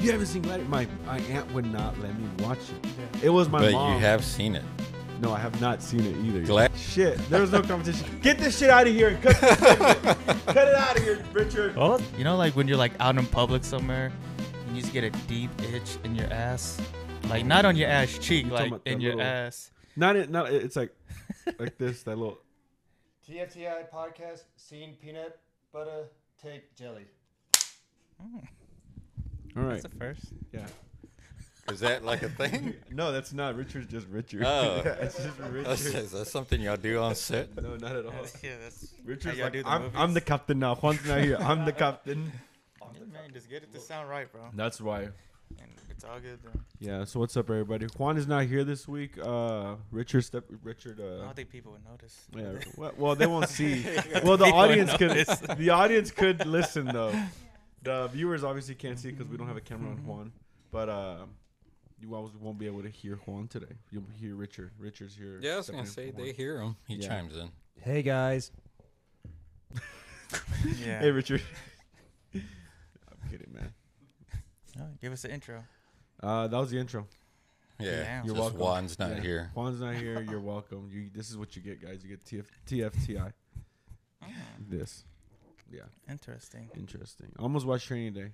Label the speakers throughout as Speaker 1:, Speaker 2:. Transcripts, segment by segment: Speaker 1: you haven't seen Gladiator. My my aunt would not let me watch it. It was my
Speaker 2: but
Speaker 1: mom.
Speaker 2: you have seen it.
Speaker 1: No, I have not seen it either.
Speaker 2: Glad-
Speaker 1: shit, there was no competition. Get this shit out of here and cut this segment. Cut it out of here, Richard.
Speaker 3: Oh, you know, like when you're like out in public somewhere, and you just get a deep itch in your ass, like not on your ass cheek,
Speaker 1: talking
Speaker 3: like
Speaker 1: about
Speaker 3: in
Speaker 1: that
Speaker 3: your
Speaker 1: little-
Speaker 3: ass.
Speaker 1: Not it. Not it- it's like like this. That little.
Speaker 4: TFTI podcast, seen peanut butter, take jelly.
Speaker 1: All right.
Speaker 3: That's the first.
Speaker 1: yeah.
Speaker 2: Is that like a thing?
Speaker 1: No, that's not. Richard's just Richard.
Speaker 2: Oh.
Speaker 1: it's just
Speaker 2: That's,
Speaker 1: Richard.
Speaker 2: is that something y'all do on set?
Speaker 1: No, not at all.
Speaker 3: Yeah, that's
Speaker 1: Richard's like, I'm, I'm the captain now. Juan's not here. I'm the captain.
Speaker 3: man. Just get it to sound right, bro.
Speaker 1: That's why.
Speaker 3: And it's all good. Though.
Speaker 1: Yeah. So what's up, everybody? Juan is not here this week. Uh, Richard step. Richard.
Speaker 3: I
Speaker 1: Uh,
Speaker 3: don't think people would notice.
Speaker 1: yeah, well, well, they won't see. Well, the
Speaker 3: People
Speaker 1: audience could.
Speaker 3: notice.
Speaker 1: The audience could listen though. The viewers obviously can't see because we don't have a camera on Juan. But uh, you always won't be able to hear Juan today. You'll hear Richard. Richard's here.
Speaker 2: Yeah, I was gonna
Speaker 1: stepping in
Speaker 2: say
Speaker 1: for
Speaker 2: they
Speaker 1: Juan.
Speaker 2: hear him. He
Speaker 1: Yeah.
Speaker 2: chimes in.
Speaker 4: Hey guys.
Speaker 3: Yeah.
Speaker 1: Hey, Richard. I'm kidding, man.
Speaker 3: Oh, give us the intro.
Speaker 1: Uh, that was the intro.
Speaker 2: Yeah,
Speaker 3: Yeah.
Speaker 1: You're
Speaker 2: just
Speaker 1: welcome.
Speaker 2: Juan's not
Speaker 1: Yeah.
Speaker 2: here.
Speaker 1: Juan's not here. You're welcome. You. This is what you get, guys. You get TF, TFTI.
Speaker 2: Mm-hmm.
Speaker 1: This. Yeah.
Speaker 3: Interesting.
Speaker 1: Interesting. I almost watched Training Day,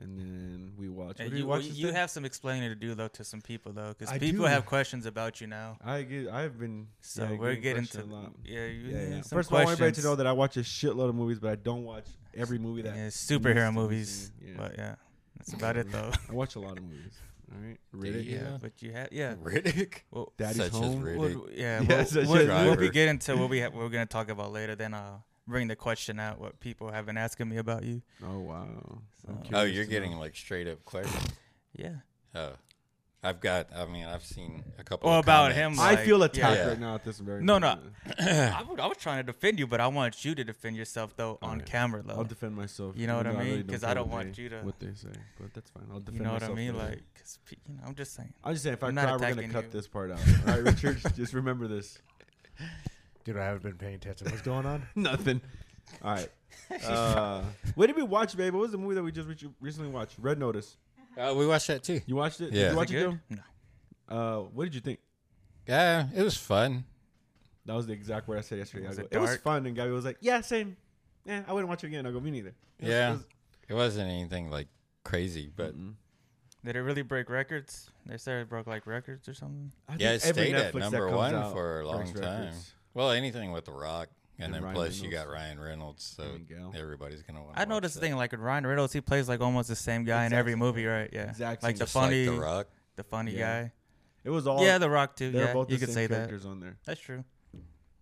Speaker 1: and then we watched.
Speaker 3: And
Speaker 1: what did
Speaker 3: you,
Speaker 1: we watch
Speaker 3: you,
Speaker 1: this
Speaker 3: you
Speaker 1: day?
Speaker 3: have some explaining to do though to some people though, because
Speaker 1: I
Speaker 3: people
Speaker 1: do.
Speaker 3: have questions about you now.
Speaker 1: I get. I've been.
Speaker 3: So
Speaker 1: yeah,
Speaker 3: we're getting to
Speaker 1: questioned a lot.
Speaker 3: yeah. You,
Speaker 1: Yeah, yeah.
Speaker 3: Some
Speaker 1: First of all, I want everybody to
Speaker 3: questions.
Speaker 1: know that I watch a shitload of movies, but I don't watch every movie that.
Speaker 3: Yeah,
Speaker 1: needs to
Speaker 3: superhero
Speaker 1: be
Speaker 3: movies.
Speaker 1: seen. Yeah.
Speaker 3: But yeah, that's about it though.
Speaker 1: I watch a lot of movies. All right, Riddick.
Speaker 2: Yeah.
Speaker 3: but you had yeah.
Speaker 2: Riddick.
Speaker 3: Well,
Speaker 1: Daddy's
Speaker 2: Such as
Speaker 1: home.
Speaker 2: Riddick.
Speaker 3: we'll- yeah,
Speaker 1: Yeah,
Speaker 3: we'll,
Speaker 1: such
Speaker 3: we'll-
Speaker 1: a
Speaker 3: we'll be
Speaker 2: driver.
Speaker 3: getting to what we ha- we're gonna talk about later. Then I'll bring the question out what people have been asking me about you.
Speaker 1: Oh wow. I'm
Speaker 3: So-
Speaker 2: Oh,
Speaker 1: curious
Speaker 2: you're
Speaker 1: to
Speaker 2: getting
Speaker 1: know.
Speaker 2: like straight up questions.
Speaker 3: Yeah.
Speaker 2: Oh, I've got. I mean, I've seen a couple.
Speaker 3: Well,
Speaker 2: of
Speaker 3: about
Speaker 2: comments.
Speaker 3: him.
Speaker 1: I
Speaker 3: like,
Speaker 1: feel
Speaker 3: yeah.
Speaker 1: attacked
Speaker 2: Yeah.
Speaker 1: right now at this very.
Speaker 3: No,
Speaker 1: moment.
Speaker 3: no. I, would, I was trying to defend you, but I want you to defend yourself though
Speaker 1: Oh,
Speaker 3: on
Speaker 1: yeah.
Speaker 3: camera
Speaker 1: I'll
Speaker 3: though.
Speaker 1: defend myself.
Speaker 3: You know what
Speaker 1: even
Speaker 3: I
Speaker 1: though
Speaker 3: mean?
Speaker 1: really
Speaker 3: 'Cause
Speaker 1: care
Speaker 3: I don't
Speaker 1: what
Speaker 3: want
Speaker 1: they-
Speaker 3: you to-
Speaker 1: What they say, but that's fine. I'll defend
Speaker 3: you know what I
Speaker 1: myself
Speaker 3: mean?
Speaker 1: later.
Speaker 3: Like, 'cause pe- you know, I'm just saying.
Speaker 1: I'm just saying, if I
Speaker 3: I'm not
Speaker 1: cry, we're gonna
Speaker 3: attacking
Speaker 1: cut
Speaker 3: you.
Speaker 1: this part out. All right, Richard, just remember this.
Speaker 4: Dude, I haven't been paying attention. What's going on?
Speaker 1: Nothing. All right. Uh, what did we watch, babe? What was the movie that we just re- recently watched? Red Notice.
Speaker 2: Uh, we watched that too.
Speaker 1: You watched it? Did
Speaker 2: Yeah.
Speaker 1: you
Speaker 2: Is
Speaker 1: watch
Speaker 3: Is it
Speaker 1: it?
Speaker 3: good?
Speaker 1: Joe?
Speaker 3: No.
Speaker 1: Uh, what did you think?
Speaker 2: Yeah, it was fun.
Speaker 1: That was the exact word I said yesterday. I
Speaker 3: Was
Speaker 1: go,
Speaker 3: it
Speaker 1: it was
Speaker 3: dark?
Speaker 1: fun, and Gabby was like, "Yeah, same. Yeah, I wouldn't watch it again." I go, "Me neither." It was-
Speaker 2: Yeah.
Speaker 1: it was- mm-hmm.
Speaker 2: It wasn't anything like crazy, but
Speaker 3: Did it really break records? They said it broke like records or something.
Speaker 1: I
Speaker 2: yeah, it
Speaker 1: think every
Speaker 2: stayed
Speaker 1: Netflix
Speaker 2: at
Speaker 1: that
Speaker 2: number
Speaker 1: comes
Speaker 2: one
Speaker 1: out
Speaker 2: for a long
Speaker 1: breaks
Speaker 2: time.
Speaker 1: records.
Speaker 2: Well, anything with The Rock, and,
Speaker 1: And
Speaker 2: then
Speaker 1: Ryan
Speaker 2: plus you
Speaker 1: Reynolds.
Speaker 2: got Ryan Reynolds, so
Speaker 1: There you go.
Speaker 2: everybody's gonna. Wanna
Speaker 3: I know
Speaker 2: watch
Speaker 3: this
Speaker 2: that.
Speaker 3: thing like with Ryan Reynolds, he plays like almost the same guy in every movie, right? Yeah,
Speaker 1: Exact
Speaker 3: Like
Speaker 1: same-
Speaker 3: the
Speaker 2: Just
Speaker 3: funny,
Speaker 2: like The Rock.
Speaker 3: the funny
Speaker 1: Yeah.
Speaker 3: guy.
Speaker 1: It was all.
Speaker 3: yeah, The Rock too.
Speaker 1: they're
Speaker 3: yeah,
Speaker 1: both
Speaker 3: you
Speaker 1: the
Speaker 3: could
Speaker 1: same
Speaker 3: say that.
Speaker 1: characters on there.
Speaker 3: That's true.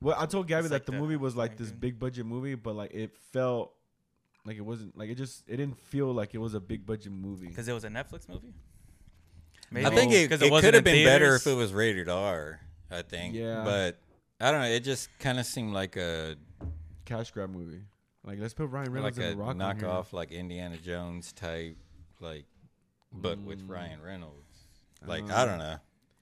Speaker 1: Well, I told Gabby
Speaker 3: It's
Speaker 1: that
Speaker 3: like
Speaker 1: the
Speaker 3: the-
Speaker 1: movie was like
Speaker 3: like
Speaker 1: this
Speaker 3: the-
Speaker 1: big budget movie, but like it felt like it wasn't like it just it didn't feel like it was a big budget movie.
Speaker 3: Because it was a Netflix movie.
Speaker 2: I think it,
Speaker 3: 'Cause
Speaker 2: it,
Speaker 3: wasn't
Speaker 2: could have
Speaker 3: in
Speaker 2: been better if
Speaker 3: theaters?
Speaker 2: it was rated R. I think.
Speaker 1: Yeah.
Speaker 2: But I don't know. It just kind of seemed like a
Speaker 1: Cash grab movie. Like let's put Ryan Reynolds
Speaker 2: like a
Speaker 1: and The Rock on here.
Speaker 2: knockoff, like Indiana Jones type, like, but with
Speaker 1: Mm.
Speaker 2: Ryan Reynolds. Like I don't know.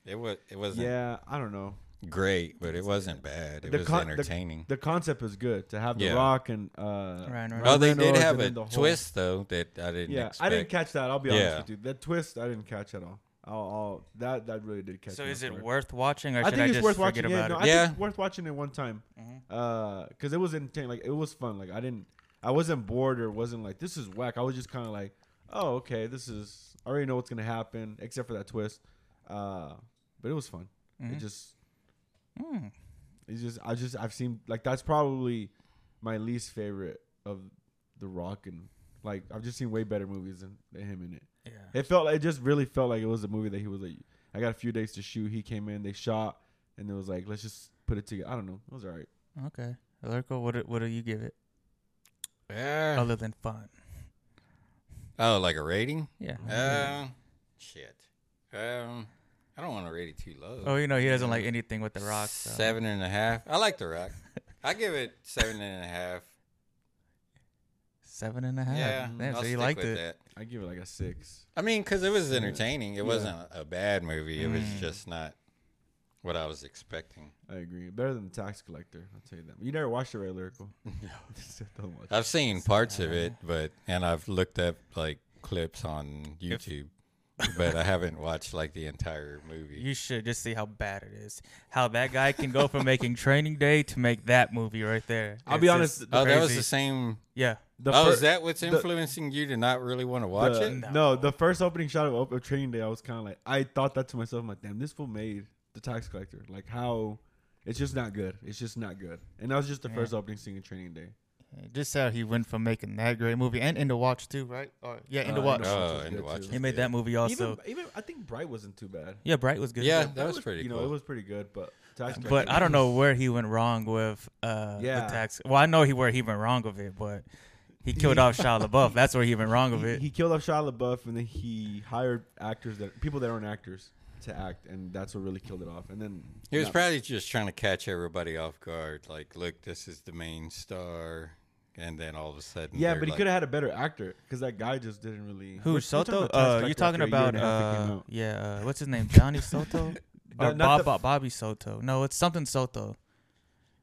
Speaker 2: It was it wasn't
Speaker 1: Uh-huh. Um, Yeah, I don't know.
Speaker 2: great, but it wasn't bad. It was
Speaker 1: con-
Speaker 2: entertaining.
Speaker 1: The, concept is good to have The
Speaker 2: Yeah.
Speaker 1: Rock and uh,
Speaker 3: Ryan Reynolds.
Speaker 2: oh, they did
Speaker 1: Reynolds
Speaker 2: have
Speaker 1: and
Speaker 2: a
Speaker 1: then the whole-
Speaker 2: twist though that I didn't.
Speaker 1: Yeah,
Speaker 2: expect.
Speaker 1: I didn't catch that. I'll be honest
Speaker 2: Yeah.
Speaker 1: with you. That twist I didn't catch at all. I'll, I'll, that that really did catch.
Speaker 3: So
Speaker 1: me
Speaker 3: is
Speaker 1: off
Speaker 3: it
Speaker 1: guard.
Speaker 3: worth watching, or
Speaker 1: I
Speaker 3: should
Speaker 1: think
Speaker 3: I
Speaker 1: it's
Speaker 3: just
Speaker 1: worth
Speaker 3: forget
Speaker 1: watching. Yeah,
Speaker 3: about
Speaker 1: no,
Speaker 3: it? Mm-hmm.
Speaker 1: I
Speaker 2: Yeah.
Speaker 1: think it's worth watching it one time, because it was entertaining. Like it was fun. Like I didn't, I wasn't bored or wasn't like this is whack. I was just kind of like, oh okay, this is. I already know what's gonna happen except for that twist. Uh, but it was fun.
Speaker 3: Mm-hmm.
Speaker 1: It just,
Speaker 3: Mm.
Speaker 1: it's just I just I've seen like that's probably my least favorite of the Rock and like I've just seen way better movies than, than him in it.
Speaker 3: Yeah.
Speaker 1: It felt. It just really felt like it was a movie that he was like, I got a few days to shoot. He came in, they shot, and it was like, let's just put it together. I don't know. It was all right.
Speaker 3: Okay. Alerco, what do, what do you give it
Speaker 1: Eh.
Speaker 2: Yeah.
Speaker 3: other than fun?
Speaker 2: Oh, like a rating?
Speaker 3: Yeah.
Speaker 1: Mm-hmm.
Speaker 2: Uh, shit. Um, I don't want to rate it too low.
Speaker 3: oh, you know he doesn't like anything with the rock. So.
Speaker 2: Seven and a half. I like the rock. I give it seven and a half.
Speaker 3: Seven and a half.
Speaker 2: Yeah,
Speaker 3: Damn,
Speaker 2: I'll
Speaker 3: so you
Speaker 2: stick
Speaker 3: liked
Speaker 2: with
Speaker 3: it.
Speaker 2: that.
Speaker 1: I give it like a six.
Speaker 2: I mean, because it was entertaining. It wasn't a bad movie. It was
Speaker 3: Mm.
Speaker 2: just not what I was expecting.
Speaker 1: I agree. Better than Tax Collector. I'll tell you that. You never watched it,
Speaker 2: Oh,
Speaker 1: right, Lyrical? No. Don't watch it.
Speaker 2: I've seen parts of it, but and I've looked up like clips on YouTube, but I haven't watched like the entire movie.
Speaker 3: You should just see how bad it is. How that guy can go from making Training Day to make that movie right there.
Speaker 1: I'll
Speaker 3: It's
Speaker 1: be honest,
Speaker 3: just
Speaker 2: Oh, that was
Speaker 3: crazy.
Speaker 2: the same.
Speaker 3: yeah.
Speaker 1: The
Speaker 2: oh,
Speaker 1: fir-
Speaker 2: is that what's
Speaker 1: the-
Speaker 2: influencing you to not really want to
Speaker 1: the-
Speaker 2: watch it?
Speaker 1: no. the first opening shot of, of Training Day, I was kind of like, I thought that to myself. I'm like, damn, this fool made the tax collector. Like, how? It's just not good. It's just not good. And that was just the
Speaker 3: Yeah.
Speaker 1: first opening scene of Training Day.
Speaker 3: Just how he went from making that great movie and In the Watch too, right? Or, yeah, In the
Speaker 1: Uh,
Speaker 3: Watch.
Speaker 1: Into Watch
Speaker 2: Oh,
Speaker 1: was
Speaker 2: Into
Speaker 1: good,
Speaker 2: Watch
Speaker 1: too.
Speaker 2: was
Speaker 3: He made
Speaker 2: good.
Speaker 3: that movie also.
Speaker 1: Even, even I think Bright wasn't too bad.
Speaker 3: yeah, Bright was good.
Speaker 2: Yeah, that was pretty
Speaker 1: You
Speaker 2: cool.
Speaker 1: know, it was pretty good, but tax collector.
Speaker 3: But I don't know where he went wrong with uh
Speaker 1: Yeah.
Speaker 3: the tax. Well, I know he where he went wrong with it, but he killed off Shia LaBeouf. That's where he went wrong with
Speaker 1: He,
Speaker 3: it.
Speaker 1: he killed off Shia LaBeouf, and then he hired actors that people that aren't actors to act, and that's what really killed it off. And then
Speaker 2: He was
Speaker 1: not-
Speaker 2: probably just trying to catch everybody off guard. Like, look, this is the main star, and then all of a sudden,
Speaker 1: Yeah,
Speaker 2: they're
Speaker 1: but he
Speaker 2: like-
Speaker 1: could have had a better actor because that guy just didn't really.
Speaker 3: Who
Speaker 1: We're- we're
Speaker 3: Soto?
Speaker 1: talking about Tax
Speaker 3: uh, you're
Speaker 1: Collector
Speaker 3: talking
Speaker 1: after a year
Speaker 3: about
Speaker 1: and a half it came
Speaker 3: uh,
Speaker 1: out.
Speaker 3: yeah, uh, what's his name? Johnny Soto
Speaker 1: No,
Speaker 3: or
Speaker 1: not
Speaker 3: Bob,
Speaker 1: the-
Speaker 3: Bob- uh, Bobby Soto? No, it's something Soto.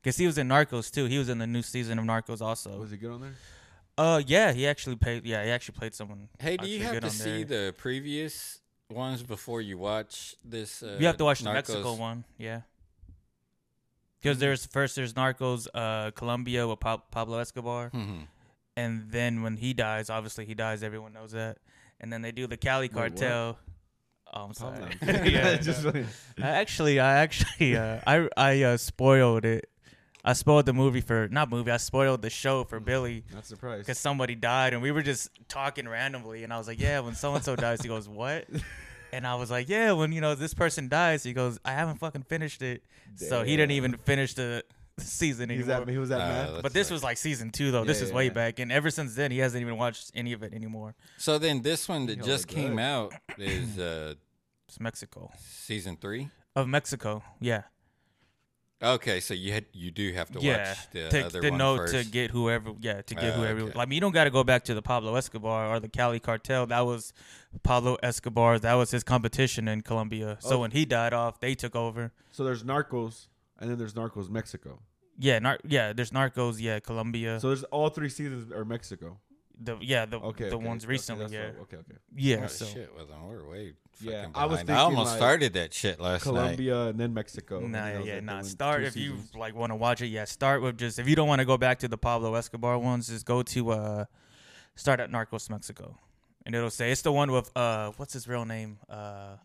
Speaker 3: Cause he was in Narcos too. He was in the new season of Narcos also.
Speaker 1: Was he good on there?
Speaker 3: Uh, yeah, he actually played. Yeah, he actually played someone.
Speaker 2: Hey, do
Speaker 3: actually
Speaker 2: you have
Speaker 3: good
Speaker 2: to
Speaker 3: on
Speaker 2: see
Speaker 3: there.
Speaker 2: the previous ones before you watch this? Uh,
Speaker 3: You have to watch the Mexico
Speaker 2: Narcos?
Speaker 3: one, yeah. Because there's first there's Narcos, uh, Colombia with pa- Pablo Escobar,
Speaker 2: Mhm.
Speaker 3: and then when he dies, obviously he dies. Everyone knows that. And then they do the Cali
Speaker 1: Wait, what?
Speaker 3: cartel. Oh, I'm
Speaker 1: Pablo.
Speaker 3: sorry.
Speaker 1: Yeah,
Speaker 3: yeah,
Speaker 1: just
Speaker 3: no.
Speaker 1: funny.
Speaker 3: I actually, I actually, uh, I I uh, spoiled it. I spoiled the movie for not movie. I spoiled the show for Billy
Speaker 1: not surprised.
Speaker 3: because somebody died, and we were just talking randomly, and I was like, "Yeah, when so and so dies," he goes, "What?" And I was like, "Yeah, when you know this person dies," he goes, "I haven't fucking finished it." So he didn't
Speaker 1: Damn.
Speaker 3: even finish the season
Speaker 1: He's
Speaker 3: anymore.
Speaker 1: that. He was that
Speaker 2: Uh,
Speaker 1: mad.
Speaker 2: that's
Speaker 3: but this
Speaker 2: like-
Speaker 3: was like season two though. this
Speaker 1: Yeah,
Speaker 3: is
Speaker 1: yeah,
Speaker 3: way
Speaker 1: yeah.
Speaker 3: back, and ever since then he hasn't even watched any of it anymore.
Speaker 2: so. Then this one that
Speaker 1: Yo,
Speaker 2: just
Speaker 1: good.
Speaker 2: came out is uh,
Speaker 3: It's Mexico
Speaker 2: season three.
Speaker 3: of Mexico, yeah,
Speaker 2: Okay, so you had you do have to
Speaker 3: yeah.
Speaker 2: watch the
Speaker 3: to,
Speaker 2: other
Speaker 3: to
Speaker 2: one
Speaker 3: know
Speaker 2: first.
Speaker 3: to get whoever, yeah, to get
Speaker 2: Uh,
Speaker 3: whoever.
Speaker 2: okay.
Speaker 3: I mean, you don't got to go back to the Pablo Escobar or the Cali cartel. That was Pablo Escobar. That was his competition in Colombia. So
Speaker 1: Oh.
Speaker 3: when he died off, they took over.
Speaker 1: So there's Narcos, and then there's Narcos Mexico.
Speaker 3: Yeah, nar- yeah. There's Narcos. Yeah, Colombia.
Speaker 1: So there's all three seasons are Mexico.
Speaker 3: the yeah the
Speaker 1: Okay,
Speaker 3: the
Speaker 1: okay,
Speaker 3: ones
Speaker 1: okay,
Speaker 3: recently.
Speaker 1: that's
Speaker 3: yeah,
Speaker 1: what- Okay, okay.
Speaker 3: yeah.
Speaker 2: Oh,
Speaker 3: so
Speaker 2: shit, well, then we're way fucking
Speaker 1: Yeah,
Speaker 2: behind.
Speaker 1: I
Speaker 2: I
Speaker 1: was
Speaker 2: almost
Speaker 1: thinking, like,
Speaker 2: started that shit last night.
Speaker 1: Colombia and then Mexico. and
Speaker 3: Nah,
Speaker 1: then
Speaker 3: yeah,
Speaker 1: I was
Speaker 3: yeah,
Speaker 1: like,
Speaker 3: nah.
Speaker 1: "Oh, in
Speaker 3: Start
Speaker 1: two
Speaker 3: if you
Speaker 1: seasons."
Speaker 3: like want to watch it. Yeah, start with just if you don't want to go back to the Pablo Escobar ones, just go to uh, start at Narcos Mexico, and it'll say it's the one with uh, what's his real name? Uh,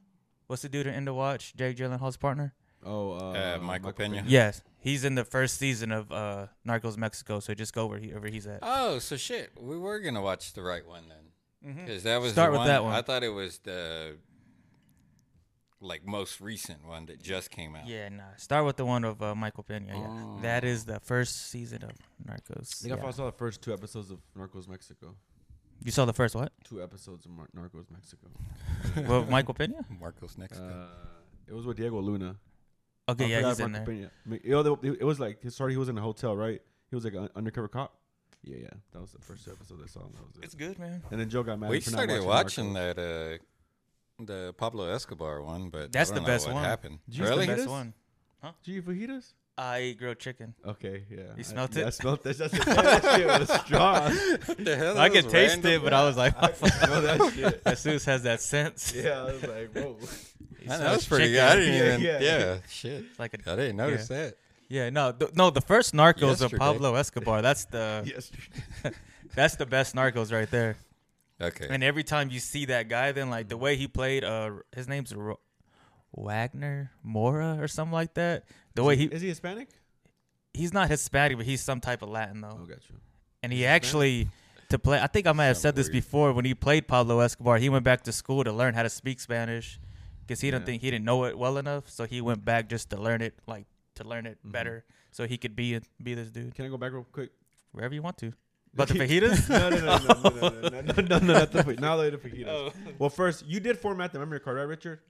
Speaker 3: what's the dude in the watch? Jake Gyllenhaal's partner.
Speaker 1: Oh, uh,
Speaker 2: Michael Peña.
Speaker 3: Yes, he's in the first season of uh, Narcos Mexico. So just go where he wherever he's at.
Speaker 2: Oh, so shit, we were gonna watch the right one then, because that was the
Speaker 3: Mm-hmm. Start with that one.
Speaker 2: I thought it was the like most recent one that just came out.
Speaker 3: Yeah, nah. Start with the one of uh, Michael Pena. Yeah,
Speaker 1: Oh.
Speaker 3: that is the first season of Narcos.
Speaker 1: I think
Speaker 3: yeah.
Speaker 1: I saw the first two episodes of Narcos Mexico.
Speaker 3: You saw the first what?
Speaker 1: Two episodes of Mar- Narcos Mexico.
Speaker 3: With Michael Pena?
Speaker 2: Marcos next.
Speaker 1: Uh, it was with Diego Luna.
Speaker 3: Okay,
Speaker 1: I
Speaker 3: yeah,
Speaker 1: forgot
Speaker 3: he's in there.
Speaker 1: Marco Pena. I mean, you know, it, it was like sorry, he was in a hotel, right? He was like an undercover cop. Yeah, yeah, that was the first episode I saw. And, that was it.
Speaker 3: It's good, man.
Speaker 1: and then Joe got mad.
Speaker 2: we
Speaker 1: at me for not
Speaker 2: started
Speaker 1: watching
Speaker 2: watching
Speaker 1: Narcos.
Speaker 2: that uh, the Pablo Escobar one, but I
Speaker 3: That's
Speaker 2: don't
Speaker 3: the
Speaker 2: know
Speaker 3: best
Speaker 2: what
Speaker 3: one.
Speaker 2: Happened
Speaker 1: Did you see
Speaker 2: really?
Speaker 1: the
Speaker 3: That's
Speaker 1: Fajitas?
Speaker 3: one.
Speaker 1: Gee, fajitas.
Speaker 3: I eat grilled chicken.
Speaker 1: Okay, yeah.
Speaker 3: You
Speaker 1: I,
Speaker 3: smelt it?
Speaker 1: Yeah, I smelt that. That's- that shit was strong.
Speaker 2: What the hell?
Speaker 3: I
Speaker 2: That
Speaker 3: could
Speaker 2: was
Speaker 3: taste
Speaker 2: random.
Speaker 3: it, but I was like,
Speaker 1: I could smell that shit.
Speaker 3: Jesus has that sense.
Speaker 1: Yeah, I was like, whoa.
Speaker 3: He
Speaker 2: I know,
Speaker 3: smells
Speaker 2: that's pretty good.
Speaker 3: chicken.
Speaker 2: I didn't even.
Speaker 1: Yeah,
Speaker 2: Yeah,
Speaker 1: yeah.
Speaker 2: shit.
Speaker 3: Like a,
Speaker 2: I didn't notice that.
Speaker 3: yeah, no, th- no. The first Narcos of
Speaker 2: Yesterday.
Speaker 3: Pablo Escobar. That's the
Speaker 1: Yes.
Speaker 3: that's the best Narcos right there.
Speaker 2: Okay.
Speaker 3: And every time you see that guy, then like the way he played, uh, his name's Ro- Wagner Mora or something like that. The way he
Speaker 1: Is he Hispanic?
Speaker 3: he's not Hispanic, but he's some type of Latin though.
Speaker 1: Oh, gotcha.
Speaker 3: And he actually to play. I think I might have said
Speaker 2: Something
Speaker 3: this
Speaker 2: weird.
Speaker 3: before. When he played Pablo Escobar, he went back to school to learn how to speak Spanish because he didn't
Speaker 1: Yeah.
Speaker 3: think he didn't know it well enough. So he went back just to learn it, like to learn it
Speaker 1: Mm-hmm.
Speaker 3: better, so he could be be this dude
Speaker 1: Can I go back real quick?
Speaker 3: wherever you want to. But the fajitas,
Speaker 1: no, no, no, no, no, no, no, no, no, no, not the fajitas. Not the fajitas. Well, first, you did format the memory card, right, Richard?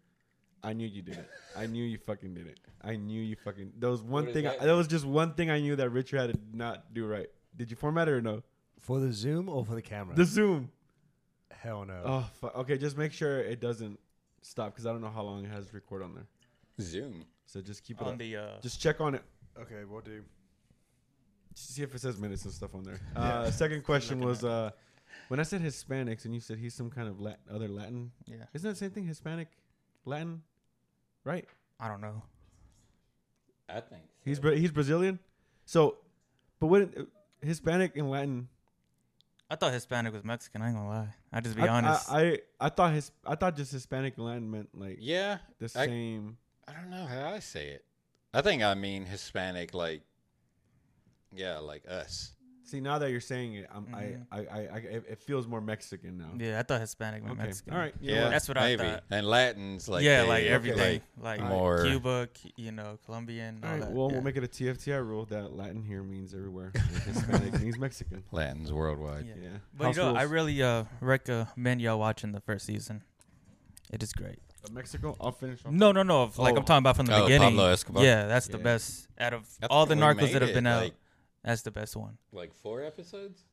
Speaker 1: I knew you did it. I knew you fucking did it. I knew you fucking. There was one
Speaker 2: What does
Speaker 1: thing. I,
Speaker 2: that
Speaker 1: there was just one thing I knew that Richard had to not do right. Did you format it or no?
Speaker 5: For the Zoom or for the camera?
Speaker 1: The Zoom.
Speaker 5: Hell no.
Speaker 1: Oh, fuck. okay. Just make sure it doesn't stop because I don't know how long it has record on there.
Speaker 2: Zoom.
Speaker 1: So just keep it
Speaker 3: on
Speaker 1: on
Speaker 3: the uh,
Speaker 1: Just check on it.
Speaker 5: Okay, we'll do.
Speaker 1: Just see if it says minutes and stuff on there. Uh, second question was uh, When I said Hispanics and you said he's some kind of Lat other Latin,
Speaker 3: Yeah.
Speaker 1: isn't that the same thing? Hispanic, Latin, right?
Speaker 3: I don't know.
Speaker 2: I think
Speaker 1: He's Bra- he's Brazilian. So, but what Hispanic and Latin?
Speaker 3: I thought Hispanic was Mexican. I ain't gonna lie. I just be
Speaker 1: I,
Speaker 3: honest.
Speaker 1: I, I I thought his I thought just Hispanic and Latin meant like
Speaker 2: yeah.
Speaker 1: the
Speaker 2: I-
Speaker 1: same.
Speaker 2: I don't know how I say it. I think I mean Hispanic, like yeah, like us.
Speaker 1: See, now that you're saying it, I'm,
Speaker 3: Mhm.
Speaker 1: I, I, I, I, it it feels more Mexican now.
Speaker 3: yeah, I thought Hispanic meant
Speaker 1: Okay.
Speaker 3: Mexican.
Speaker 1: All right. You know
Speaker 2: Yeah,
Speaker 1: what?
Speaker 3: That's what I
Speaker 2: maybe.
Speaker 3: thought.
Speaker 2: And Latin's like
Speaker 3: yeah,
Speaker 2: they-
Speaker 3: like
Speaker 2: okay,
Speaker 3: everything, like,
Speaker 2: like, more.
Speaker 3: Cuba, Cu- you know, Colombian.
Speaker 1: All
Speaker 3: all
Speaker 1: right.
Speaker 3: that.
Speaker 1: well,
Speaker 3: Yeah.
Speaker 1: we'll make it a TFTI rule that Latin here means everywhere. and Hispanic means Mexican.
Speaker 2: Latin's worldwide.
Speaker 3: Yeah.
Speaker 1: Yeah.
Speaker 3: But
Speaker 1: House
Speaker 3: you know, I
Speaker 1: rules.
Speaker 3: really uh, recommend y'all watching the first season. It is great.
Speaker 1: Of Mexico. I'll finish. off.
Speaker 3: No, no, no. Of, Like
Speaker 1: Oh.
Speaker 3: I'm talking about from the
Speaker 2: Oh,
Speaker 3: beginning.
Speaker 2: Pablo Escobar.
Speaker 3: Yeah, that's the
Speaker 1: Yeah.
Speaker 3: best out of
Speaker 2: I
Speaker 3: all the
Speaker 2: think we
Speaker 3: narcos
Speaker 2: made
Speaker 3: that have
Speaker 2: it,
Speaker 3: been out.
Speaker 2: like-
Speaker 3: That's the best one.
Speaker 2: Like four episodes,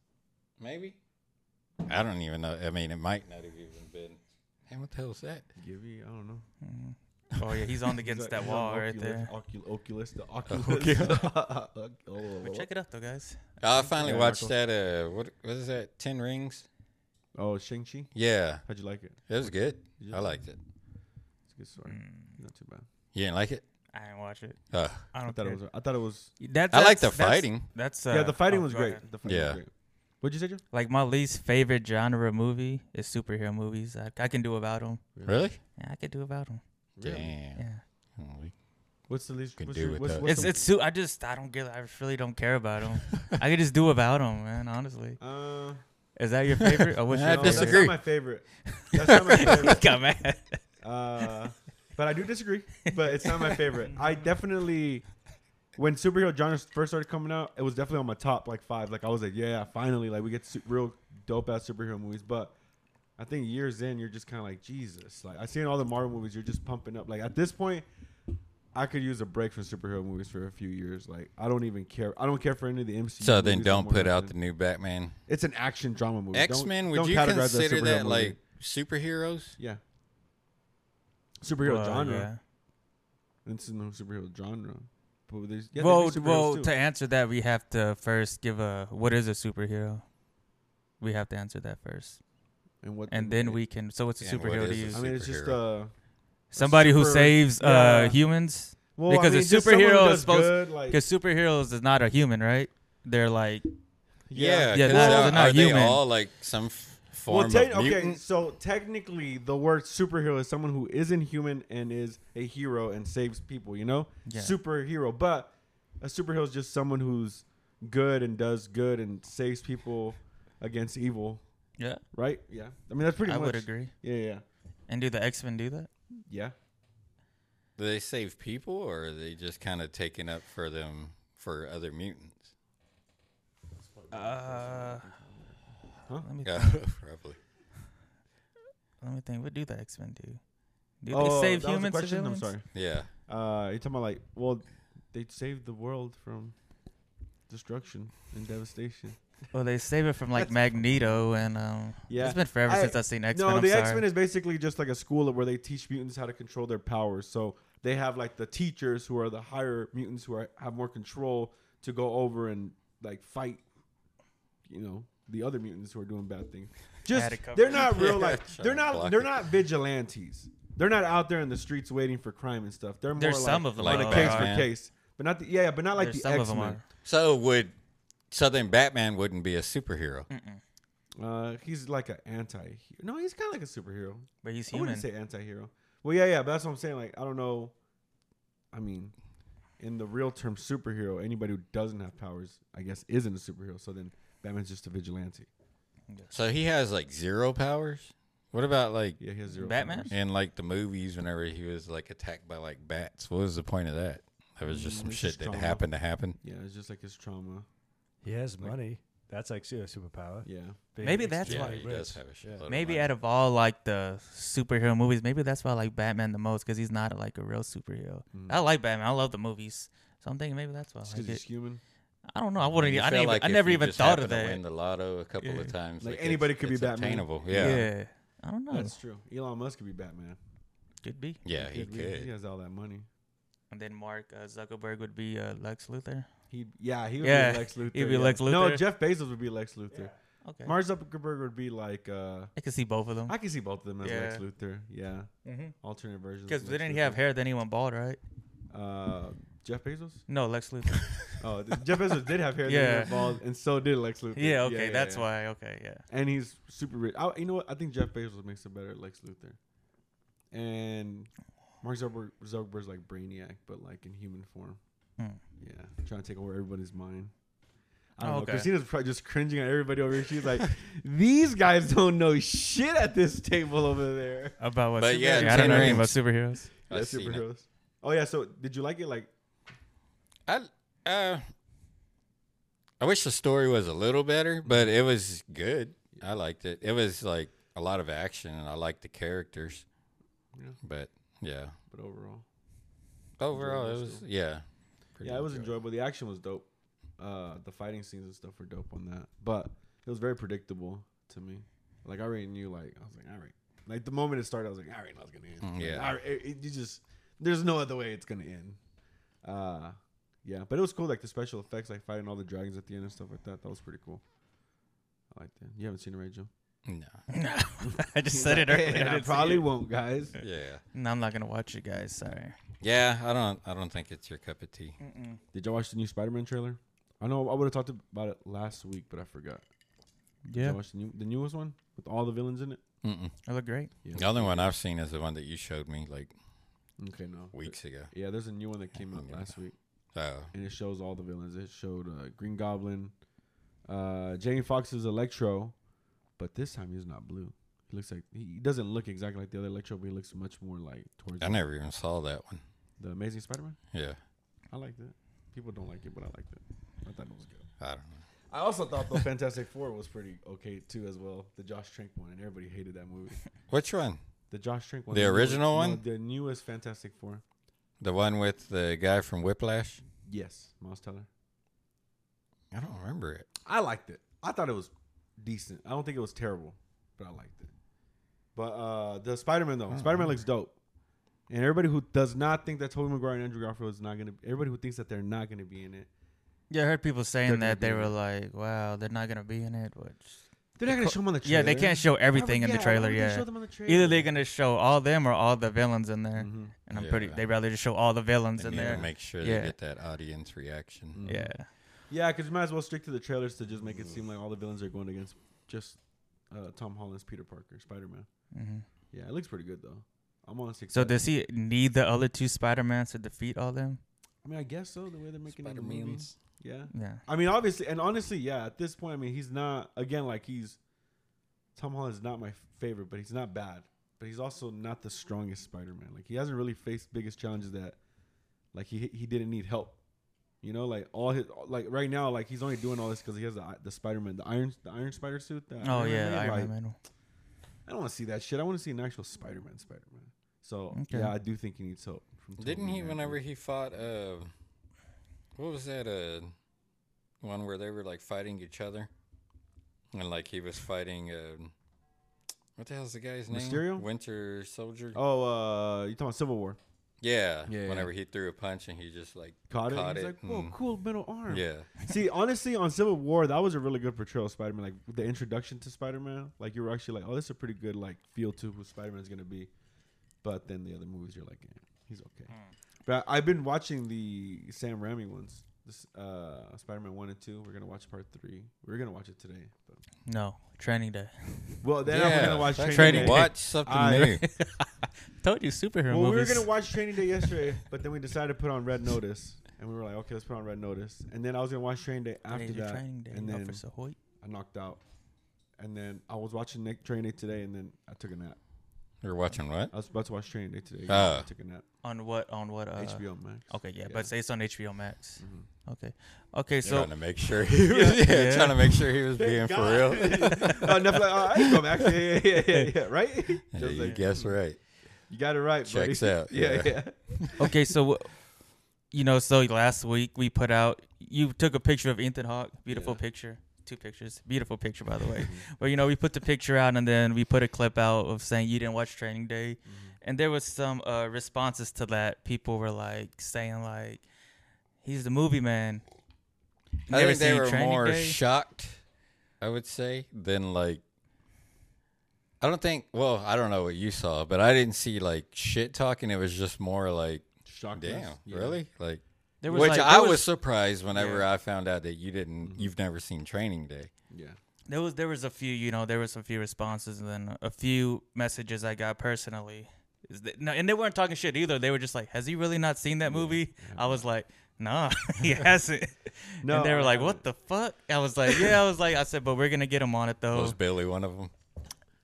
Speaker 2: maybe. I don't even know. I mean, it might not have even been. Hey, what the hell's that?
Speaker 1: Give you, I don't know.
Speaker 3: Mhm.
Speaker 2: Mm-hmm.
Speaker 3: Oh yeah, he's on against
Speaker 1: He's
Speaker 3: that
Speaker 1: he's
Speaker 3: wall
Speaker 1: on
Speaker 3: right there.
Speaker 1: Ocul- Oculus, the Oh, Oculus.
Speaker 3: But
Speaker 1: oh,
Speaker 3: check it out though, guys.
Speaker 2: Oh, I finally
Speaker 1: Yeah,
Speaker 2: watched
Speaker 1: Narcos.
Speaker 2: that. Uh, what what is that? Ten Rings.
Speaker 1: oh, Shang-Chi.
Speaker 2: Yeah,
Speaker 1: How'd you like it?
Speaker 2: it was good.
Speaker 1: Did you-
Speaker 2: I liked it.
Speaker 1: It's a good story.
Speaker 3: Mm,
Speaker 1: Not too bad.
Speaker 2: You didn't like it?
Speaker 3: I didn't watch it.
Speaker 2: Uh,
Speaker 3: I
Speaker 1: I
Speaker 3: don't
Speaker 1: thought
Speaker 3: care.
Speaker 1: it was. I thought it was.
Speaker 3: That-
Speaker 2: I like
Speaker 3: that's-
Speaker 2: the
Speaker 3: that's-
Speaker 2: fighting.
Speaker 3: That's
Speaker 1: yeah,
Speaker 3: uh,
Speaker 1: the fighting
Speaker 3: oh,
Speaker 1: was
Speaker 3: go
Speaker 1: great.
Speaker 3: ahead.
Speaker 1: The fighting
Speaker 2: Yeah.
Speaker 1: was great. What'd you say, Joe?
Speaker 3: Like my least favorite genre movie is superhero movies. I, I can do without them.
Speaker 2: Really?
Speaker 3: Yeah, I can do without them.
Speaker 2: Damn.
Speaker 3: Yeah.
Speaker 2: Holy
Speaker 1: What's the least?
Speaker 2: Can
Speaker 1: What's
Speaker 2: do
Speaker 1: your,
Speaker 2: with
Speaker 1: what's,
Speaker 2: that.
Speaker 1: what's
Speaker 3: it's
Speaker 1: the,
Speaker 3: it's su- I just I don't get I really don't care about them. I could just do without them, man. Honestly,
Speaker 1: Uh,
Speaker 3: is that your favorite? Or what's
Speaker 2: I
Speaker 3: your
Speaker 1: no,
Speaker 3: favorite?
Speaker 1: That's
Speaker 2: disagree.
Speaker 1: not my favorite. That's not my favorite.
Speaker 3: Got mad.
Speaker 1: Uh, but I do disagree. But it's not my favorite. I definitely, when superhero genres first started coming out, it was definitely on my top like five. Like I was like, yeah, finally, like we get su- real dope ass superhero movies. But I think years in, you're just kind of like Jesus. Like I seen all the Marvel movies, you're just pumping up. Like at this point. I could use a break from superhero movies for a few years. Like I don't even care. I don't care for any of the MCU.
Speaker 2: So then,
Speaker 1: movies
Speaker 2: don't
Speaker 1: anymore,
Speaker 2: put out
Speaker 1: nothing.
Speaker 2: the new Batman.
Speaker 1: It's an action drama movie. Don't-
Speaker 2: X Men. Would
Speaker 1: don't
Speaker 2: you
Speaker 1: categorize as a
Speaker 2: consider
Speaker 1: superhero
Speaker 2: that
Speaker 1: movie.
Speaker 2: like superheroes?
Speaker 1: yeah superhero
Speaker 3: Well,
Speaker 1: genre? This is no superhero genre. But there's yeah,
Speaker 3: Yeah.
Speaker 1: they
Speaker 3: well,
Speaker 1: do superheroes
Speaker 3: well,
Speaker 1: too.
Speaker 3: to answer that, we have to first give a what is a superhero. We have to answer that first,
Speaker 1: and what
Speaker 3: and then we can. So, what's a
Speaker 2: And what is
Speaker 3: superhero to
Speaker 2: a
Speaker 3: you?
Speaker 1: I mean, it's just uh
Speaker 3: Somebody who
Speaker 1: super-
Speaker 3: saves
Speaker 1: yeah.
Speaker 3: uh, humans,
Speaker 1: well,
Speaker 3: Because
Speaker 1: I
Speaker 3: a
Speaker 1: mean, just someone who
Speaker 3: superhero is
Speaker 1: does
Speaker 3: supposed-
Speaker 1: good, like,
Speaker 3: because superheroes is not a human, right? They're like
Speaker 2: Yeah,
Speaker 3: Yeah,
Speaker 2: 'cause
Speaker 3: not-
Speaker 2: are-
Speaker 3: they're not
Speaker 2: are
Speaker 3: human.
Speaker 2: they all like some f-
Speaker 1: well,
Speaker 2: form
Speaker 1: te-
Speaker 2: of mutant?
Speaker 1: okay, so technically, the word superhero is someone who isn't human and is a hero and saves people. You know,
Speaker 3: Yeah.
Speaker 1: superhero. But a superhero is just someone who's good and does good and saves people against evil.
Speaker 3: yeah.
Speaker 1: Right? Yeah. I mean, that's pretty
Speaker 3: I
Speaker 1: much.
Speaker 3: would agree.
Speaker 1: Yeah, yeah,
Speaker 3: And do the X Men do that?
Speaker 1: yeah.
Speaker 2: Do they save people, or are they just kind of taken up for them for other mutants?
Speaker 3: Uh,
Speaker 1: Huh?
Speaker 3: Let me
Speaker 2: Yeah,
Speaker 3: think.
Speaker 2: probably.
Speaker 3: let me think. What do the X Men do? Do
Speaker 1: Oh,
Speaker 3: they save
Speaker 1: that was the
Speaker 3: humans?
Speaker 1: question?
Speaker 3: civilians?
Speaker 1: I'm sorry.
Speaker 2: Yeah,
Speaker 1: Uh, you're talking about like, well, they saved the world from destruction and devastation.
Speaker 3: Well, they save it from like Magneto, and um,
Speaker 1: Yeah.
Speaker 3: it's been forever
Speaker 1: I-
Speaker 3: since I've seen X Men.
Speaker 1: no,
Speaker 3: I'm
Speaker 1: the
Speaker 3: sorry.
Speaker 1: X Men is basically just like a school where they teach mutants how to control their powers. So they have like the teachers who are the higher mutants who are, have more control to go over and like fight, you know, the other mutants who are doing bad things. Just
Speaker 3: it covered.
Speaker 1: they're not real
Speaker 2: Yeah,
Speaker 1: like
Speaker 2: trying
Speaker 1: they're
Speaker 2: to block
Speaker 1: not they're
Speaker 2: it.
Speaker 1: not vigilantes. They're not out there in the streets waiting for crime and stuff. They're more
Speaker 3: There's
Speaker 1: like
Speaker 3: some of them
Speaker 2: like
Speaker 1: on
Speaker 3: are.
Speaker 1: a case
Speaker 2: Batman.
Speaker 1: for case, but not the, yeah, yeah, but not like the
Speaker 3: There's some of
Speaker 1: X
Speaker 3: them
Speaker 1: Men.
Speaker 3: are.
Speaker 2: So would so then Batman wouldn't be a superhero.
Speaker 3: Mm.
Speaker 1: Uh, he's like an anti. No, he's kind of like a superhero.
Speaker 3: But he's
Speaker 1: I
Speaker 3: human.
Speaker 1: wouldn't say anti-hero. Well, yeah, yeah, but that's what I'm saying. Like, I don't know. I mean, in the real term, superhero, anybody who doesn't have powers, I guess, isn't a superhero. So then Batman's just a vigilante.
Speaker 2: So he has like zero powers. What about like
Speaker 1: Yeah, he has zero.
Speaker 3: Batman?
Speaker 1: powers.
Speaker 2: in like the movies whenever he was like attacked by like bats? What was the point of that? That was just some
Speaker 1: it's
Speaker 2: shit
Speaker 1: Mm, just
Speaker 2: that
Speaker 1: trauma.
Speaker 2: happened to happen.
Speaker 1: Yeah, it's just like his trauma.
Speaker 5: He has money. That's like su- a superpower.
Speaker 1: Yeah.
Speaker 5: Being
Speaker 3: Maybe that's
Speaker 2: Yeah,
Speaker 3: why
Speaker 5: extremely
Speaker 2: he
Speaker 5: rich.
Speaker 2: does have a shitload of
Speaker 3: Maybe
Speaker 2: money.
Speaker 3: out of all like the superhero movies, maybe that's why I like Batman the most because he's not like a real superhero.
Speaker 1: Hmm.
Speaker 3: I like Batman. I love the movies, so I'm thinking maybe that's why I
Speaker 1: Because
Speaker 3: like
Speaker 1: Mm. he's
Speaker 3: it.
Speaker 1: human.
Speaker 3: I don't know. I wouldn't. e,
Speaker 2: You feel
Speaker 3: I, didn't even,
Speaker 2: like
Speaker 3: I
Speaker 2: if
Speaker 3: never
Speaker 2: you
Speaker 3: even
Speaker 2: just
Speaker 3: thought
Speaker 2: happen
Speaker 3: of
Speaker 2: to
Speaker 3: that.
Speaker 2: Win the lotto a couple of
Speaker 3: Yeah.
Speaker 2: times.
Speaker 1: Like,
Speaker 2: it's-
Speaker 1: anybody could be
Speaker 2: it's
Speaker 1: Batman.
Speaker 2: Attainable. Yeah.
Speaker 3: I don't know.
Speaker 1: That's true. Elon Musk could be Batman.
Speaker 3: Could be.
Speaker 2: Yeah, he
Speaker 1: be- He
Speaker 2: could.
Speaker 1: has all that money.
Speaker 3: And then Mark uh, Zuckerberg would be uh, Lex Luthor.
Speaker 1: He yeah he would
Speaker 3: Yeah,
Speaker 1: be Lex Luthor.
Speaker 3: he'd be Lex
Speaker 1: No,
Speaker 3: Luthor.
Speaker 1: Jeff Bezos would be Lex Luthor.
Speaker 3: Okay.
Speaker 1: Mark Zuckerberg would be like, uh,
Speaker 3: I can see both of them.
Speaker 1: I can see both of them as
Speaker 3: Yeah.
Speaker 1: Lex Luthor. Yeah,
Speaker 2: Mm-hmm.
Speaker 1: alternate versions. of
Speaker 3: Because
Speaker 1: Lex
Speaker 3: didn't he
Speaker 1: Luthor.
Speaker 3: have hair? Then he went bald, right?
Speaker 1: Uh, Jeff Bezos?
Speaker 3: No, Lex Luthor.
Speaker 1: Oh, th- Jeff Bezos did have hair.
Speaker 3: Yeah.
Speaker 1: Yeah, bald, and so did Lex Luthor.
Speaker 3: yeah. Okay, that's
Speaker 1: yeah.
Speaker 3: why. Okay, yeah.
Speaker 1: And he's super rich. I, you know what? I think Jeff Bezos makes it better. Lex Luthor, and Mark Zuckerberg, Zuckerberg's like Brainiac, but like in human form.
Speaker 3: Hmm.
Speaker 1: Yeah, trying to take over everybody's mind. I don't
Speaker 3: Oh,
Speaker 1: know.
Speaker 3: okay.
Speaker 1: Christina's probably just cringing at everybody over here. She's like, "These guys don't know shit at this table over there."
Speaker 3: About what?
Speaker 2: But yeah,
Speaker 3: superheroes- I don't know anything about
Speaker 2: Terrence-
Speaker 3: superheroes.
Speaker 1: Yeah,
Speaker 2: I've seen it.
Speaker 1: superheroes. Oh yeah. So did you like it? Like,
Speaker 2: I uh, I wish the story was a little better, but it was good. I liked it. It was like a lot of action, and I liked the characters.
Speaker 1: Yeah.
Speaker 2: But yeah,
Speaker 1: but overall,
Speaker 2: overall, it
Speaker 1: Enjoyable
Speaker 2: was
Speaker 1: still.
Speaker 2: yeah.
Speaker 1: yeah, it was enjoyable. The action was dope. Uh, the fighting scenes and stuff were dope on that, but it was very predictable to me. Like I already knew. Like I was like, all right. Like the moment it started, I was like, all right, now it's gonna end.
Speaker 2: Mm, yeah.
Speaker 1: All right, it, it- you just there's no other way it's gonna end. Uh, yeah, but it was cool. Like the special effects, like fighting all the dragons at the end and stuff like that. That was pretty cool. I liked that. You haven't seen it, right, Joe?
Speaker 2: No.
Speaker 3: I just said it earlier.
Speaker 1: And
Speaker 3: I
Speaker 1: I
Speaker 3: didn't see
Speaker 1: probably
Speaker 3: it.
Speaker 1: won't, guys.
Speaker 2: Yeah.
Speaker 3: No, I'm not gonna watch it, guys. Sorry.
Speaker 2: Yeah. I don't. I don't think it's your cup of tea.
Speaker 1: Did y'all watch the new Spider-Man trailer? I know I would have talked about it last week, but I forgot. Did
Speaker 3: Yeah,
Speaker 1: y'all watch the, new, the newest one with all the villains in it?
Speaker 2: Mm-mm.
Speaker 3: it looked great.
Speaker 2: The only one I've seen is the one that you showed me like
Speaker 1: Okay, no.
Speaker 2: weeks ago.
Speaker 1: Yeah, there's a new one that came out last week,
Speaker 2: Oh,
Speaker 1: and it shows all the villains. It showed uh, Green Goblin, uh, Jamie Foxx's Electro, but this time he's not blue. He looks like he doesn't look exactly like the other Electro, but he looks much more like towards
Speaker 2: I never even saw that one.
Speaker 1: the Amazing Spider-Man.
Speaker 2: Yeah.
Speaker 1: I liked it. People don't like it, but I liked it. I thought it was good.
Speaker 2: I don't know.
Speaker 1: I also thought the Fantastic Four was pretty okay too, as well. The Josh Trank one, and everybody hated that movie.
Speaker 2: Which one?
Speaker 1: The Josh Trank one,
Speaker 2: The original one?
Speaker 1: the newest Fantastic Four.
Speaker 2: The one with the guy from Whiplash?
Speaker 1: Yes, Miles Teller.
Speaker 2: I don't remember it.
Speaker 1: I liked it. I thought it was decent. I don't think it was terrible, but I liked it. But uh the Spider Man though, Spider Man looks dope. And everybody who does not think that Tobey Maguire and Andrew Garfield is not gonna, everybody who thinks that they're not gonna be in it,
Speaker 3: Yeah, I heard people
Speaker 1: They're
Speaker 3: saying
Speaker 1: gonna
Speaker 3: that
Speaker 1: be
Speaker 3: they
Speaker 1: in
Speaker 3: were
Speaker 1: it.
Speaker 3: like, "Wow, they're not gonna be in it." Which
Speaker 1: they're not gonna show them on the trailer.
Speaker 3: yeah, they can't show everything
Speaker 1: Why would-
Speaker 3: in
Speaker 1: yeah,
Speaker 3: the
Speaker 1: why
Speaker 3: trailer.
Speaker 1: would they
Speaker 3: Yeah,
Speaker 1: show them on the trailer?
Speaker 3: either they're gonna show all them or all the villains in there,
Speaker 1: Mhm.
Speaker 3: and I'm pretty.
Speaker 2: Yeah.
Speaker 3: They rather just show all the villains
Speaker 2: They
Speaker 3: in
Speaker 2: need
Speaker 3: there.
Speaker 2: to make sure
Speaker 3: Yeah.
Speaker 2: they get that audience reaction.
Speaker 3: yeah,
Speaker 1: Yeah, because you might as well stick to the trailers to just make it seem like all the villains are going against just uh, Tom Holland's Peter Parker, Spider Man.
Speaker 3: hmm
Speaker 1: Yeah, it looks pretty good though. I'm honestly
Speaker 3: so
Speaker 1: excited.
Speaker 3: does he need the other two Spider Mans to defeat all them?
Speaker 1: I mean, I guess so. The way they're making it a movie.
Speaker 2: Spider-Mans.
Speaker 1: Yeah.
Speaker 3: Yeah,
Speaker 1: I mean, obviously, and honestly, yeah. At this point, I mean, he's not again like he's Tom Holland's not my favorite, but he's not bad. But he's also not the strongest Spider-Man. Like he hasn't really faced biggest challenges that, like he he didn't need help. You know, like all his like right now, like he's only doing all this because he has the, the Spider-Man, the Iron the Iron Spider suit. That
Speaker 3: Oh
Speaker 1: Iron Man
Speaker 3: yeah,
Speaker 1: made,
Speaker 3: Iron
Speaker 1: like,
Speaker 3: Man.
Speaker 1: I don't want to see that shit. I want to see an actual Spider-Man, Spider-Man. So
Speaker 3: Okay.
Speaker 1: yeah, I do think he needs help. From
Speaker 3: Mm.
Speaker 2: Didn't
Speaker 1: Tobey
Speaker 3: Mm-hmm.
Speaker 2: he,
Speaker 1: Maguire.
Speaker 2: whenever he fought, uh, what was that, uh, one where they were like fighting each other? And like he was fighting, uh, what the hell's the guy's name?
Speaker 1: Mysterio?
Speaker 2: Winter Soldier?
Speaker 1: Oh, uh, you talking about Civil War?
Speaker 2: Yeah.
Speaker 1: Yeah, yeah.
Speaker 2: Whenever he threw a punch and he just like
Speaker 1: Caught it.
Speaker 2: Caught
Speaker 1: he's
Speaker 2: it,
Speaker 1: like, whoa,
Speaker 2: mm.
Speaker 1: cool metal arm.
Speaker 2: Yeah.
Speaker 1: See, honestly, on Civil War, that was a really good portrayal of Spider Man. Like the introduction to Spider Man, like you were actually like, oh, this is a pretty good like feel to who Spider Man's gonna be. But then the other movies, you're like, eh, he's okay. But I, I've been watching the Sam Raimi ones. This uh, Spider Man one and two. We're gonna watch part three. We're gonna watch it today. But,
Speaker 3: No, Training Day.
Speaker 1: well, then we're gonna watch Training, Day.
Speaker 2: Watch something
Speaker 1: I-
Speaker 2: new.
Speaker 3: Told you superhero
Speaker 1: Well, we were
Speaker 3: movies.
Speaker 1: gonna watch Training Day yesterday, but then we decided to put on Red Notice, and we were like, okay, let's put on Red Notice. And then I was gonna watch Training Day after
Speaker 3: Today's your
Speaker 1: that,
Speaker 3: Training Day,
Speaker 1: and then
Speaker 3: Officer Hoyt.
Speaker 1: I knocked out. And then I was watching Nick Training Day today, and then I took a nap.
Speaker 2: You're watching what?
Speaker 1: I was about to watch Training Day today.
Speaker 2: Ah.
Speaker 1: I took a nap.
Speaker 3: On what? On what? Uh,
Speaker 1: HBO Max.
Speaker 3: Okay, yeah,
Speaker 1: Yeah. Mm-hmm.
Speaker 3: but say it's on HBO Max. Okay, okay, so
Speaker 2: trying to make sure he was, yeah,
Speaker 3: Yeah.
Speaker 2: trying to make sure he was being for real.
Speaker 1: oh, Netflix. Oh, HBO Max. Yeah, yeah, yeah, yeah, yeah. Right?
Speaker 2: Yeah,
Speaker 1: Just
Speaker 2: you
Speaker 1: like,
Speaker 2: guess right.
Speaker 1: you got it right, buddy.
Speaker 2: Checks out,
Speaker 1: Yeah, yeah.
Speaker 2: yeah.
Speaker 3: okay, so wh- you know, so last week we put out. You took a picture of Ethan Hawke. Beautiful
Speaker 1: Yeah.
Speaker 3: picture. Two pictures. Beautiful picture, by the way.
Speaker 2: Mm-hmm.
Speaker 3: but you know, we put the picture out, and then we put a clip out of saying you didn't watch Training Day,
Speaker 2: Mm-hmm.
Speaker 3: and there was some uh, responses to that. People were like saying like, "He's the movie man."
Speaker 2: I think they
Speaker 3: seen
Speaker 2: were
Speaker 3: Training
Speaker 2: more
Speaker 3: Day?
Speaker 2: shocked I would say, than like. I don't think. Well, I don't know what you saw, but I didn't see like shit talking. It was just more like,
Speaker 1: Shocked.
Speaker 2: damn,
Speaker 1: us. Yeah.
Speaker 2: really? Like,
Speaker 3: There was
Speaker 2: which
Speaker 3: like,
Speaker 2: I
Speaker 3: there
Speaker 2: was, surprised whenever
Speaker 3: Yeah.
Speaker 2: I found out that you didn't, you've never seen Training Day.
Speaker 1: Yeah.
Speaker 3: there was there was a few you know there was a few responses and then a few messages I got personally. Is that, no, and they weren't talking shit either. They were just like, "Has he really not seen that movie?" I was like, "Nah, he hasn't."
Speaker 1: No,
Speaker 3: and they were
Speaker 1: I
Speaker 3: like, "What the fuck?" I was like, "Yeah." I was like, "I said, but we're gonna get him on it though."
Speaker 2: Was Billy one of them?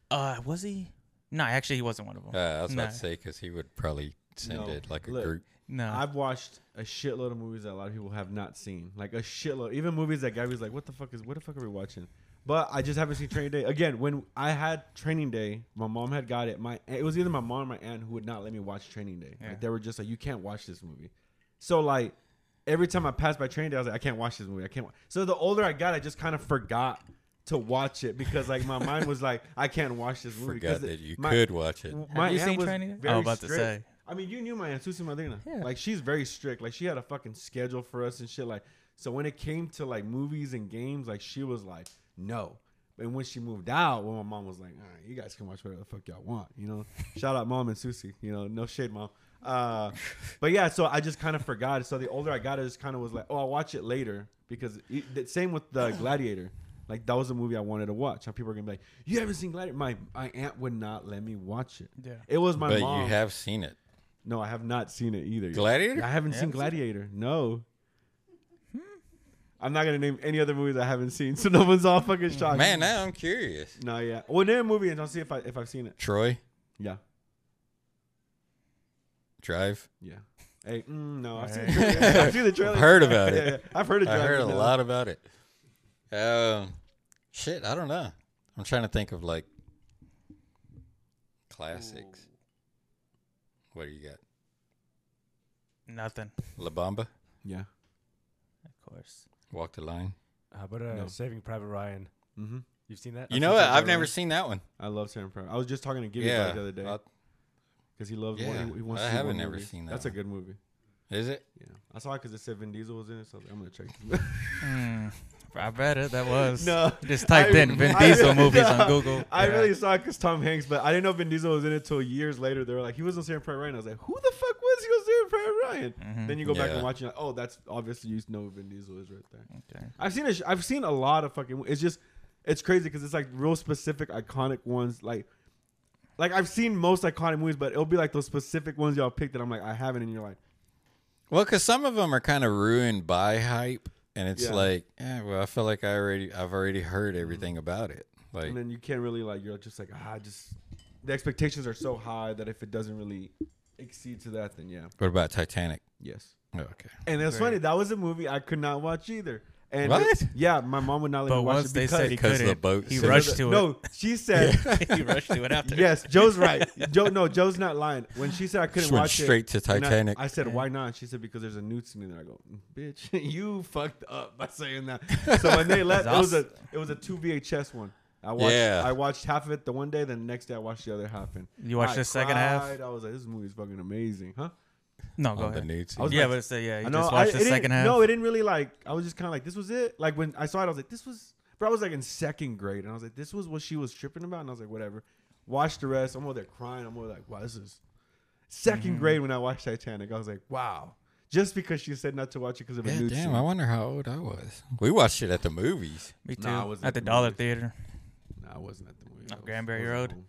Speaker 3: Uh, was he? No, actually, he wasn't one of them.
Speaker 2: Uh, I was
Speaker 3: No.
Speaker 2: about to say because he would probably send
Speaker 1: No.
Speaker 2: it like a
Speaker 1: Look.
Speaker 2: group.
Speaker 3: no,
Speaker 1: I've watched a shitload of movies that a lot of people have not seen. Like a shitload, even movies that Gabby's like, "What the fuck is? What the fuck are we watching?" But I just haven't seen Training Day again. When I had Training Day, my mom had got it. My it was either my mom or my aunt who would not let me watch Training Day.
Speaker 3: Yeah.
Speaker 1: Like they were just like, "You can't watch this movie." So like every time I passed by Training Day, I was like, "I can't watch this movie. I can't." Watch. So the older I got, I just kind of forgot to watch it because like my mind was like, "I can't watch this movie."
Speaker 2: Forgot
Speaker 1: 'cause
Speaker 2: that
Speaker 1: it-
Speaker 2: you
Speaker 1: my-
Speaker 2: could watch it.
Speaker 1: my
Speaker 3: you
Speaker 1: aunt
Speaker 3: seen
Speaker 1: was
Speaker 3: Training Day? I
Speaker 1: very
Speaker 3: was about to
Speaker 1: strict.
Speaker 3: say.
Speaker 1: I mean, you knew my aunt Susie Madrina.
Speaker 3: Yeah.
Speaker 1: Like she's very strict. Like she had a fucking schedule for us and shit. Like so when it came to like movies and games, like she was like no. And when she moved out, when my mom was like, "All right, you guys can watch whatever the fuck y'all want," you know. Shout out mom and Susie. You know, no shade, mom. Uh, but yeah, so I just kind of forgot. So the older I got, I just kind of was like, "Oh, I'll watch it later," because it, the same with the Gladiator. Like that was a movie I wanted to watch. How people are gonna be like, "You haven't seen Gladiator?" My my aunt would not let me watch it.
Speaker 3: Yeah.
Speaker 1: It was my
Speaker 2: but
Speaker 1: mom.
Speaker 2: you have seen it.
Speaker 1: No, I have not seen it either.
Speaker 2: Gladiator?
Speaker 1: I haven't seen Gladiator. No. I'm not gonna name any other movies I haven't seen, so no one's all fucking shocked.
Speaker 2: Man, now I'm curious.
Speaker 1: No, yeah. Well, name a movie and I'll see if I if I've seen it.
Speaker 2: Troy,
Speaker 1: Yeah,
Speaker 2: Drive.
Speaker 1: yeah. Hey, mm, no, I've seen, the
Speaker 3: Hey.
Speaker 1: trailer. I've seen the trailer.
Speaker 2: I've heard about
Speaker 1: Yeah,
Speaker 2: it.
Speaker 1: yeah. I've heard it.
Speaker 2: I heard a lot about it. Um, shit, I don't know. I'm trying to think of like classics. What do you got?
Speaker 3: nothing.
Speaker 2: La Bamba,
Speaker 1: Yeah.
Speaker 3: Of course.
Speaker 2: Walk the Line.
Speaker 5: How about uh,
Speaker 1: No.
Speaker 5: Saving Private Ryan?
Speaker 1: Mm-hmm.
Speaker 5: You've seen that?
Speaker 2: You know what?
Speaker 5: Saving
Speaker 2: I've
Speaker 5: Private
Speaker 2: never
Speaker 5: Ryan.
Speaker 2: seen that one.
Speaker 1: I love Sam Pryor. I was just talking to Gibby
Speaker 2: yeah.
Speaker 1: about it the other day
Speaker 2: I'll-
Speaker 1: because he loves. one, he,
Speaker 2: Yeah,
Speaker 1: he wants
Speaker 2: I
Speaker 1: to see
Speaker 2: haven't
Speaker 1: one
Speaker 2: never
Speaker 1: movie.
Speaker 2: seen that
Speaker 1: That's a
Speaker 2: one.
Speaker 1: good movie.
Speaker 2: is it?
Speaker 1: Yeah, I saw it because it said Vin Diesel was in it, so I was like, I'm gonna check. this
Speaker 3: Mm, I bet it. That was.
Speaker 1: No,
Speaker 3: Just typed
Speaker 1: I-
Speaker 3: in Vin
Speaker 1: I-
Speaker 3: Diesel movies
Speaker 1: no,
Speaker 3: on Google.
Speaker 1: I
Speaker 3: Yeah.
Speaker 1: really saw it because Tom Hanks, but I didn't know Vin Diesel was in it till years later. They were like, he was on Saving Private Ryan. I was like, who the fuck was he on Saving Private Ryan?
Speaker 3: Mhm.
Speaker 1: Then you go back
Speaker 2: Yeah.
Speaker 1: and watch, and you're like, oh, that's obviously you know Vin Diesel is right there.
Speaker 3: Okay.
Speaker 1: I've seen a sh- I've seen a lot of fucking. It's just it's crazy because it's like real specific iconic ones. Like like I've seen most iconic movies, but it'll be like those specific ones y'all picked that I'm like I haven't, and you're like,
Speaker 2: Well, because some of them are kind of ruined by hype, and it's
Speaker 1: Yeah. Mm-hmm.
Speaker 2: like, eh, well, I feel like I already, I've already heard everything about it. Like,
Speaker 1: and then you can't really like you're just like ah just the expectations are so high that if it doesn't really exceed to that, then yeah,
Speaker 2: what about Titanic?
Speaker 1: yes.
Speaker 2: Oh, okay.
Speaker 1: And it's funny. That was a movie I could not watch either. And
Speaker 2: What?
Speaker 1: yeah, my mom would not let
Speaker 3: But
Speaker 1: me watch
Speaker 3: once
Speaker 1: it
Speaker 3: they
Speaker 1: because
Speaker 3: said he
Speaker 2: because
Speaker 3: couldn't,
Speaker 2: the boat
Speaker 3: he
Speaker 2: said-
Speaker 3: rushed to
Speaker 1: no, she said
Speaker 3: it. he rushed to it after.
Speaker 1: yes. Joe's right. Joe, no, Joe's not lying. When she said I couldn't
Speaker 2: Just went
Speaker 1: watch it,
Speaker 2: straight to
Speaker 1: and I-
Speaker 2: Titanic.
Speaker 1: I, said why not? She said because there's a nude scene in there. I go, bitch, you fucked up by saying that. So when they left, it was a it was a two VHS one. I watched
Speaker 2: Yeah.
Speaker 1: I watched half of it the one day, then the next day I watched the other half. And
Speaker 3: You watched
Speaker 1: I
Speaker 3: the second half?
Speaker 1: cried. I was like, this movie is fucking amazing, huh?
Speaker 3: No, go
Speaker 2: on the
Speaker 3: ahead.
Speaker 2: nude
Speaker 1: I was
Speaker 3: Yeah,
Speaker 1: like-
Speaker 3: but it's the, yeah, you
Speaker 1: I know.
Speaker 3: just
Speaker 1: I,
Speaker 3: watched
Speaker 1: it
Speaker 3: the
Speaker 1: didn't-
Speaker 3: second half.
Speaker 1: No, it didn't really like. I was just kind of like, this was it. Like when I saw it, I was like, this was. But I was like in second grade, and I was like, this was what she was tripping about, and I was like, whatever. Watch the rest. I'm over there crying. I'm over there like, wow, this is. 2nd
Speaker 3: Mm-hmm.
Speaker 1: grade when I watched Titanic, I was like, wow. Just because she said not to watch it because of a
Speaker 2: Yeah,
Speaker 1: nude
Speaker 2: damn,
Speaker 1: scene.
Speaker 2: I wonder how old I was. We watched it at the movies.
Speaker 3: Me too.
Speaker 1: Nah, I wasn't
Speaker 3: at the
Speaker 1: in the
Speaker 3: Dollar
Speaker 1: movies.
Speaker 3: Theater.
Speaker 1: Nah, I wasn't at the movie.
Speaker 3: No,
Speaker 1: I was-
Speaker 3: Granberry
Speaker 1: I was at
Speaker 3: Road.
Speaker 1: home.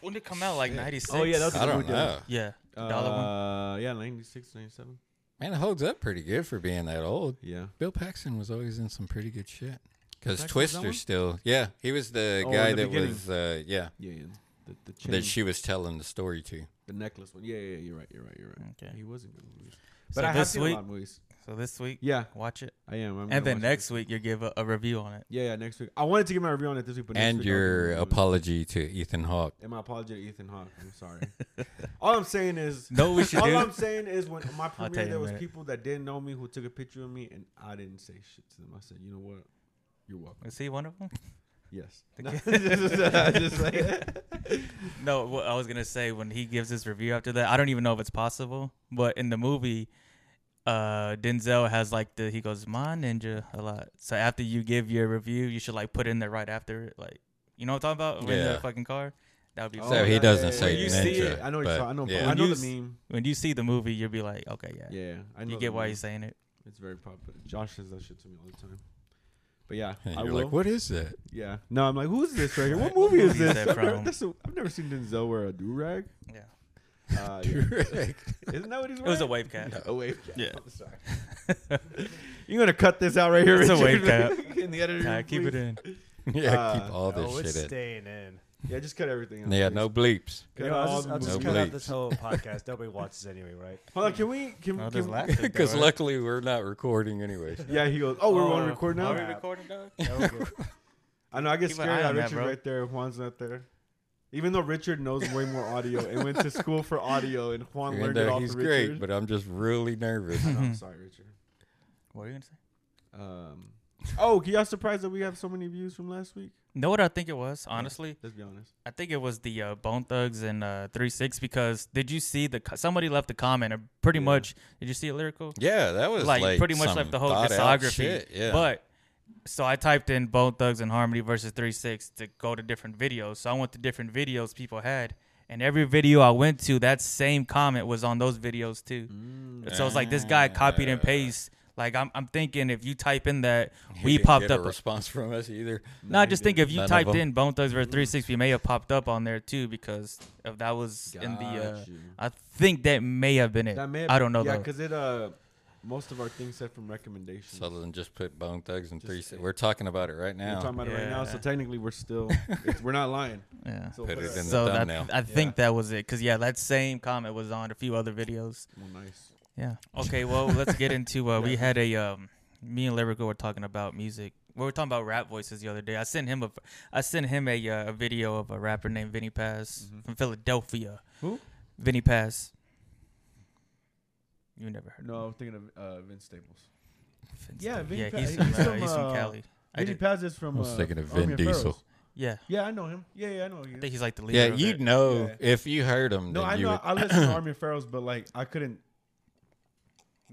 Speaker 3: When did it come out? Like 96?
Speaker 1: Oh, yeah, that was-
Speaker 2: I don't
Speaker 1: Who did?
Speaker 2: know.
Speaker 3: Yeah. The dollar one.
Speaker 1: Uh, yeah, 96, 97.
Speaker 2: Man, it holds up pretty good for being that old.
Speaker 1: Yeah.
Speaker 2: Bill Paxton was always in some pretty good shit. Because
Speaker 1: Paxton was that
Speaker 2: Twister
Speaker 1: one?
Speaker 2: still, yeah, he was the
Speaker 1: Oh,
Speaker 2: guy
Speaker 1: in the
Speaker 2: that
Speaker 1: beginning.
Speaker 2: was, uh, yeah,
Speaker 1: Yeah, yeah. The, the chain,
Speaker 2: that she was telling the story to.
Speaker 1: the necklace one. Yeah, yeah, yeah, you're right, you're right, you're right.
Speaker 3: Okay.
Speaker 1: He wasn't good movies.
Speaker 3: So
Speaker 1: But I have
Speaker 3: this
Speaker 1: seen a
Speaker 3: week-
Speaker 1: lot of movies.
Speaker 3: So this week,
Speaker 1: Yeah,
Speaker 3: watch it.
Speaker 1: I am. I'm gonna
Speaker 3: And then
Speaker 1: watch
Speaker 3: next week, you give a, a review on it.
Speaker 1: Yeah, yeah, next week. I wanted to give my review on it this week, but next
Speaker 2: And
Speaker 1: week I'll
Speaker 2: your
Speaker 1: give my review.
Speaker 2: apology to Ethan Hawke.
Speaker 1: and my apology to Ethan Hawke. I'm sorry. all I'm saying is,
Speaker 3: No, we should
Speaker 1: all
Speaker 3: do.
Speaker 1: I'm saying is, when my
Speaker 3: tell
Speaker 1: premiere, there
Speaker 3: you in a
Speaker 1: was
Speaker 3: minute.
Speaker 1: people that didn't know me who took a picture of me, and I didn't say shit to them. I said, you know what? You're welcome.
Speaker 3: Is he one of them?
Speaker 1: Yes.
Speaker 3: Just no, what I was gonna say when he gives his review after that, I don't even know if it's possible. But in the movie, uh Denzel has like the he goes my ninja a lot. So after you give your review, you should like put in there right after it, like you know what I'm talking about? In
Speaker 2: Yeah.
Speaker 3: the fucking car. That would be
Speaker 1: Oh,
Speaker 2: So
Speaker 1: yeah,
Speaker 2: he
Speaker 1: yeah,
Speaker 2: doesn't
Speaker 1: yeah,
Speaker 2: say
Speaker 1: yeah.
Speaker 3: You see
Speaker 2: ninja,
Speaker 1: it. I know. It's,
Speaker 2: but
Speaker 1: I know.
Speaker 2: yeah.
Speaker 1: I know
Speaker 3: When you
Speaker 1: the meme.
Speaker 3: when you see the movie, you'll be like, okay, yeah,
Speaker 1: Yeah, I know.
Speaker 3: you
Speaker 1: the
Speaker 3: get why
Speaker 1: meme.
Speaker 3: he's saying it.
Speaker 1: It's very popular. Josh says that shit to me all the time. But yeah,
Speaker 2: And
Speaker 1: I
Speaker 2: you're
Speaker 1: will.
Speaker 2: like, what is that?
Speaker 1: Yeah. No, I'm like, who's this right here? What
Speaker 3: What
Speaker 1: movie is
Speaker 3: movie is
Speaker 1: this?
Speaker 3: that
Speaker 1: I've never,
Speaker 3: from?
Speaker 1: this is- I've never seen Denzel wear a do rag.
Speaker 3: Yeah,
Speaker 1: Uh, yeah. Isn't that what he's
Speaker 3: it
Speaker 1: wearing?
Speaker 3: was a wave cap.
Speaker 1: No, a wave cap.
Speaker 3: Yeah.
Speaker 1: I'm sorry. You're gonna cut this out right here.
Speaker 3: It's a
Speaker 1: Richard.
Speaker 3: wave cap.
Speaker 1: in the editor.
Speaker 3: Nah, keep it in.
Speaker 2: yeah,
Speaker 1: Uh,
Speaker 2: keep all this
Speaker 5: oh, it's
Speaker 2: shit in.
Speaker 5: staying in.
Speaker 1: Yeah, just cut everything. out,
Speaker 2: Yeah,
Speaker 1: please.
Speaker 2: no bleeps.
Speaker 1: Cut
Speaker 5: You know, I'll
Speaker 1: all
Speaker 5: just,
Speaker 1: the
Speaker 5: I'll just
Speaker 1: movie.
Speaker 5: cut out
Speaker 2: movies.
Speaker 5: this whole podcast. Nobody watches anyway, right?
Speaker 1: Hold on, can we? Can,
Speaker 3: I'll
Speaker 1: can
Speaker 3: just
Speaker 1: we?
Speaker 3: laugh.
Speaker 2: Because luckily we're not recording anyways.
Speaker 1: Yeah, he goes. Oh, we're on
Speaker 5: Oh,
Speaker 1: record now.
Speaker 5: all
Speaker 3: Are we
Speaker 5: right.
Speaker 3: recording, dog?
Speaker 5: No, we're good.
Speaker 1: I know. I get
Speaker 3: Keep an
Speaker 1: scared
Speaker 3: eye
Speaker 1: that
Speaker 3: on that,
Speaker 1: Richard's
Speaker 3: bro.
Speaker 1: right there. Juan's not there. Even though Richard knows way more audio and went to school for audio, and Juan
Speaker 2: Even
Speaker 1: learned it
Speaker 2: though
Speaker 1: off
Speaker 2: he's
Speaker 1: of
Speaker 2: great,
Speaker 1: Richard.
Speaker 2: but I'm just really nervous.
Speaker 1: I know,
Speaker 3: Mm-hmm.
Speaker 1: I'm sorry, Richard.
Speaker 3: What are you gonna say?
Speaker 1: Um, oh, can y'all surprised that we have so many views from last week?
Speaker 3: Know what I think it was? Honestly,
Speaker 1: Let's be honest.
Speaker 3: I think it was the uh, Bone Thugs and uh, Three Six because did you see the co- somebody left a comment? and Pretty
Speaker 1: Yeah.
Speaker 3: much, did you see a lyrical?
Speaker 2: yeah, that was
Speaker 3: like,
Speaker 2: like,
Speaker 3: pretty much
Speaker 2: some
Speaker 3: like the whole
Speaker 2: thought-out
Speaker 3: discography.
Speaker 2: shit, Yeah,
Speaker 3: But so I typed in Bone Thugs and Harmony versus Three Six to go to different videos. So I went to different videos people had, and every video I went to, that same comment was on those videos too. So it's like this guy copied and
Speaker 2: Ah.
Speaker 3: pasted. Like I'm, I'm thinking if you type in that,
Speaker 2: He
Speaker 3: we
Speaker 2: didn't
Speaker 3: popped
Speaker 2: get
Speaker 3: up.
Speaker 2: a
Speaker 3: a-
Speaker 2: response from us either.
Speaker 3: no, I just think if you
Speaker 2: None of
Speaker 3: typed
Speaker 2: them.
Speaker 3: in Bone Thugs versus 360, we may have popped up on there too because if that was in the. Uh,
Speaker 1: Got you.
Speaker 3: I think that may have been it.
Speaker 1: That may have,
Speaker 3: Eh, I don't know
Speaker 1: Yeah,
Speaker 3: though.
Speaker 1: because it uh, most of our things said from recommendations.
Speaker 2: So then just put Bone Thugs and
Speaker 1: Just-
Speaker 2: Three. Six. We're talking about it right
Speaker 1: We're talking
Speaker 2: now.
Speaker 1: about it right now, so
Speaker 3: Yeah.
Speaker 1: technically we're still it's, we're not lying.
Speaker 3: Yeah.
Speaker 1: So
Speaker 2: Put
Speaker 1: put
Speaker 2: it
Speaker 1: a-
Speaker 2: in the
Speaker 3: So that,
Speaker 2: thumbnail.
Speaker 3: I think that was it. Cause yeah, that same comment was on a few other videos.
Speaker 1: Well, nice.
Speaker 3: Yeah. Okay. Well, let's get into. Uh, we had a um, me and Lyrical were talking about music. We were talking about rap voices the other day. I sent him a, I sent him a, uh, a video of a rapper named Vinny Paz from Philadelphia.
Speaker 1: Mm-hmm. Who?
Speaker 3: Vinny Paz. You never heard?
Speaker 1: No, I'm thinking of uh, Vince Staples.
Speaker 3: of him.
Speaker 1: yeah, Vinny
Speaker 3: yeah.
Speaker 1: Paz-
Speaker 3: He's from,
Speaker 1: he's
Speaker 3: uh,
Speaker 1: from,
Speaker 3: he's from
Speaker 1: uh,
Speaker 3: Cali. I
Speaker 1: Vinny
Speaker 3: did-
Speaker 1: Paz is from.
Speaker 2: I was
Speaker 1: uh,
Speaker 2: thinking of
Speaker 1: Army
Speaker 2: Vin Diesel.
Speaker 1: Pharaohs.
Speaker 3: yeah.
Speaker 1: Yeah, I know him. Yeah, yeah, I know
Speaker 3: I
Speaker 1: him.
Speaker 3: think he's like the leader.
Speaker 2: Yeah,
Speaker 3: of
Speaker 2: you'd
Speaker 3: that.
Speaker 2: know
Speaker 1: Yeah.
Speaker 2: if you heard them.
Speaker 1: No,
Speaker 2: then
Speaker 1: I
Speaker 2: you
Speaker 1: know.
Speaker 2: would-
Speaker 1: I listen to Army Pharaohs, but like I couldn't.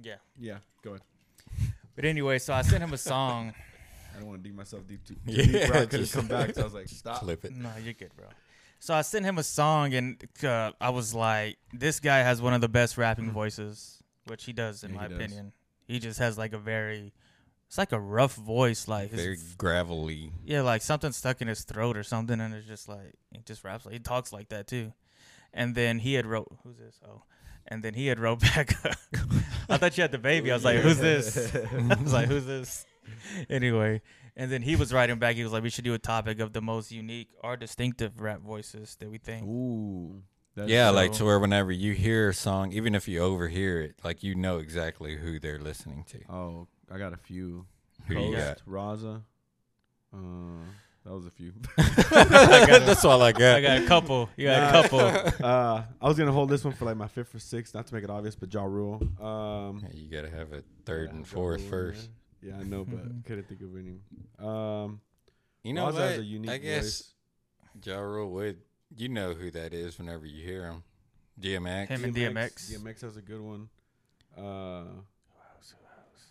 Speaker 3: Yeah.
Speaker 1: Yeah, go ahead.
Speaker 3: But anyway, so I sent him a song.
Speaker 1: I don't want to dig myself deep too.
Speaker 2: Yeah,
Speaker 1: Yeah, deep where I couldn't
Speaker 2: just-
Speaker 1: come back. So I was like, stop.
Speaker 2: clip it.
Speaker 3: No, you're good, bro. So I sent him a song, and uh, I was like, "This guy has one of the best rapping voices," which he does, in
Speaker 1: Mm-hmm. Yeah,
Speaker 3: my
Speaker 1: he does.
Speaker 3: opinion. He just has like a very, it's like a rough voice, like his,
Speaker 2: Very gravelly.
Speaker 3: yeah, like something stuck in his throat or something, and it's just like he just raps, like, he talks like that too. And then he had wrote, "Who's this?" Oh, and then he had wrote back. I thought you had the baby. I was like, "Who's this?" I was like, "Who's this?" anyway, and then he was writing back. He was like, "We should do a topic of the most unique or distinctive rap voices that we think."
Speaker 1: Ooh. That's
Speaker 2: Yeah,
Speaker 3: so-
Speaker 2: like to where whenever you hear a song, even if you overhear it, like you know exactly who they're listening to.
Speaker 1: Oh, I got a few.
Speaker 2: Who you got?
Speaker 1: Raza. Uh, that was a few.
Speaker 2: That's all I
Speaker 3: I
Speaker 2: got.
Speaker 3: got a couple. You got
Speaker 1: Nah.
Speaker 3: a couple.
Speaker 1: uh, I was gonna hold this one for like my fifth or sixth, not to make it obvious, but Ja Rule. Um,
Speaker 2: You gotta have a third
Speaker 1: yeah,
Speaker 2: and
Speaker 1: Ja
Speaker 2: fourth
Speaker 1: Rule in
Speaker 2: first.
Speaker 1: there. Yeah, I know, but
Speaker 3: Mhm.
Speaker 1: couldn't think of any. Um,
Speaker 2: You know
Speaker 1: Raza
Speaker 2: what?
Speaker 1: has a unique
Speaker 2: I guess
Speaker 1: voice.
Speaker 2: Ja Rule would. You know who that is whenever you hear him. DMX.
Speaker 3: Him. I mean, DMX.
Speaker 1: DMX has a good one. Uh,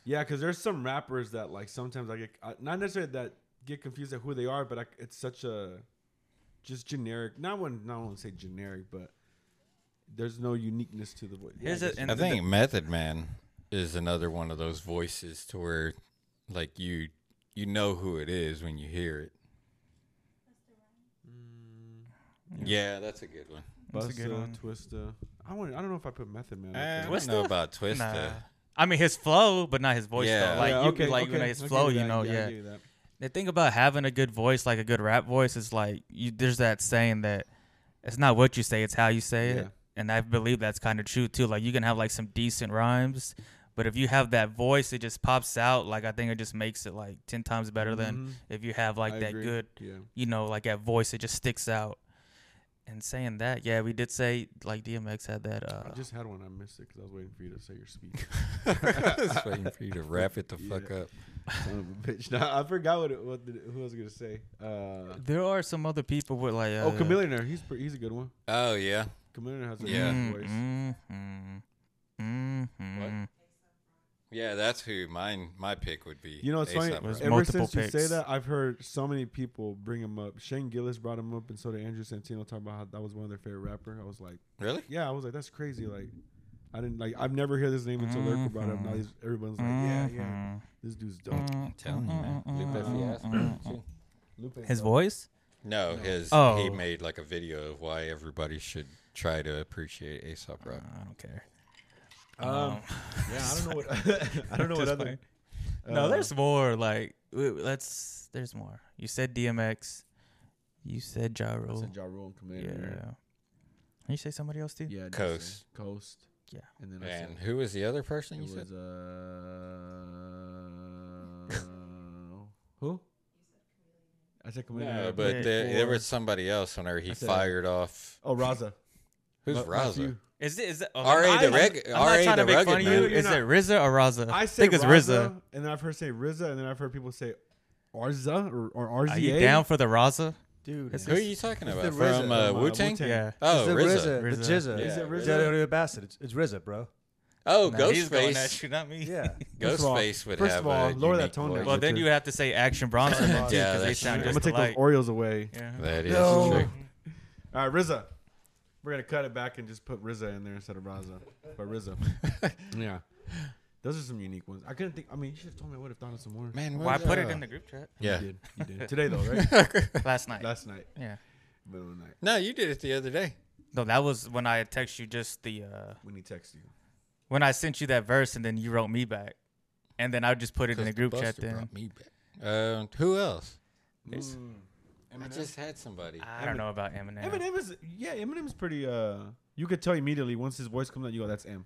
Speaker 1: yeah, because there's some rappers that like sometimes I get I, not necessarily that get confused at who they are, but I, it's such a just generic. Not one. Not want to say generic, but there's no uniqueness to the voice. Yeah, I
Speaker 3: Here's it,
Speaker 1: guess
Speaker 3: and
Speaker 2: I
Speaker 3: the-
Speaker 2: think Method Man is another one of those voices to where, like you, you know who it is when you hear it.
Speaker 3: Mm,
Speaker 2: Yeah, that's a good one.
Speaker 3: That's a good
Speaker 1: Busta,
Speaker 3: one.
Speaker 1: Twista. I want. I don't know if I put Method
Speaker 3: Eh,
Speaker 1: Man. up
Speaker 2: I
Speaker 1: there.
Speaker 2: don't
Speaker 3: Twista?
Speaker 2: know about Twista.
Speaker 3: Nah. I mean his flow, but not his voice
Speaker 2: Yeah.
Speaker 3: though. Like
Speaker 1: Yeah,
Speaker 3: you
Speaker 1: okay,
Speaker 3: like
Speaker 1: okay.
Speaker 3: you know his
Speaker 1: I'll
Speaker 3: flow,
Speaker 1: give
Speaker 3: you
Speaker 1: that,
Speaker 3: know,
Speaker 1: I'll
Speaker 3: yeah.
Speaker 1: give you that.
Speaker 3: the thing about having a good voice, like a good rap voice, is like you, there's that saying that it's not what you say, it's how you say
Speaker 1: Yeah.
Speaker 3: it. And I believe that's kind of true too. Like you can have like some decent rhymes, but if you have that voice, it just pops out. Like I think it just makes it like ten times better
Speaker 1: Mhm.
Speaker 3: than if you have like
Speaker 1: I
Speaker 3: that
Speaker 1: agree.
Speaker 3: good,
Speaker 1: Yeah.
Speaker 3: you know, like that voice. It just sticks out. And saying that, yeah, we did say like DMX had that. Uh,
Speaker 1: I just had one. I missed it because I was waiting for you to say your speech.
Speaker 2: Just waiting for you to wrap it the fuck
Speaker 1: Yeah.
Speaker 2: up.
Speaker 1: Son of a bitch. No, I forgot what, it, what the, who I was gonna say. Uh,
Speaker 3: there are some other people with like uh,
Speaker 1: oh, Chameleonaire. He's pre- he's a good one.
Speaker 2: Oh yeah,
Speaker 3: Mm-hmm.
Speaker 1: Chameleonaire has a
Speaker 2: Yeah.
Speaker 1: good
Speaker 3: Mm,
Speaker 1: voice.
Speaker 3: mm, mm, mm, mm.
Speaker 2: Yeah, that's who mine my pick would be.
Speaker 1: You know, it's
Speaker 2: ASAP
Speaker 1: funny.
Speaker 2: Rocky.
Speaker 3: Was-
Speaker 1: Ever
Speaker 3: multiple
Speaker 1: since you say
Speaker 3: picks.
Speaker 1: that, I've heard so many people bring him up. Shane Gillis brought him up, and so did Andrew Santino talking about how that was one of their favorite rapper. I was like,
Speaker 2: really?
Speaker 1: yeah, I was like, that's crazy. Like, I didn't like. I've never heard this name until Lyrical brought it up. Now
Speaker 3: Mm-hmm.
Speaker 1: he's, everyone's like, Uh, yeah, yeah, this dude's dope.
Speaker 2: I'm
Speaker 3: Mm,
Speaker 2: telling you, man. Lupe Fiasco, too.
Speaker 1: Lupe
Speaker 3: His voice?
Speaker 2: No, his he
Speaker 3: Oh.
Speaker 2: made like a video of why everybody should try to appreciate Aesop Rock.
Speaker 3: I don't care.
Speaker 1: Um, yeah, I don't know what I don't know what
Speaker 3: Just
Speaker 1: other.
Speaker 3: no,
Speaker 1: uh,
Speaker 3: there's more. Like, w- let's. There's more. You said DMX. You said Ja
Speaker 1: I
Speaker 3: Rule.
Speaker 1: said Ja Rule and
Speaker 3: Yeah.
Speaker 1: Commander.
Speaker 3: Can you say somebody else too?
Speaker 1: Yeah, I did say
Speaker 2: Coast.
Speaker 1: Coast.
Speaker 3: Yeah.
Speaker 1: and then I said
Speaker 2: And who was the other person you
Speaker 1: it
Speaker 2: said?
Speaker 1: was uh who? I said Commander.
Speaker 2: No, but
Speaker 3: Yeah.
Speaker 2: there, there
Speaker 1: Or-
Speaker 2: was somebody else whenever he
Speaker 1: I said-
Speaker 2: fired off.
Speaker 1: Oh, Raza.
Speaker 2: Who's
Speaker 1: Ma-
Speaker 2: Raza?
Speaker 1: Matthew.
Speaker 3: Is it? Is
Speaker 1: Oh,
Speaker 3: it?
Speaker 2: R.A. the Reg-
Speaker 3: I'm
Speaker 2: R.A.
Speaker 3: not trying
Speaker 2: the
Speaker 3: to make fun
Speaker 2: Rugged
Speaker 3: of you.
Speaker 2: Man.
Speaker 1: You're
Speaker 3: Is
Speaker 1: not-
Speaker 3: it RZA or Raza?
Speaker 1: I
Speaker 3: think
Speaker 1: said
Speaker 3: it's
Speaker 1: Raza,
Speaker 3: RZA.
Speaker 1: and then I've heard say RZA, and then I've heard people say Arza or, or RZA.
Speaker 3: Are you down for the Raza?
Speaker 5: Dude,
Speaker 3: It's
Speaker 2: Who are you talking
Speaker 5: It's
Speaker 2: about?
Speaker 5: the RZA
Speaker 2: From uh,
Speaker 1: from, uh,
Speaker 2: Wu Tang?
Speaker 1: Wu-Tang.
Speaker 3: Yeah.
Speaker 2: Oh,
Speaker 5: the
Speaker 2: RZA.
Speaker 5: RZA,
Speaker 3: RZA.
Speaker 5: the Jizza.
Speaker 2: Yeah,
Speaker 5: Is
Speaker 1: Is it
Speaker 5: it
Speaker 1: RZA?
Speaker 5: Bassett. It's, it's RZA, bro.
Speaker 2: Oh,
Speaker 3: Nah, he's going at
Speaker 2: Ghostface.
Speaker 3: you, not me.
Speaker 5: Yeah.
Speaker 1: First of all-
Speaker 2: Ghostface would
Speaker 1: first
Speaker 2: have
Speaker 1: of all,
Speaker 2: a
Speaker 1: lower that
Speaker 2: unique
Speaker 1: tone down.
Speaker 2: voice.
Speaker 3: Well, then you would have to say Action Bronson then, too,
Speaker 2: Yeah,
Speaker 3: because they
Speaker 2: that's
Speaker 3: sound
Speaker 2: true.
Speaker 1: I'm
Speaker 3: just
Speaker 1: gonna take
Speaker 3: alike.
Speaker 1: those Oreos away.
Speaker 3: Yeah.
Speaker 2: That is
Speaker 5: No.
Speaker 2: true.
Speaker 1: All right, RZA. We're gonna cut it back and just put RZA in there instead of Raza, but RZA. yeah, those are some unique ones. I couldn't think. I mean, you should have told me I would have thought of some more.
Speaker 2: Man,
Speaker 3: Well, I
Speaker 2: where's,
Speaker 3: put it
Speaker 2: uh,
Speaker 3: in the group chat
Speaker 2: Yeah.
Speaker 1: you did. You did today though, right?
Speaker 3: last night.
Speaker 1: Last night,
Speaker 3: yeah.
Speaker 1: middle of the night,
Speaker 2: No, you did it the other day.
Speaker 3: No, that was when I text you just the uh
Speaker 1: when he texted you.
Speaker 3: when I sent you that verse and then you wrote me back. And then I would just put it in the group chat
Speaker 2: Buster
Speaker 3: then.
Speaker 2: brought me back. Uh, who else?
Speaker 3: It's-
Speaker 2: I just had somebody.
Speaker 3: I don't know about Eminem.
Speaker 1: Eminem is yeah, Eminem is pretty. Uh, you could tell immediately once his voice comes out, you go, "That's M."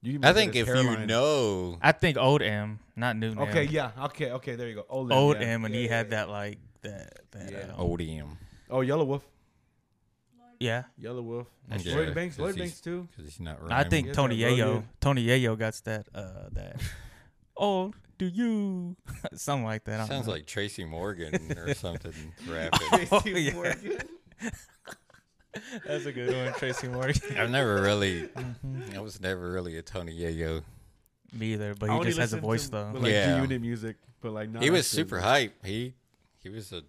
Speaker 1: You can look
Speaker 2: I
Speaker 1: at
Speaker 2: think
Speaker 1: his
Speaker 2: if you
Speaker 1: hairline.
Speaker 2: know,
Speaker 3: I think old M, not new.
Speaker 1: Okay,
Speaker 3: M.
Speaker 1: yeah, okay, okay, there you go. Old,
Speaker 3: Old
Speaker 1: yeah.
Speaker 3: M, and he had that like that. that
Speaker 1: Yeah.
Speaker 3: yeah. Uh,
Speaker 2: ODM.
Speaker 1: Oh, Yellow Wolf,
Speaker 3: yeah.
Speaker 1: Yellow Wolf,
Speaker 2: That's Yeah,
Speaker 1: Lloyd Banks,
Speaker 2: 'cause
Speaker 1: Lloyd
Speaker 2: he's-
Speaker 1: Banks too.
Speaker 2: Because he's not
Speaker 3: I
Speaker 2: right.
Speaker 3: think
Speaker 1: Yeah,
Speaker 3: Tony
Speaker 1: that
Speaker 3: Yayo.
Speaker 1: rugged.
Speaker 3: Tony Yayo got that. Uh, that. oh, do you? Something like that. I don't
Speaker 2: sounds
Speaker 3: know.
Speaker 2: like Tracy Morgan or something. Rapid.
Speaker 3: Oh, yeah. That's a good one, Tracy Morgan.
Speaker 2: I've never really.
Speaker 3: Mm-hmm.
Speaker 2: I was never really a Tony Yayo.
Speaker 3: Me either, but
Speaker 1: I
Speaker 3: he
Speaker 1: only
Speaker 3: just has a
Speaker 1: listened
Speaker 3: voice
Speaker 1: to,
Speaker 3: though.
Speaker 1: But like
Speaker 2: Yeah.
Speaker 1: G-Unit music, but like not
Speaker 2: He was
Speaker 1: actually-
Speaker 2: super hype. He he was a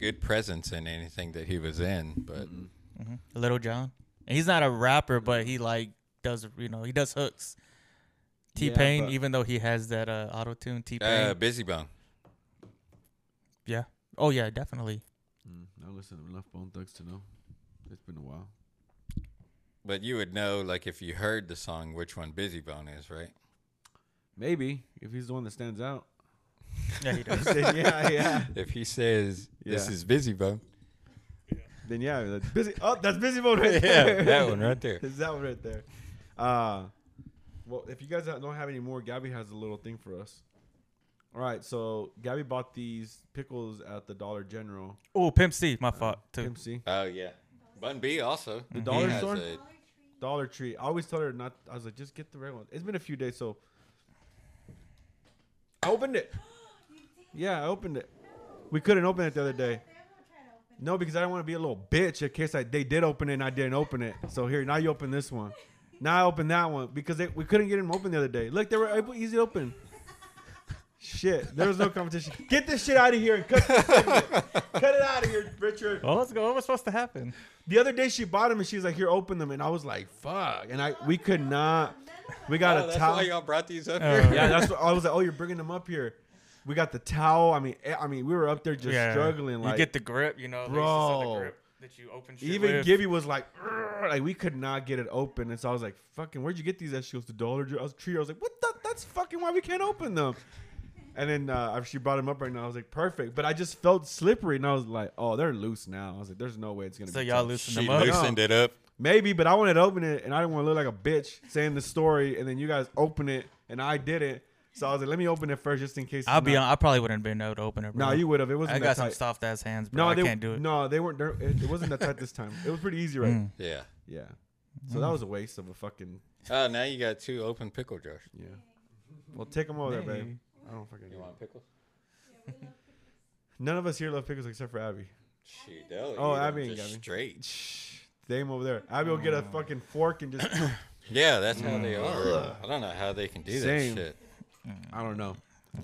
Speaker 2: good presence in anything that he was in. But
Speaker 1: Mm-hmm.
Speaker 3: Mm-hmm. Little John. And he's not a rapper, but he like does you know he does hooks. T
Speaker 1: Yeah,
Speaker 3: Pain,
Speaker 1: but-
Speaker 3: even though he has that uh, auto tune, T Pain.
Speaker 2: uh, Busy Bone.
Speaker 3: yeah. Oh yeah, definitely.
Speaker 1: Mm, I listen to enough Bone Thugs to know. It's been a while.
Speaker 2: But you would know, like, if you heard the song, which one Busy Bone is, right?
Speaker 1: Maybe if he's the one that stands out.
Speaker 3: Yeah, he does.
Speaker 1: yeah, yeah.
Speaker 2: If he says this
Speaker 1: Yeah.
Speaker 2: is Busy Bone,
Speaker 1: Then yeah, that's busy. Oh, that's busy mode right there.
Speaker 2: yeah, that one right there.
Speaker 1: Is that one right there? Uh, well, if you guys don't have any more, Gabby has a little thing for us. All right, so Gabby bought these pickles at the Dollar General.
Speaker 3: oh, Pimp C, my
Speaker 1: Uh,
Speaker 3: fault too.
Speaker 1: MC
Speaker 2: Oh yeah, Bun B also. The
Speaker 1: dollar store? Dollar Tree. I always tell her not. I was like, just get the regular one. It's been a few days, so I opened it. Yeah, I opened it. We couldn't open it the other day. No, because I don't want to be a little bitch in case I, they did open it and I didn't open it. So here, now you open this one. Now I open that one because they, we couldn't get them open the other day. Look, they were able, easy to open. Shit, there was no competition. Get this shit out of here and cut, this shit. cut it out of here, Richard.
Speaker 3: Well, Oh, let's go. What was supposed to happen?
Speaker 1: The other day she bought them and she's like, "Here, open them," and I was like, "Fuck!" And I we could not. We got
Speaker 2: Oh,
Speaker 1: a
Speaker 2: that's
Speaker 1: towel.
Speaker 2: why y'all brought these up
Speaker 3: Oh.
Speaker 2: here.
Speaker 1: yeah, that's what I was like. Oh, you're bringing them up here. We got the towel. I mean, eh, I mean, we were up there just struggling. Like,
Speaker 3: you get the grip, you know, at least it's on
Speaker 1: Bro.
Speaker 3: the grip that you open. Shit
Speaker 1: even
Speaker 3: with.
Speaker 1: Gibby was like, "Urgh," like we could not get it open, and so I was like, "Fucking, where'd you get these?" At? She goes, "The Dollar Tree." I was tree. I was like, "What the? That's fucking why we can't open them." And then uh, after she brought them up right now, I was like, "Perfect," but I just felt slippery, and I was like, "Oh, they're loose now." I was like, "There's no way it's gonna."
Speaker 3: so
Speaker 1: be
Speaker 3: y'all
Speaker 1: tough.
Speaker 3: loosen
Speaker 2: She
Speaker 3: them up.
Speaker 1: loose.
Speaker 2: loosened it up.
Speaker 1: Maybe, but I wanted to open it, and I didn't want to look like a bitch saying the story, and then you guys open it, and I didn't. So I was like, let me open it first, just in case.
Speaker 3: I'll be on. I probably wouldn't have been able to open it.
Speaker 1: No,
Speaker 3: bro.
Speaker 1: you would have. It wasn't.
Speaker 3: I got
Speaker 1: that
Speaker 3: some
Speaker 1: tight.
Speaker 3: soft ass hands, bro.
Speaker 1: No,
Speaker 3: I
Speaker 1: they
Speaker 3: can't do it.
Speaker 1: No, they weren't. they're- It, it wasn't that tight this time. It was pretty easy, right?
Speaker 3: Mm.
Speaker 2: Yeah.
Speaker 1: Yeah. So that was a waste of a fucking.
Speaker 2: Oh, now you got two open pickle jars.
Speaker 1: Yeah. Well, take them over there, babe. I don't fucking.
Speaker 2: You
Speaker 1: Know.
Speaker 2: want pickles?
Speaker 1: None of us here love pickles except for Abby.
Speaker 2: Shoot, they'll
Speaker 1: Oh,
Speaker 2: eat 'em
Speaker 1: Abby ain't
Speaker 2: just
Speaker 1: got me.
Speaker 2: straight.
Speaker 3: Mm.
Speaker 1: Shh. Dame over there. Abby will get a fucking fork and just
Speaker 2: Yeah, that's how they are. I don't know how they can do
Speaker 1: Mm. Same.
Speaker 2: that shit.
Speaker 1: I don't know.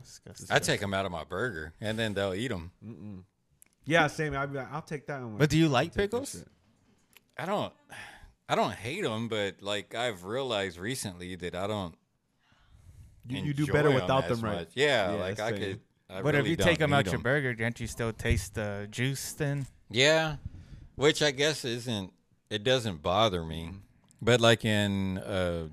Speaker 3: Disgusting.
Speaker 2: I take them out of my burger, and then they'll eat them.
Speaker 1: Yeah, same. I'd be like, I'll take that one.
Speaker 6: But do you like
Speaker 1: Take that
Speaker 6: pickles?
Speaker 1: shit.
Speaker 2: I don't, I don't hate them, but like I've realized recently that I don't.
Speaker 1: You, you do
Speaker 2: enjoy
Speaker 1: better
Speaker 2: 'em
Speaker 1: without
Speaker 2: as
Speaker 1: them, right?
Speaker 2: much. Yeah,
Speaker 1: Yeah,
Speaker 2: like I
Speaker 1: same.
Speaker 2: could. I
Speaker 3: But if
Speaker 2: really
Speaker 3: you take
Speaker 2: don't
Speaker 3: them out
Speaker 2: need
Speaker 3: your
Speaker 2: 'em.
Speaker 3: burger, don't you still taste the juice then?
Speaker 2: Yeah, which I guess isn't. It doesn't bother
Speaker 3: Mm-hmm.
Speaker 2: me, but like in, uh,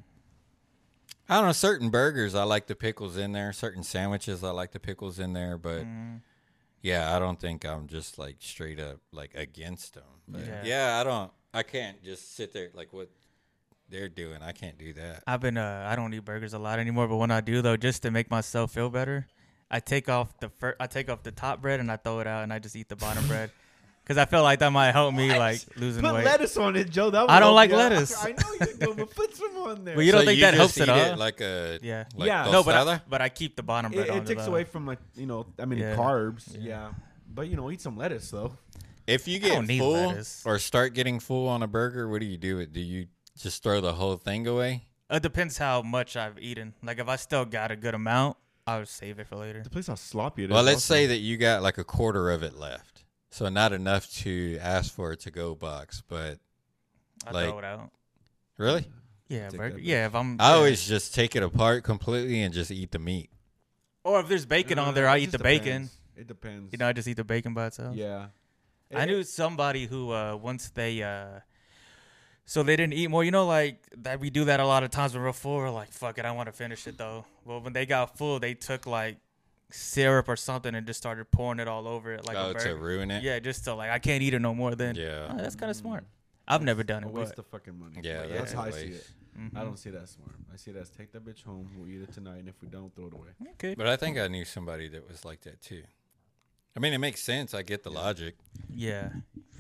Speaker 2: I don't know, certain burgers I like the pickles in there. Certain sandwiches I like the pickles in there, but
Speaker 3: Mm-hmm.
Speaker 2: yeah, I don't think I'm just like straight up like against them. But
Speaker 3: Yeah.
Speaker 2: yeah. I don't. I can't just sit there like what they're doing. I can't do that.
Speaker 3: I've been uh, I don't eat burgers a lot anymore, but when I do though, just to make myself feel better, I take off the fir- I take off the top bread and I throw it out and I just eat the bottom bread because I feel like that might help me like losing
Speaker 1: Put
Speaker 3: weight.
Speaker 1: lettuce on it, Joe. That would
Speaker 3: I don't
Speaker 1: help
Speaker 3: like
Speaker 1: you out.
Speaker 3: lettuce.
Speaker 1: I know you do, but put some on there.
Speaker 3: But you don't
Speaker 2: So
Speaker 3: think that
Speaker 2: just
Speaker 3: helps at
Speaker 2: eat it
Speaker 3: all?
Speaker 2: like a
Speaker 3: Yeah.
Speaker 2: like
Speaker 1: Yeah.
Speaker 3: no, but I,
Speaker 2: tostada?
Speaker 3: but I keep the bottom bread.
Speaker 1: it,
Speaker 3: on
Speaker 1: it takes
Speaker 3: the-
Speaker 1: away from like you know, I mean,
Speaker 3: Yeah.
Speaker 1: carbs. Yeah. but you know, eat some lettuce though.
Speaker 2: If you
Speaker 3: don't
Speaker 2: get
Speaker 3: need
Speaker 2: full
Speaker 3: lettuce.
Speaker 2: or start getting full on a burger, what do you do? It do you just throw the whole thing away?
Speaker 3: It depends how much I've eaten. Like if I still got a good amount, I would save it for later.
Speaker 1: The place how sloppy it is.
Speaker 2: Well, let's
Speaker 1: also.
Speaker 2: say that you got like a quarter of it left, so not enough to ask for a to-go box. But
Speaker 3: I
Speaker 2: Like-
Speaker 3: throw it out.
Speaker 2: really,
Speaker 3: Yeah,
Speaker 1: Take
Speaker 3: burger.
Speaker 1: that
Speaker 3: Yeah, if I'm
Speaker 2: I
Speaker 3: yeah.
Speaker 2: always just take it apart completely and just eat the meat.
Speaker 3: or if there's bacon
Speaker 1: Uh,
Speaker 3: on there, I
Speaker 1: it
Speaker 3: eat the
Speaker 1: just
Speaker 3: bacon.
Speaker 1: depends. It depends.
Speaker 3: You know, I just eat the bacon by itself.
Speaker 1: yeah.
Speaker 3: I knew somebody who uh, once they uh, so they didn't eat more. You know, like that we do that a lot of times when we're full. We're like, fuck it, I want to finish it though. Well, when they got full, they took like syrup or something and just started pouring it all over it like
Speaker 2: oh,
Speaker 3: a
Speaker 2: to
Speaker 3: burger.
Speaker 2: ruin it.
Speaker 3: Yeah, just to like I can't eat it no more. Then
Speaker 2: Yeah.
Speaker 3: Oh, that's kind of
Speaker 1: Mm.
Speaker 3: smart. I've never done
Speaker 1: A
Speaker 3: it.
Speaker 1: waste
Speaker 3: But, Mm-hmm.
Speaker 1: of fucking money.
Speaker 2: Yeah,
Speaker 1: Like,
Speaker 2: that's
Speaker 1: that's
Speaker 2: a
Speaker 1: how I see
Speaker 2: waste.
Speaker 1: it. I don't see that smart. I see it as take that bitch home. We'll eat it tonight, and if we don't, throw it away.
Speaker 3: okay.
Speaker 2: But I think I knew somebody that was like that too. I mean, it makes sense. I get the logic.
Speaker 3: Yeah.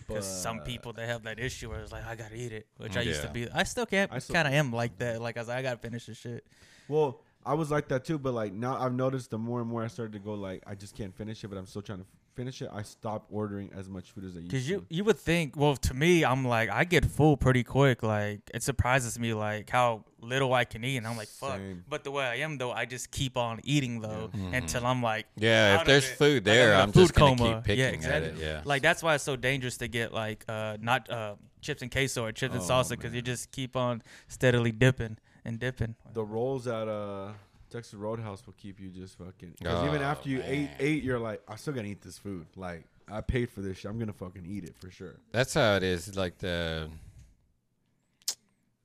Speaker 3: Because some
Speaker 1: But-
Speaker 3: people they have that issue where it's like I gotta eat it, which I used to
Speaker 2: Yeah.
Speaker 3: be. I still can't.
Speaker 1: I still-
Speaker 3: kind of am like that. Like I was like, I gotta finish this shit.
Speaker 1: Well, I was like that too, but like now I've noticed the more and more I started to go like I just can't finish it, but I'm still trying to finish it. I stopped ordering as much food as I used
Speaker 3: Cause you
Speaker 1: to.
Speaker 3: you would think. Well, to me, I'm like I get full pretty quick. Like it surprises me like how little I can eat, and I'm like fuck.
Speaker 1: Same.
Speaker 3: But the way I am though, I just keep on eating though until I'm like
Speaker 2: Yeah,
Speaker 3: out
Speaker 2: if
Speaker 3: of
Speaker 2: there's
Speaker 3: it.
Speaker 2: food
Speaker 3: Like, I'm
Speaker 2: there,
Speaker 3: in a
Speaker 2: I'm just
Speaker 3: food
Speaker 2: gonna
Speaker 3: coma.
Speaker 2: keep picking
Speaker 3: yeah, exactly.
Speaker 2: at it. Yeah.
Speaker 3: Like that's why it's so dangerous to get like uh not uh chips and queso or chips and salsa because you just keep on steadily dipping and dipping.
Speaker 1: the rolls at uh Texas Roadhouse will keep you just fucking. Because even
Speaker 2: Oh,
Speaker 1: after you ate
Speaker 2: man.
Speaker 1: ate, you're like I still gotta eat this food. Like I paid for this shit. I'm gonna fucking eat it for sure.
Speaker 2: That's how it is. Like the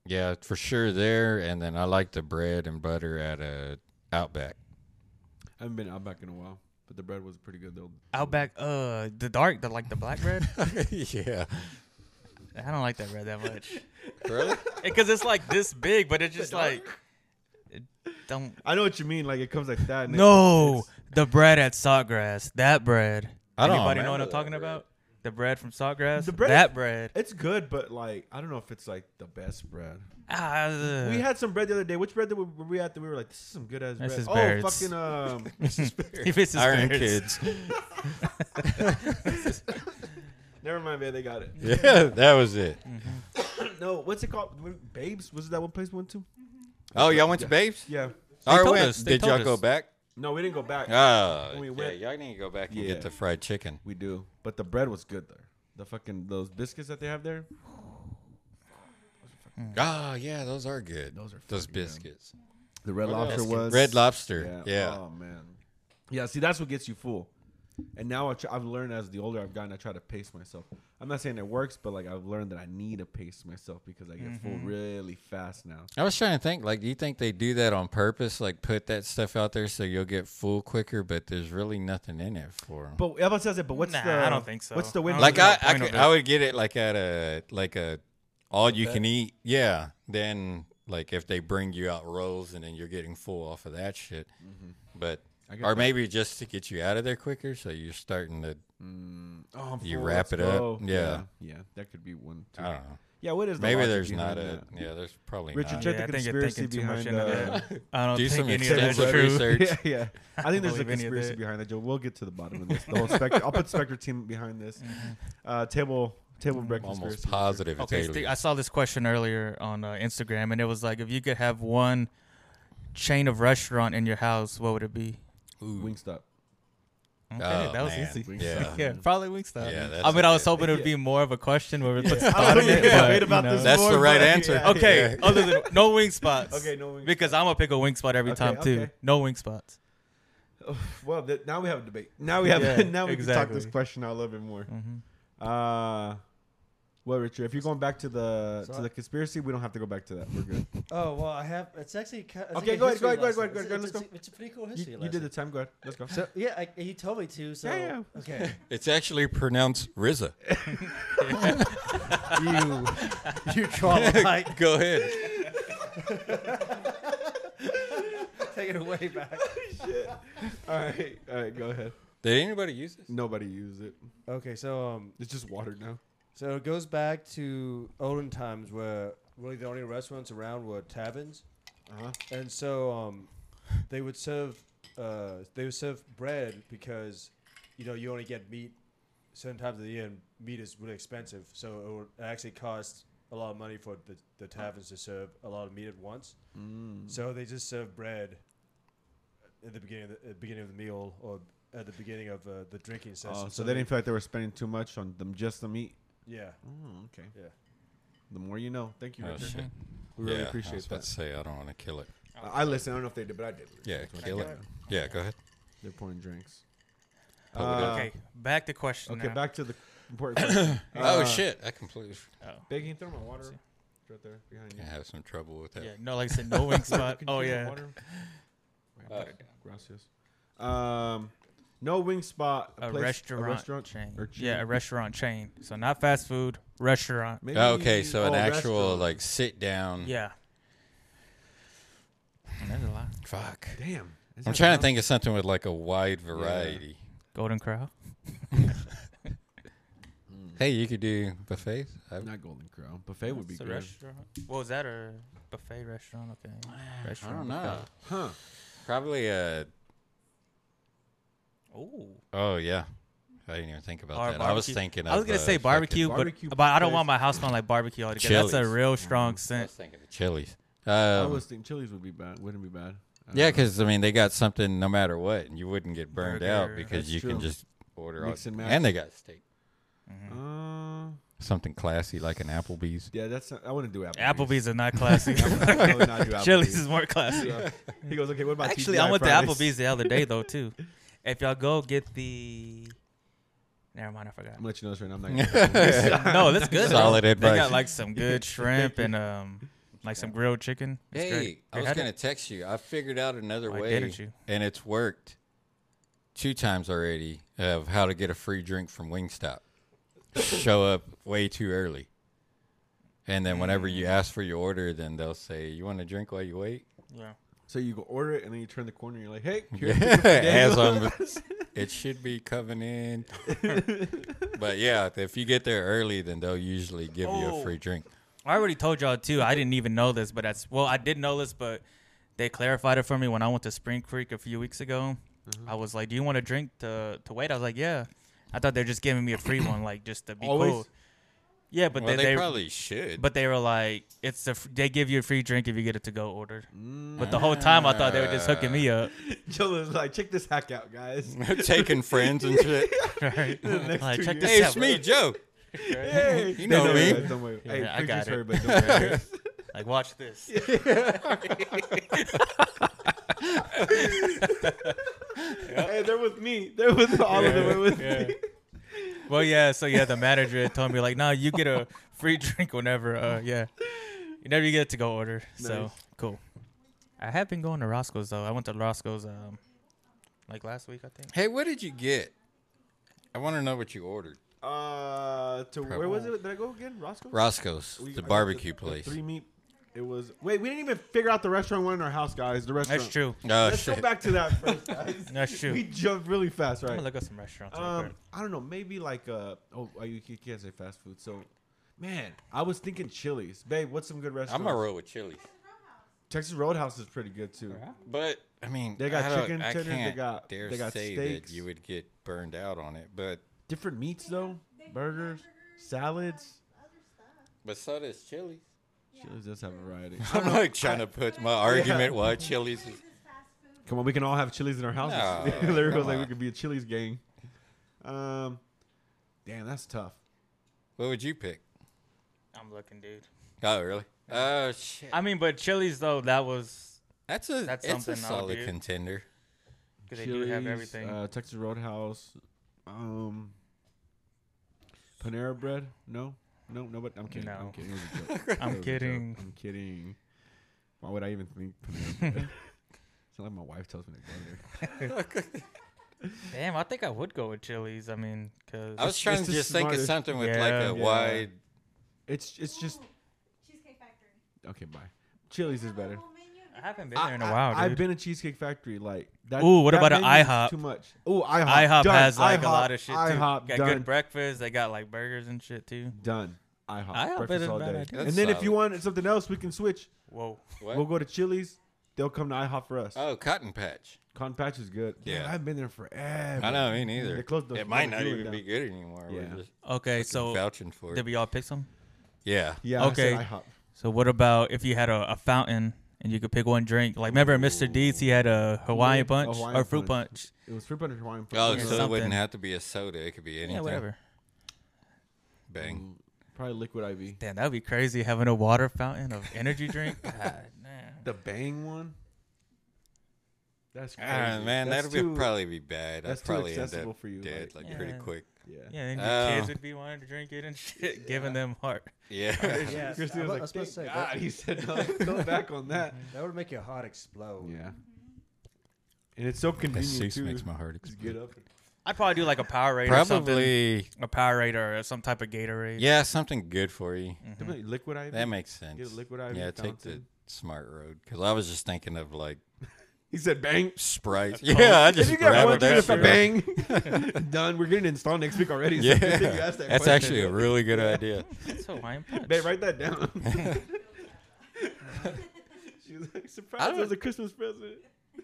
Speaker 2: yeah, for sure there. And then I like the bread and butter at a Outback.
Speaker 1: I haven't been out back in a while, but the bread was pretty good though.
Speaker 3: Outback, uh, the dark, the like the black bread.
Speaker 2: yeah,
Speaker 3: I don't like that bread that much
Speaker 2: really?
Speaker 3: because it's like this big, but it's just like it don't.
Speaker 1: I know what you mean. Like it comes like that. and it-
Speaker 3: No, the bread at Saltgrass, that bread.
Speaker 2: I don't
Speaker 3: Anybody know
Speaker 2: remember
Speaker 3: what I'm
Speaker 2: that
Speaker 3: talking
Speaker 2: bread.
Speaker 3: about? The bread from Saltgrass.
Speaker 1: The bread-
Speaker 3: That bread.
Speaker 1: it's, it's good, but like I don't know if it's like the best bread.
Speaker 3: Ah, ugh.
Speaker 1: We had some bread the other day. Which bread did we, were we at? That we were like, this is some good ass bread.
Speaker 3: This is
Speaker 1: oh,
Speaker 3: Barrett's.
Speaker 1: fucking um.
Speaker 3: If it's just
Speaker 2: Iron
Speaker 3: bread.
Speaker 2: Kids.
Speaker 1: never mind, man. They got it.
Speaker 2: yeah, that was it.
Speaker 1: No, what's it called? What- Babes? Was it that one place we went to?
Speaker 2: Oh, y'all went to Babes?
Speaker 1: Yeah.
Speaker 2: Or
Speaker 3: told
Speaker 2: went-
Speaker 3: us, they
Speaker 2: Did
Speaker 3: told
Speaker 2: y'all go
Speaker 3: us.
Speaker 2: back?
Speaker 1: No, we didn't go back.
Speaker 2: Oh,
Speaker 1: When we
Speaker 2: yeah,
Speaker 1: went-
Speaker 2: y'all need to go back and
Speaker 1: Yeah.
Speaker 2: get the fried chicken.
Speaker 1: We do, but the bread was good there. The fucking those biscuits that they have there.
Speaker 2: Oh, yeah, those are good.
Speaker 1: Those are
Speaker 2: those
Speaker 1: fucking good.
Speaker 2: biscuits.
Speaker 1: The red lobster was
Speaker 2: Red lobster. Yeah.
Speaker 1: Oh man. Yeah. See, that's what gets you full. And now I tr- I've learned as the older I've gotten, I try to pace myself. I'm not saying it works, but like I've learned that I need to pace myself because I get full really fast now.
Speaker 2: I was trying to think, like, do you think they do that on purpose? Like, put that stuff out there so you'll get full quicker, but there's really nothing in it for 'em?
Speaker 1: But everyone says it. But what's
Speaker 3: Nah,
Speaker 1: the?
Speaker 3: I don't think so.
Speaker 1: What's the
Speaker 3: I
Speaker 1: win?
Speaker 3: don't
Speaker 2: like
Speaker 3: There's no
Speaker 2: I, I,
Speaker 3: point
Speaker 2: could-
Speaker 3: of it.
Speaker 2: I would get it like at a like a all you can eat. Yeah. Then like if they bring you out rolls and then you're getting full off of that shit. But
Speaker 1: Mm-hmm. I get
Speaker 2: or
Speaker 1: that.
Speaker 2: maybe just to get you out of there quicker, so you're starting to.
Speaker 1: Oh, I'm
Speaker 2: You
Speaker 1: full,
Speaker 2: wrap
Speaker 1: let's
Speaker 2: it up.
Speaker 1: go.
Speaker 2: Yeah.
Speaker 1: Oh, yeah, that could be one. Too.
Speaker 2: I don't know.
Speaker 1: Yeah, what is the
Speaker 2: Maybe
Speaker 1: logic
Speaker 2: there's
Speaker 1: behind
Speaker 2: not a.
Speaker 1: that?
Speaker 2: Yeah, there's probably
Speaker 1: Richard,
Speaker 2: not.
Speaker 1: check
Speaker 3: Yeah,
Speaker 1: the
Speaker 3: I think you're
Speaker 1: conspiracy
Speaker 3: thinking too much
Speaker 1: behind
Speaker 3: into
Speaker 1: uh,
Speaker 3: that. I don't
Speaker 2: Do
Speaker 3: think
Speaker 2: some
Speaker 3: any of that's
Speaker 2: extensive
Speaker 3: true.
Speaker 2: research.
Speaker 1: yeah, yeah. I think there's a
Speaker 3: believe any of
Speaker 1: conspiracy
Speaker 3: that.
Speaker 1: behind that, Joe. We'll get to the bottom of this. The whole spectrum. I'll put Spectre team behind this. Uh, table Table breakfast.
Speaker 2: Almost positive it's
Speaker 3: Okay,
Speaker 2: alien.
Speaker 3: Steve, I saw this question earlier on uh, Instagram, and it was like, if you could have one chain of restaurant in your house, what would it be?
Speaker 2: Ooh.
Speaker 1: Wingstop.
Speaker 3: Okay,
Speaker 2: Oh,
Speaker 3: that was
Speaker 2: man.
Speaker 3: easy.
Speaker 2: Yeah.
Speaker 3: yeah, probably Wingstop.
Speaker 2: Yeah, that's
Speaker 3: I mean, I was
Speaker 2: good.
Speaker 3: hoping it would be more of a question where we put
Speaker 1: Yeah.
Speaker 3: some thought in
Speaker 1: Yeah,
Speaker 3: it.
Speaker 1: I
Speaker 3: but,
Speaker 1: read
Speaker 3: you
Speaker 1: about
Speaker 3: know.
Speaker 1: this
Speaker 2: That's the
Speaker 1: More
Speaker 2: right
Speaker 1: money,
Speaker 2: answer.
Speaker 1: yeah.
Speaker 3: Okay,
Speaker 2: Yeah.
Speaker 3: other than no wing spots.
Speaker 1: Okay, no wing.
Speaker 3: Because I'm gonna pick a wing spot every
Speaker 1: Okay,
Speaker 3: time too.
Speaker 1: okay.
Speaker 3: No wing spots.
Speaker 1: well, th- now we have a debate. Now we have.
Speaker 3: Yeah,
Speaker 1: now we can talk this
Speaker 3: exactly.
Speaker 1: question out a little bit more.
Speaker 3: Mhm.
Speaker 1: Uh, well, Richard, if you're going back to the to
Speaker 4: So-
Speaker 1: the conspiracy, we don't have to go back to that. We're good.
Speaker 4: Oh well, I have. It's actually. ki- it's like
Speaker 1: Okay,
Speaker 4: a
Speaker 1: go ahead,
Speaker 4: history
Speaker 1: go ahead, go ahead, go
Speaker 4: lesson.
Speaker 1: ahead, go ahead,
Speaker 4: It's,
Speaker 1: go
Speaker 4: it's,
Speaker 1: ahead,
Speaker 4: it's a pretty cool history
Speaker 1: you, you
Speaker 4: lesson.
Speaker 1: did the time. Go ahead. Let's go.
Speaker 4: So yeah, I, he told me to. So
Speaker 1: Yeah, yeah.
Speaker 4: okay.
Speaker 2: It's actually pronounced Rizza.
Speaker 4: you, you traumatized.
Speaker 2: Go ahead.
Speaker 4: Take it way back.
Speaker 1: all right, all right. Go ahead.
Speaker 2: Did anybody use this?
Speaker 1: Nobody used it.
Speaker 5: Okay, so um,
Speaker 1: It's just watered now.
Speaker 5: so it goes back to olden times where really the only restaurants around were taverns,
Speaker 1: Uh huh.
Speaker 5: and so um, they would serve uh, they would serve bread because you know you only get meat certain times of the year, and meat is really expensive, so it would actually cost a lot of money for the, the taverns to serve a lot of meat at once.
Speaker 1: Mm.
Speaker 5: So they just serve bread at the beginning of the, at the beginning of the meal or at the beginning of uh, the drinking session.
Speaker 1: Oh, so they didn't feel like they were spending too much on them just the meat.
Speaker 5: Yeah.
Speaker 1: Oh, okay.
Speaker 5: Yeah.
Speaker 1: The more you know. Thank you,
Speaker 2: Oh,
Speaker 1: Richard.
Speaker 2: shit.
Speaker 1: We really
Speaker 2: yeah, I was
Speaker 1: appreciate
Speaker 2: about to
Speaker 1: that.
Speaker 2: say I don't want to kill it.
Speaker 1: I I listened. I don't know if they did, but I did.
Speaker 2: Yeah,
Speaker 1: That's what
Speaker 2: kill
Speaker 1: I
Speaker 2: it.
Speaker 1: got.
Speaker 2: Yeah, go ahead.
Speaker 1: They're pouring drinks.
Speaker 2: Oh, we did.
Speaker 1: Uh,
Speaker 3: okay, back to question.
Speaker 1: Okay,
Speaker 3: now.
Speaker 1: back to the important question.
Speaker 2: oh
Speaker 1: Uh,
Speaker 2: shit! I completely
Speaker 3: Oh.
Speaker 1: Big, can you throw my water? It's right there behind you.
Speaker 2: gonna have some trouble with that.
Speaker 3: Yeah, no, like I said, no wing spot.
Speaker 1: Can you
Speaker 3: Oh
Speaker 1: throw my
Speaker 3: yeah.
Speaker 1: water? Right,
Speaker 2: Uh,
Speaker 1: put it down. Gracias. Um, no wing spot.
Speaker 3: a
Speaker 1: place-
Speaker 3: restaurant,
Speaker 1: A restaurant
Speaker 3: chain.
Speaker 1: or
Speaker 3: Yeah, a
Speaker 1: chain?
Speaker 3: restaurant chain. So not fast food, restaurant.
Speaker 1: Maybe-
Speaker 2: Okay, so an
Speaker 1: oh,
Speaker 2: actual
Speaker 1: restaurant.
Speaker 2: like sit down.
Speaker 3: Yeah. And There's a lot.
Speaker 2: Fuck.
Speaker 1: Damn. Is
Speaker 2: I'm
Speaker 1: that
Speaker 2: trying
Speaker 1: enough?
Speaker 2: to think of something with like a wide variety.
Speaker 3: Golden Crow.
Speaker 2: Hey, you could do buffets. I,
Speaker 1: Not Golden Crow. Buffet would be
Speaker 3: It's a
Speaker 1: good.
Speaker 3: restaurant. What was that? A buffet restaurant? Okay.
Speaker 2: I
Speaker 3: Restaurant.
Speaker 2: don't know.
Speaker 1: Huh.
Speaker 2: Probably a.
Speaker 3: Oh.
Speaker 2: Oh yeah, I didn't even think about
Speaker 3: Or
Speaker 2: that. I was
Speaker 3: barbecue.
Speaker 2: thinking.
Speaker 3: I was
Speaker 2: of,
Speaker 3: gonna
Speaker 2: uh,
Speaker 3: say
Speaker 2: fucking-
Speaker 3: barbecue,
Speaker 1: Barbecue
Speaker 3: but, but I don't
Speaker 1: place.
Speaker 3: want my house smelling like barbecue altogether. That's
Speaker 2: Chili's.
Speaker 3: a real strong
Speaker 2: I was
Speaker 3: scent.
Speaker 2: thinking of chilies.
Speaker 1: I
Speaker 2: Um,
Speaker 1: was thinking Chili's would be bad. Wouldn't be bad. Uh, I don't
Speaker 2: yeah,
Speaker 1: know.
Speaker 2: because I mean they got something no matter what, and you wouldn't get burned out
Speaker 3: Burger.
Speaker 2: because
Speaker 1: That's
Speaker 2: you can
Speaker 1: true.
Speaker 2: just order
Speaker 1: Mix
Speaker 2: all,
Speaker 1: and match.
Speaker 2: and they got steak.
Speaker 1: Uh,
Speaker 2: Something classy like an Applebee's.
Speaker 1: yeah, that's. Not, I wouldn't do Applebee's.
Speaker 3: Applebee's are not classy.
Speaker 1: I would definitely not do Mm-hmm. Applebee's.
Speaker 3: Chili's is more classy.
Speaker 1: Yeah. He goes, okay. What about
Speaker 3: Actually,
Speaker 1: TGI
Speaker 3: I went
Speaker 1: Fridays?"
Speaker 3: to Applebee's the other day though too. If y'all go get the, never mind, I forgot.
Speaker 1: I'm gonna let you know this right now. I'm not. Gonna do Applebee's.
Speaker 3: no, that's good. though.
Speaker 2: Solid
Speaker 3: They
Speaker 2: advice.
Speaker 3: got like some good shrimp and um, like some grilled chicken. It's
Speaker 2: Hey,
Speaker 3: great.
Speaker 2: I was
Speaker 3: had
Speaker 2: gonna
Speaker 3: it.
Speaker 2: text you. I figured out another
Speaker 3: Why
Speaker 2: way,
Speaker 3: didn't you?
Speaker 2: and it's worked two times already of how to get a free drink from Wingstop. Show up way too early, and then whenever
Speaker 3: Mm.
Speaker 2: you ask for your order, then they'll say, "You want a drink while you wait?"
Speaker 3: Yeah.
Speaker 1: so you go order it, and then you turn the corner, and you're like, hey, here's the ticket for
Speaker 2: As
Speaker 1: Daniel.
Speaker 2: I'm, it should be coming in. but yeah, if you get there early, then they'll usually give you a
Speaker 3: Oh.
Speaker 2: free drink.
Speaker 3: I already told y'all too. I didn't even know this, but that's well, I did know this, but they clarified it for me when I went to Spring Creek a few weeks ago.
Speaker 2: Mm-hmm.
Speaker 3: I was like, "Do you want a drink to to wait?" I was like, "Yeah." I thought they're just giving me a free one, like just to be
Speaker 1: Always?
Speaker 3: cool. Yeah, but
Speaker 2: But well,
Speaker 3: they,
Speaker 2: they,
Speaker 3: they
Speaker 2: probably should.
Speaker 3: but they were like, "It's a f- they give you a free drink if you get it to go order." But the whole time I thought they were just hooking me up.
Speaker 1: Jill is like, check this hack out, guys.
Speaker 2: taking friends and shit.
Speaker 3: Right? like,
Speaker 1: two
Speaker 3: check
Speaker 2: hey,
Speaker 3: this out.
Speaker 2: it's
Speaker 1: uh,
Speaker 2: me, Joe.
Speaker 1: Hey,
Speaker 2: You know
Speaker 1: Don't worry,
Speaker 2: me.
Speaker 1: guys, Don't worry. Hey,
Speaker 3: Yeah, I got
Speaker 1: preachers hurt,
Speaker 3: it.
Speaker 1: but don't worry.
Speaker 3: Like, watch this.
Speaker 1: Hey, they're with me. They're with all of them. They're with me.
Speaker 3: Well, yeah. So yeah, the manager had told me like, "No, you get a free drink whenever." Uh, yeah, you never get to go order. So
Speaker 1: Nice.
Speaker 3: cool. I have been going to Roscoe's though. I went to Roscoe's um, like last week, I think.
Speaker 2: Hey, what did you get? I want to know what you ordered.
Speaker 1: Uh, to where was it? Did I go again? Roscoe.
Speaker 2: Roscoe's,
Speaker 1: We- I
Speaker 2: the
Speaker 1: got
Speaker 2: barbecue
Speaker 1: the
Speaker 2: place.
Speaker 1: Three meat. It was. Wait, we didn't even figure out the restaurant one in our house, guys. The restaurant.
Speaker 3: That's true.
Speaker 2: Oh
Speaker 1: Let's go
Speaker 2: shit!
Speaker 1: back to that first, guys.
Speaker 3: That's true.
Speaker 1: We jumped really fast,
Speaker 3: I'm
Speaker 1: right?
Speaker 3: gonna look up some restaurants. real
Speaker 1: Um,
Speaker 3: quick.
Speaker 1: I don't know. Maybe like uh oh, oh, you you can't say fast food. So, man, I was thinking Chili's, babe. What's some good
Speaker 2: I'm
Speaker 1: restaurants?
Speaker 2: gonna roll with chili,
Speaker 1: Texas Roadhouse is pretty good too.
Speaker 2: but I mean,
Speaker 1: They got
Speaker 2: I don't-
Speaker 1: chicken
Speaker 2: I
Speaker 1: tenders, they
Speaker 2: can't
Speaker 1: got-
Speaker 2: dare
Speaker 1: they got
Speaker 2: say
Speaker 1: steaks.
Speaker 2: that you would get burned out on it, but
Speaker 1: Different meats though, burgers. salads.
Speaker 2: But so does Chili's.
Speaker 1: Chili's does have a variety.
Speaker 2: I'm like trying to put my argument why Chili's is.
Speaker 1: Come on, we can all have Chili's in our houses.
Speaker 2: No,
Speaker 1: Larry was
Speaker 2: come
Speaker 1: like, we
Speaker 2: on.
Speaker 1: could be a Chili's gang. Um, damn, that's tough.
Speaker 2: What would you pick?
Speaker 3: I'm looking, dude.
Speaker 2: Oh, really? Oh shit.
Speaker 3: I mean, but Chili's though that was
Speaker 2: That's a that's
Speaker 3: That's
Speaker 2: it's a
Speaker 3: something I'll
Speaker 2: solid
Speaker 3: do.
Speaker 2: contender.
Speaker 3: because they do have
Speaker 1: Chili's,
Speaker 3: everything.
Speaker 1: Uh, Texas Roadhouse, um, Panera Bread. No, no, no. But I'm kidding. I'm
Speaker 3: No.
Speaker 1: kidding. It was a joke. It
Speaker 3: I'm
Speaker 1: was a joke.
Speaker 3: kidding.
Speaker 1: I'm kidding. Why would I even think Panera Bread? it's not like my wife tells me to go there.
Speaker 3: Damn, I think I would go with Chili's. I mean, because
Speaker 2: I was trying
Speaker 1: it's
Speaker 2: to
Speaker 1: the
Speaker 2: just think of
Speaker 1: smartest-
Speaker 2: something with like
Speaker 3: Yeah.
Speaker 2: a wide.
Speaker 1: It's it's just
Speaker 6: Cheesecake Factory.
Speaker 1: okay. Bye. Chili's is better.
Speaker 3: I haven't been there in a while,
Speaker 1: I,
Speaker 3: dude.
Speaker 1: have been at Cheesecake Factory. Like that.
Speaker 3: Ooh, what
Speaker 1: that
Speaker 3: about an
Speaker 1: menu is
Speaker 3: IHOP?
Speaker 1: Too much. Ooh, IHOP.
Speaker 3: IHOP
Speaker 1: done.
Speaker 3: has like a
Speaker 1: IHOP,
Speaker 3: lot of shit too.
Speaker 1: IHOP
Speaker 3: got
Speaker 1: done.
Speaker 3: good breakfast. They got like burgers and shit too.
Speaker 1: done. IHOP.
Speaker 3: IHOP
Speaker 1: breakfast
Speaker 3: isn't
Speaker 1: all
Speaker 3: a bad
Speaker 1: day.
Speaker 3: idea.
Speaker 1: And
Speaker 2: That's
Speaker 1: then if you
Speaker 2: solid.
Speaker 1: want something else, we can switch.
Speaker 3: Whoa.
Speaker 2: What?
Speaker 1: We'll go to Chili's. They'll come to IHOP for us.
Speaker 2: oh, Cotton Patch.
Speaker 1: Cotton Patch is good. Yeah,
Speaker 2: Yeah.
Speaker 1: I've been there forever.
Speaker 2: I know, me neither.
Speaker 1: They closed the-
Speaker 2: it might
Speaker 1: the
Speaker 2: not
Speaker 1: fuel
Speaker 2: even be
Speaker 1: down.
Speaker 2: good anymore. We're
Speaker 1: Yeah.
Speaker 2: just
Speaker 3: Okay,
Speaker 2: so,
Speaker 3: so
Speaker 2: vouching for
Speaker 3: did
Speaker 2: it.
Speaker 3: we all pick some?
Speaker 2: Yeah.
Speaker 1: Yeah. Okay.
Speaker 3: Okay.
Speaker 1: I said IHOP.
Speaker 3: So what about if you had a, a fountain and you could pick one drink? Like remember Mr. Deeds, he had a Hawaiian punch
Speaker 1: Hawaiian
Speaker 3: or fruit
Speaker 1: punch.
Speaker 3: punch.
Speaker 1: It was fruit butter Hawaiian.
Speaker 2: Oh,
Speaker 1: punch.
Speaker 2: so it
Speaker 3: something.
Speaker 2: wouldn't have to be a soda. It could be anything.
Speaker 3: Yeah, whatever. Mm,
Speaker 2: Bang.
Speaker 1: Probably liquid IV.
Speaker 3: Damn, that would be crazy having a water fountain of energy drink. God, damn.
Speaker 1: The Bang one. That's crazy.
Speaker 2: Ah, man,
Speaker 1: That's
Speaker 2: that'll be
Speaker 1: too-
Speaker 2: probably be bad.
Speaker 1: that's
Speaker 2: I'd
Speaker 1: too
Speaker 2: probably end
Speaker 1: accessible
Speaker 2: up
Speaker 1: for you,
Speaker 2: dead
Speaker 1: like-
Speaker 2: like, pretty
Speaker 3: Yeah.
Speaker 2: quick.
Speaker 1: Yeah.
Speaker 3: Yeah, then your
Speaker 2: Oh.
Speaker 3: kids would be wanting to drink it and shit, giving them heart.
Speaker 2: Yeah.
Speaker 5: Yes,
Speaker 1: Christine
Speaker 5: I
Speaker 1: was like,
Speaker 5: wa- I was about to
Speaker 1: "Thank
Speaker 5: say,
Speaker 1: God,"
Speaker 5: that-
Speaker 1: he said, no, go back on that.
Speaker 5: That would make your heart
Speaker 2: Mm-hmm.
Speaker 5: explode.
Speaker 1: Yeah. And it's so convenient too.
Speaker 2: heart
Speaker 1: Just get up.
Speaker 3: I'd probably do like a Powerade or something.
Speaker 2: Probably.
Speaker 3: A Powerade or some type of Gatorade.
Speaker 2: Yeah, something good for you.
Speaker 1: Definitely Liquid IV.
Speaker 2: That makes sense.
Speaker 1: Get a liquid IV
Speaker 2: yeah, take the
Speaker 1: fountain.
Speaker 2: smart road because I was just thinking of like
Speaker 1: he said, "Bang."
Speaker 2: Sprite. Yeah, I just
Speaker 1: you got one dude
Speaker 2: grabbed that.
Speaker 1: if I
Speaker 2: shit.
Speaker 1: bang, done. We're getting installed next week already. So
Speaker 2: Yeah,
Speaker 1: good thing you asked that
Speaker 2: that's
Speaker 1: question.
Speaker 2: actually a really good idea.
Speaker 3: That's Hawaiian punch.
Speaker 1: Babe, write that down. she was like,
Speaker 2: I
Speaker 1: surprise,
Speaker 2: don't-
Speaker 1: it was a Christmas present.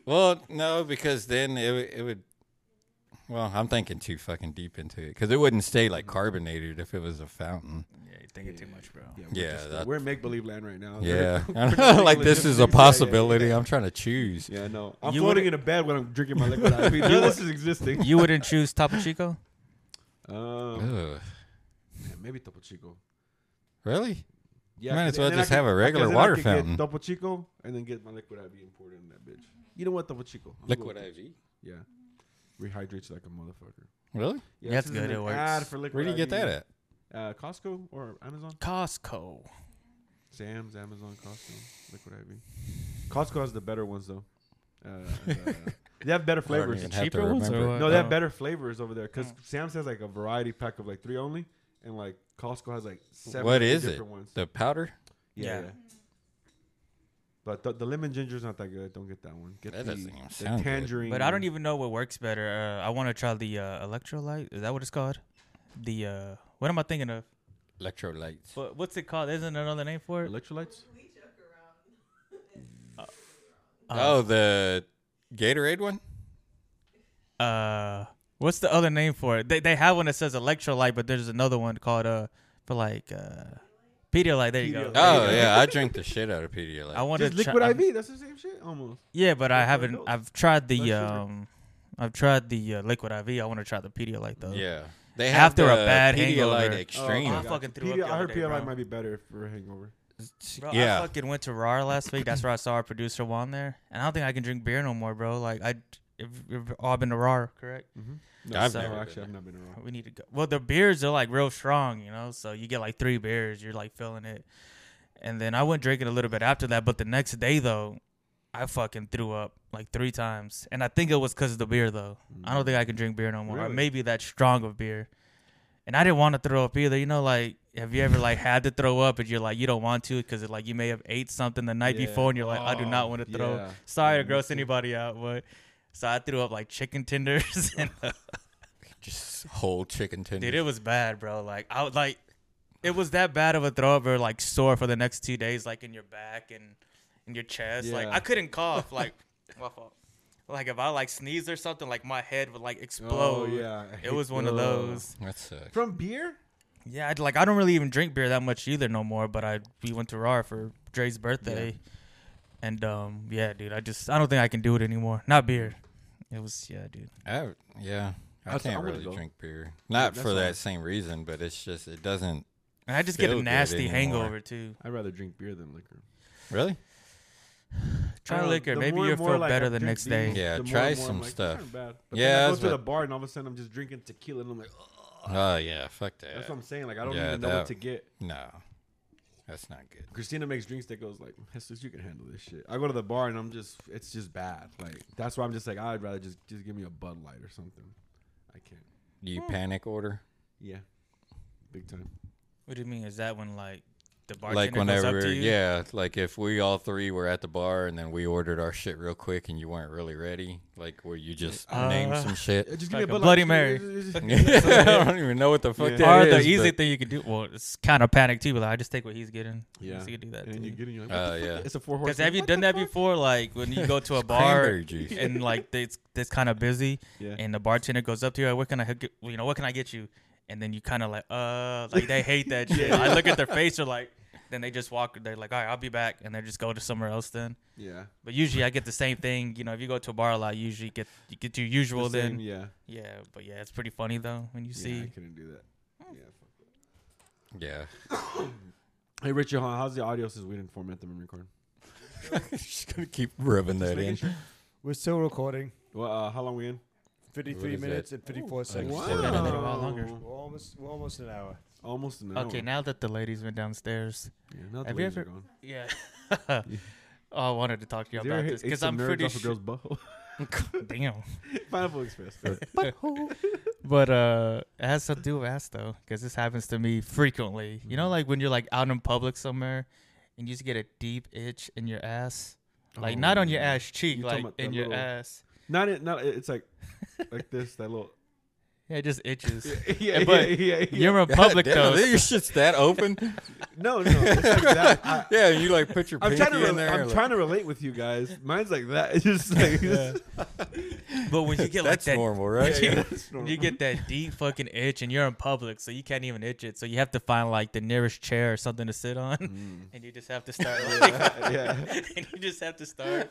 Speaker 2: Well, no, because then it would- it would. Well, I'm thinking too fucking deep into it because it wouldn't stay like carbonated if it was a fountain.
Speaker 3: Yeah, you're thinking too much, bro.
Speaker 1: Yeah,
Speaker 2: Yeah, that-
Speaker 1: we're in make believe land right now.
Speaker 2: Yeah,
Speaker 1: We're-
Speaker 2: like this is a
Speaker 1: Yeah, yeah,
Speaker 2: possibility. I'm trying to choose.
Speaker 1: Yeah, no. I'm
Speaker 3: You
Speaker 1: floating
Speaker 3: would've-
Speaker 1: in a bed when I'm drinking my liquid IV. None of this is existing.
Speaker 3: You wouldn't choose Topo Chico?
Speaker 1: Um,
Speaker 2: Ugh.
Speaker 1: yeah, Eh, maybe Topo Chico.
Speaker 2: Really?
Speaker 1: Yeah,
Speaker 2: Might
Speaker 1: and
Speaker 2: as well
Speaker 1: then I
Speaker 2: just have a regular
Speaker 1: because then
Speaker 2: water
Speaker 1: could
Speaker 2: fountain.
Speaker 1: Get Topo Chico and then get my liquid IV and pour it in that bitch. You know what, Topo Chico? I'm good with it.
Speaker 2: IV.
Speaker 1: Yeah. Rehydrates like a motherfucker.
Speaker 2: Really?
Speaker 1: Yeah,
Speaker 3: That's
Speaker 1: this isn't
Speaker 3: good, it
Speaker 1: an
Speaker 3: works.
Speaker 1: ad for liquid
Speaker 2: Where do you get
Speaker 1: IV.
Speaker 2: that at?
Speaker 1: Uh, Costco or Amazon?
Speaker 3: Costco.
Speaker 1: Sam's, Amazon, Costco, Liquid IV. Costco has the better ones though. Uh, and, uh, they have better flavors.
Speaker 2: even have to
Speaker 3: Cheaper ones or
Speaker 2: remember.
Speaker 3: what?
Speaker 1: No, they have
Speaker 3: Oh.
Speaker 1: better flavors over there
Speaker 2: Oh.
Speaker 1: because Sam's has like a variety pack of like three only, and like Costco has like seven
Speaker 2: What
Speaker 1: or eight
Speaker 2: is
Speaker 1: different
Speaker 2: it?
Speaker 1: ones.
Speaker 2: The powder?
Speaker 1: yeah.
Speaker 3: Yeah.
Speaker 1: yeah. But the, the lemon ginger's not that good. Don't get that one. Get
Speaker 2: That
Speaker 1: the,
Speaker 2: doesn't even
Speaker 1: the
Speaker 2: sound good.
Speaker 1: tangerine.
Speaker 3: But I don't even know what works better. Uh, I want to try the uh, electrolyte. Is that what it's called? The uh, what am I thinking of?
Speaker 2: Electrolytes.
Speaker 3: What, what's it called? Isn't there another name for it?
Speaker 1: electrolytes.
Speaker 2: oh, the Gatorade one?
Speaker 3: Uh, what's the other name for it? They they have one that says electrolyte, but there's another one called uh for like uh, Pedialyte. There you go.
Speaker 2: Oh yeah, I drink the shit out of Pedialyte.
Speaker 3: I want to
Speaker 1: Just
Speaker 3: try.
Speaker 1: liquid
Speaker 3: I'm-
Speaker 1: IV. That's the same shit almost.
Speaker 3: Yeah, but I haven't.
Speaker 1: adults.
Speaker 3: I've tried
Speaker 1: No
Speaker 3: the
Speaker 1: sugar.
Speaker 3: um, I've tried the uh, liquid IV. I want to try the Pedialyte though.
Speaker 2: yeah, they
Speaker 3: After a
Speaker 2: the
Speaker 3: bad
Speaker 2: Pedialyte
Speaker 3: hangover.
Speaker 2: Extreme.
Speaker 3: Oh, I fucking threw up
Speaker 1: Pedi-
Speaker 3: the
Speaker 1: I
Speaker 3: other
Speaker 1: heard
Speaker 3: day,
Speaker 1: PLI
Speaker 3: bro.
Speaker 1: might be better for a hangover.
Speaker 3: Bro,
Speaker 2: yeah,
Speaker 3: I fucking went to RAR last week. That's where I saw our producer Juan there, and I don't think I can drink beer no more, bro. Like I, if you've all been to RAR, correct?
Speaker 1: No,
Speaker 2: I've
Speaker 1: so-
Speaker 2: never been
Speaker 1: actually I've
Speaker 2: there.
Speaker 1: not been around.
Speaker 3: We need to go. Well, the beers are like real strong, you know. So you get like three beers, you're like feeling it, and then I went drinking a little bit after that. But the next day though, I fucking threw up like three times, and I think it was because of the beer though. I don't think I can drink beer no more, or
Speaker 1: Really?
Speaker 3: maybe that strong of beer. And I didn't want to throw up either. You know, like have you ever like had to throw up, and you're like you don't want to because like you may have ate something the night
Speaker 1: Yeah.
Speaker 3: before, and you're like I do
Speaker 1: Oh,
Speaker 3: not want to throw.
Speaker 1: yeah.
Speaker 3: Sorry
Speaker 1: Yeah,
Speaker 3: to
Speaker 1: me
Speaker 3: gross
Speaker 1: too.
Speaker 3: anybody out, but. So I threw up like chicken tenders and
Speaker 2: just whole chicken tenders.
Speaker 3: Dude, it was bad, bro. Like I was like, it was that bad of a throw up, or like sore for the next two days, like in your back and in your chest. Like
Speaker 1: Yeah.
Speaker 3: I couldn't cough. Like my fault. Like if I like sneezed or something, like my head would like explode.
Speaker 1: Oh, yeah. I
Speaker 3: It
Speaker 1: hate
Speaker 3: was one of
Speaker 1: those.
Speaker 3: those.
Speaker 2: that sucks.
Speaker 1: From beer?
Speaker 3: Yeah, I'd, like I don't really even drink beer that much either no more. But I we went to RAR for Dre's birthday, and um yeah, dude, I just I don't think I can do it anymore. Not beer. It was yeah, dude.
Speaker 2: I, yeah, I
Speaker 1: That's- I
Speaker 2: can't
Speaker 1: wanna
Speaker 2: really
Speaker 1: go.
Speaker 2: drink beer. Not
Speaker 1: that's
Speaker 2: for
Speaker 1: why.
Speaker 2: that same reason, but it's just it doesn't
Speaker 3: And I just get
Speaker 2: Feel
Speaker 3: a
Speaker 2: good
Speaker 3: nasty
Speaker 2: anymore.
Speaker 3: hangover too.
Speaker 1: I'd rather drink beer than liquor.
Speaker 2: really.
Speaker 3: Try
Speaker 1: Uh,
Speaker 3: liquor,
Speaker 1: the
Speaker 3: maybe
Speaker 1: more and
Speaker 3: you'll
Speaker 1: more,
Speaker 3: feel
Speaker 1: like, I
Speaker 3: better the
Speaker 1: drink
Speaker 3: next
Speaker 1: these,
Speaker 3: day.
Speaker 2: Yeah,
Speaker 1: the more
Speaker 2: try
Speaker 1: and more I'm
Speaker 2: some
Speaker 1: like, these
Speaker 2: stuff.
Speaker 1: aren't bad. But
Speaker 2: Yeah,
Speaker 1: then I go
Speaker 2: that's
Speaker 1: to
Speaker 2: what-
Speaker 1: the bar and all of a sudden I'm just drinking tequila and I'm like, "Ugh."
Speaker 2: Oh yeah, fuck that.
Speaker 1: that's what I'm saying. Like I don't
Speaker 2: Yeah,
Speaker 1: even know
Speaker 2: that-
Speaker 1: what to get.
Speaker 2: no, that's not good.
Speaker 1: Christina makes drinks that goes like, Jesus, you can handle this shit. I go to the bar and I'm just, it's just bad. Like that's why I'm just like, I'd rather just just give me a Bud Light or something. I can't.
Speaker 2: Do you panic order?
Speaker 1: Yeah, big time.
Speaker 3: What do you mean? Is that when like the bartender
Speaker 2: Like
Speaker 3: goes up
Speaker 2: whenever,
Speaker 3: to you?
Speaker 2: yeah, like if we all three were at the bar and then we ordered our shit real quick and you weren't really ready, like where you just name
Speaker 3: Uh,
Speaker 2: some
Speaker 1: Uh,
Speaker 2: shit.
Speaker 1: Just give
Speaker 3: Like
Speaker 1: me
Speaker 3: a
Speaker 1: a Bud
Speaker 3: Bloody
Speaker 1: Light.
Speaker 3: Mary.
Speaker 2: I don't even know what the fuck
Speaker 1: Yeah.
Speaker 2: that
Speaker 3: Or
Speaker 2: is.
Speaker 3: the easy
Speaker 2: but-
Speaker 3: thing you can do. Well, it's kind of panic too, but like, I just take what he's getting.
Speaker 1: Yeah.
Speaker 3: so you can do that.
Speaker 1: And then you
Speaker 3: Because
Speaker 1: get in, you're like,
Speaker 2: Uh,
Speaker 1: what the fuck?
Speaker 2: yeah.
Speaker 1: It's a four horse.
Speaker 3: have you
Speaker 1: What
Speaker 3: done
Speaker 1: the
Speaker 3: that
Speaker 1: fuck?
Speaker 3: before? Like when you go to a bar
Speaker 2: Cranberry juice.
Speaker 3: and like it's it's kind of busy,
Speaker 1: Yeah.
Speaker 3: and the bartender goes up to you, like, "What can I hook you? You know, what can I get you?" And then you kind of like, uh, like they hate that shit. I look at their face, they're like, then they just walk. They're like, "All right, I'll be back," and they just go to somewhere else then.
Speaker 1: Yeah.
Speaker 3: But usually I get the same thing. You know, if you go to a bar a lot, you usually get you get your usual
Speaker 1: The
Speaker 3: then.
Speaker 1: same, yeah.
Speaker 3: Yeah, but yeah, it's pretty funny though when you
Speaker 1: Yeah, I
Speaker 3: see. Hmm.
Speaker 1: couldn't do that. Yeah. fuck
Speaker 2: Yeah.
Speaker 1: that. Hey, Richard, how- how's the audio since we didn't format them and record?
Speaker 2: just gonna keep rubbing that in.
Speaker 5: We're still recording.
Speaker 1: Well, uh, how long we in?
Speaker 5: 53
Speaker 2: What is
Speaker 5: minutes and 54 seconds.
Speaker 2: wow.
Speaker 5: We're
Speaker 3: been a while longer.
Speaker 5: almost, we're almost an hour.
Speaker 1: Almost an hour.
Speaker 3: Oh. Okay, now that the ladies went downstairs,
Speaker 1: Yeah, now the
Speaker 3: Have you
Speaker 1: ladies are
Speaker 3: ever-
Speaker 1: gone.
Speaker 3: yeah. oh, I wanted to talk to you
Speaker 1: Have you ever
Speaker 3: about
Speaker 1: hit
Speaker 3: this
Speaker 1: Ace
Speaker 3: because
Speaker 1: of
Speaker 3: I'm
Speaker 1: Nerds
Speaker 3: pretty
Speaker 1: off a
Speaker 3: sure.
Speaker 1: girl's butthole?
Speaker 3: Damn.
Speaker 1: Pineapple Express.
Speaker 3: But uh, it has something to do with ass though, because this happens to me frequently. You
Speaker 1: Mm.
Speaker 3: know, like when you're like out in public somewhere, and you just get a deep itch in your ass, like
Speaker 1: Oh,
Speaker 3: not on your
Speaker 1: yeah.
Speaker 3: ass cheek,
Speaker 1: You talking about
Speaker 3: like in
Speaker 1: that
Speaker 3: your
Speaker 1: little-
Speaker 3: ass.
Speaker 1: Not it. Not it's like like this. That little.
Speaker 3: Yeah, it just itches.
Speaker 1: Yeah,
Speaker 3: but
Speaker 1: yeah, yeah, yeah.
Speaker 3: You're in public
Speaker 2: Damn,
Speaker 3: though.
Speaker 2: Your shit's that open.
Speaker 1: No, no. It's like that. I,
Speaker 2: yeah, you like put your
Speaker 1: I'm
Speaker 2: pinky
Speaker 1: trying to.
Speaker 2: in
Speaker 1: Re-
Speaker 2: there.
Speaker 1: I'm
Speaker 2: like-
Speaker 1: trying to relate with you guys. Mine's like that. It's just like.
Speaker 3: But when you get like
Speaker 2: That's
Speaker 3: that,
Speaker 2: normal, right?
Speaker 3: you get that deep fucking itch, and you're in public, so you can't even itch it. So you have to find like the nearest chair or something to sit on, and you just have to start. Like,
Speaker 1: Mm. yeah.
Speaker 3: and you just have to start.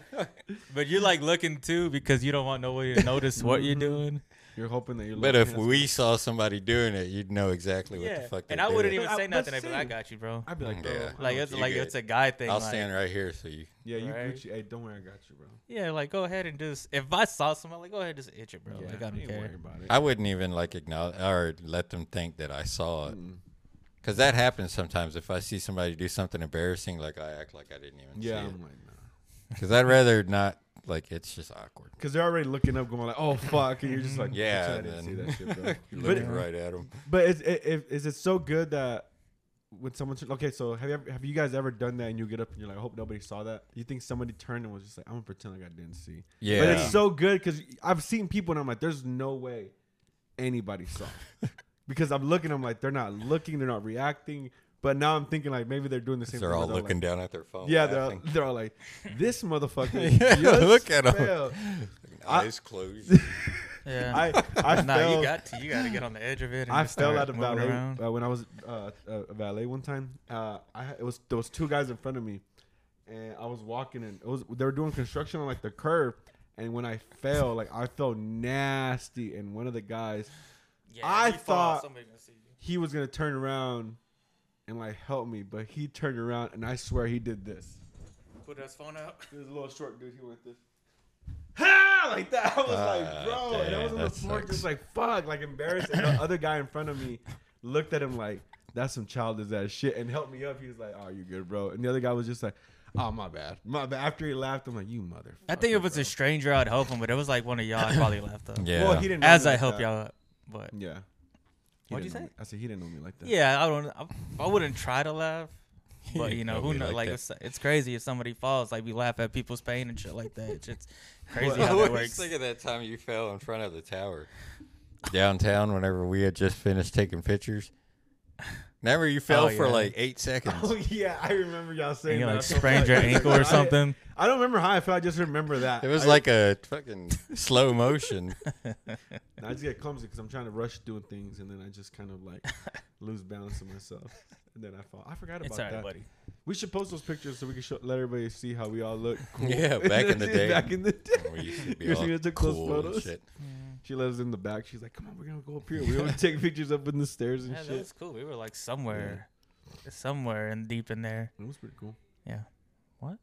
Speaker 3: But you're like looking too because you don't want nobody to notice what
Speaker 1: Mm-hmm.
Speaker 3: you're doing.
Speaker 1: You're hoping that you're.
Speaker 2: But if we saw somebody doing it, you'd know exactly what
Speaker 3: Yeah,
Speaker 2: the fuck.
Speaker 3: and
Speaker 2: they
Speaker 3: I wouldn't
Speaker 2: did.
Speaker 3: even
Speaker 1: But I-
Speaker 3: say
Speaker 1: but
Speaker 3: nothing. I'd be like, I
Speaker 1: see.
Speaker 3: got you, bro.
Speaker 1: I'd be like, bro.
Speaker 2: Yeah.
Speaker 3: Like it's
Speaker 2: You
Speaker 3: like
Speaker 2: good.
Speaker 3: it's a guy thing.
Speaker 2: I'll
Speaker 3: like-
Speaker 2: stand right here, so you.
Speaker 1: Yeah, you
Speaker 3: Right.
Speaker 1: Gucci. Hey, don't worry, I got you, bro.
Speaker 3: Yeah, like go ahead and just. If I saw somebody, like go ahead and just itch it, bro. like I don't
Speaker 1: ain't worry
Speaker 3: care.
Speaker 1: about it.
Speaker 2: I wouldn't even like acknowledge or let them think that I saw it,
Speaker 1: Mm.
Speaker 2: because that happens sometimes. If I see somebody do something embarrassing, like I act like I didn't even
Speaker 1: yeah,
Speaker 2: see
Speaker 1: I'm
Speaker 2: it,
Speaker 1: like, nah.
Speaker 2: because I'd rather not. Like it's just awkward.
Speaker 1: Because they're already looking up, going like, "Oh fuck," and you're just like,
Speaker 2: Yeah,
Speaker 1: "Bitch, I didn't see
Speaker 2: then-
Speaker 1: that shit, bro."
Speaker 2: You're
Speaker 1: but
Speaker 2: looking right at them.
Speaker 1: but is, i- if- is it so good that when someone turn- okay, so have you ever, have you guys ever done that and you get up and you're like, "I hope nobody saw that." You think somebody turned and was just like, "I'm gonna pretend like I didn't see."
Speaker 2: Yeah,
Speaker 1: But it's so good because I've seen people and I'm like, "There's no way anybody saw," because I'm looking, I'm like, "They're not looking, they're not reacting." But now I'm thinking like maybe they're doing the same.
Speaker 2: they're
Speaker 1: thing
Speaker 2: all
Speaker 1: where like,
Speaker 2: looking down at their phone.
Speaker 1: yeah, they're all,
Speaker 2: laughing.
Speaker 1: they're all like, "This motherfucker."
Speaker 2: Yeah,
Speaker 1: just
Speaker 2: look at 'em.
Speaker 1: failed."
Speaker 2: eyes closed.
Speaker 3: Yeah.
Speaker 1: I I
Speaker 3: nah,
Speaker 1: fell.
Speaker 3: you got to. You got to get on the edge of it. And
Speaker 1: I
Speaker 3: just
Speaker 1: fell
Speaker 3: start
Speaker 1: out of
Speaker 3: moving
Speaker 1: ballet
Speaker 3: around.
Speaker 1: uh, when I was uh, a valet one time. Uh, I had- it was there was two guys in front of me, and I was walking and it was they were doing construction on like the curb, and when I fell, like I felt nasty, and one of the guys
Speaker 3: Yeah,
Speaker 1: I
Speaker 3: you fall,
Speaker 1: thought-
Speaker 3: somebody gonna see you.
Speaker 1: he was gonna turn around and like help me, but he turned around and I swear he did this.
Speaker 3: Put his phone out.
Speaker 1: He was a little short dude. He went this. Ha! Like that. I was
Speaker 2: Ah,
Speaker 1: like, bro. and I was
Speaker 2: damn,
Speaker 1: on the
Speaker 2: that
Speaker 1: floor
Speaker 2: sucks.
Speaker 1: just like, fuck. Like embarrassed. And the other guy in front of me looked at him like, that's some childish ass shit. And helped me up. He was like, oh, you good, bro. And the other guy was just like, oh, my bad. My bad. After he laughed, I'm like, you motherfucker.
Speaker 3: I think if it's a stranger, I'd help him. But it was like one of y'all, I probably left though.
Speaker 2: Yeah.
Speaker 1: Well, he didn't know
Speaker 3: As
Speaker 1: me
Speaker 3: I
Speaker 1: like
Speaker 3: help
Speaker 1: that.
Speaker 3: y'all up, but
Speaker 1: Yeah. He
Speaker 3: What'd you
Speaker 1: didn't know
Speaker 3: say?
Speaker 1: me- I said, he didn't know me like that.
Speaker 3: yeah, I don't. I, I wouldn't try to laugh. But you know, who
Speaker 2: Nobody
Speaker 3: knows?
Speaker 2: like
Speaker 3: Like,
Speaker 2: that.
Speaker 3: it's, it's crazy if somebody falls. Like we laugh at people's pain and shit like that. It's just crazy
Speaker 2: I
Speaker 3: how
Speaker 2: was
Speaker 3: that works.
Speaker 2: thinking that time you fell in front of the tower downtown whenever we had just finished taking pictures. Remember, you fell
Speaker 3: Oh,
Speaker 2: for
Speaker 3: yeah.
Speaker 2: like eight seconds.
Speaker 1: Oh, yeah. I remember y'all saying
Speaker 3: You
Speaker 1: that.
Speaker 3: like
Speaker 1: So I'm
Speaker 3: sprained your ankle or something.
Speaker 1: I don't remember how I felt. I just remember that.
Speaker 2: It was
Speaker 1: I-
Speaker 2: like a fucking slow motion.
Speaker 1: I just get clumsy because I'm trying to rush doing things, and then I just kind of like lose balance of myself, and then I fall. I forgot about
Speaker 3: It's all right,
Speaker 1: that.
Speaker 3: buddy.
Speaker 1: We should post those pictures so we can show, let everybody see how we all look. Cool.
Speaker 2: Yeah, back in the day.
Speaker 1: back in the day.
Speaker 2: We used to be
Speaker 1: You're
Speaker 2: all
Speaker 1: seeing it took close
Speaker 2: cool and
Speaker 1: photos?
Speaker 2: shit.
Speaker 1: She let us in the back. She's like, "Come on, we're gonna go up here. We gonna take pictures up in the stairs and
Speaker 3: Yeah, that
Speaker 1: shit."
Speaker 3: was cool. We were like somewhere, somewhere and deep in there.
Speaker 1: That was pretty cool.
Speaker 3: Yeah. What?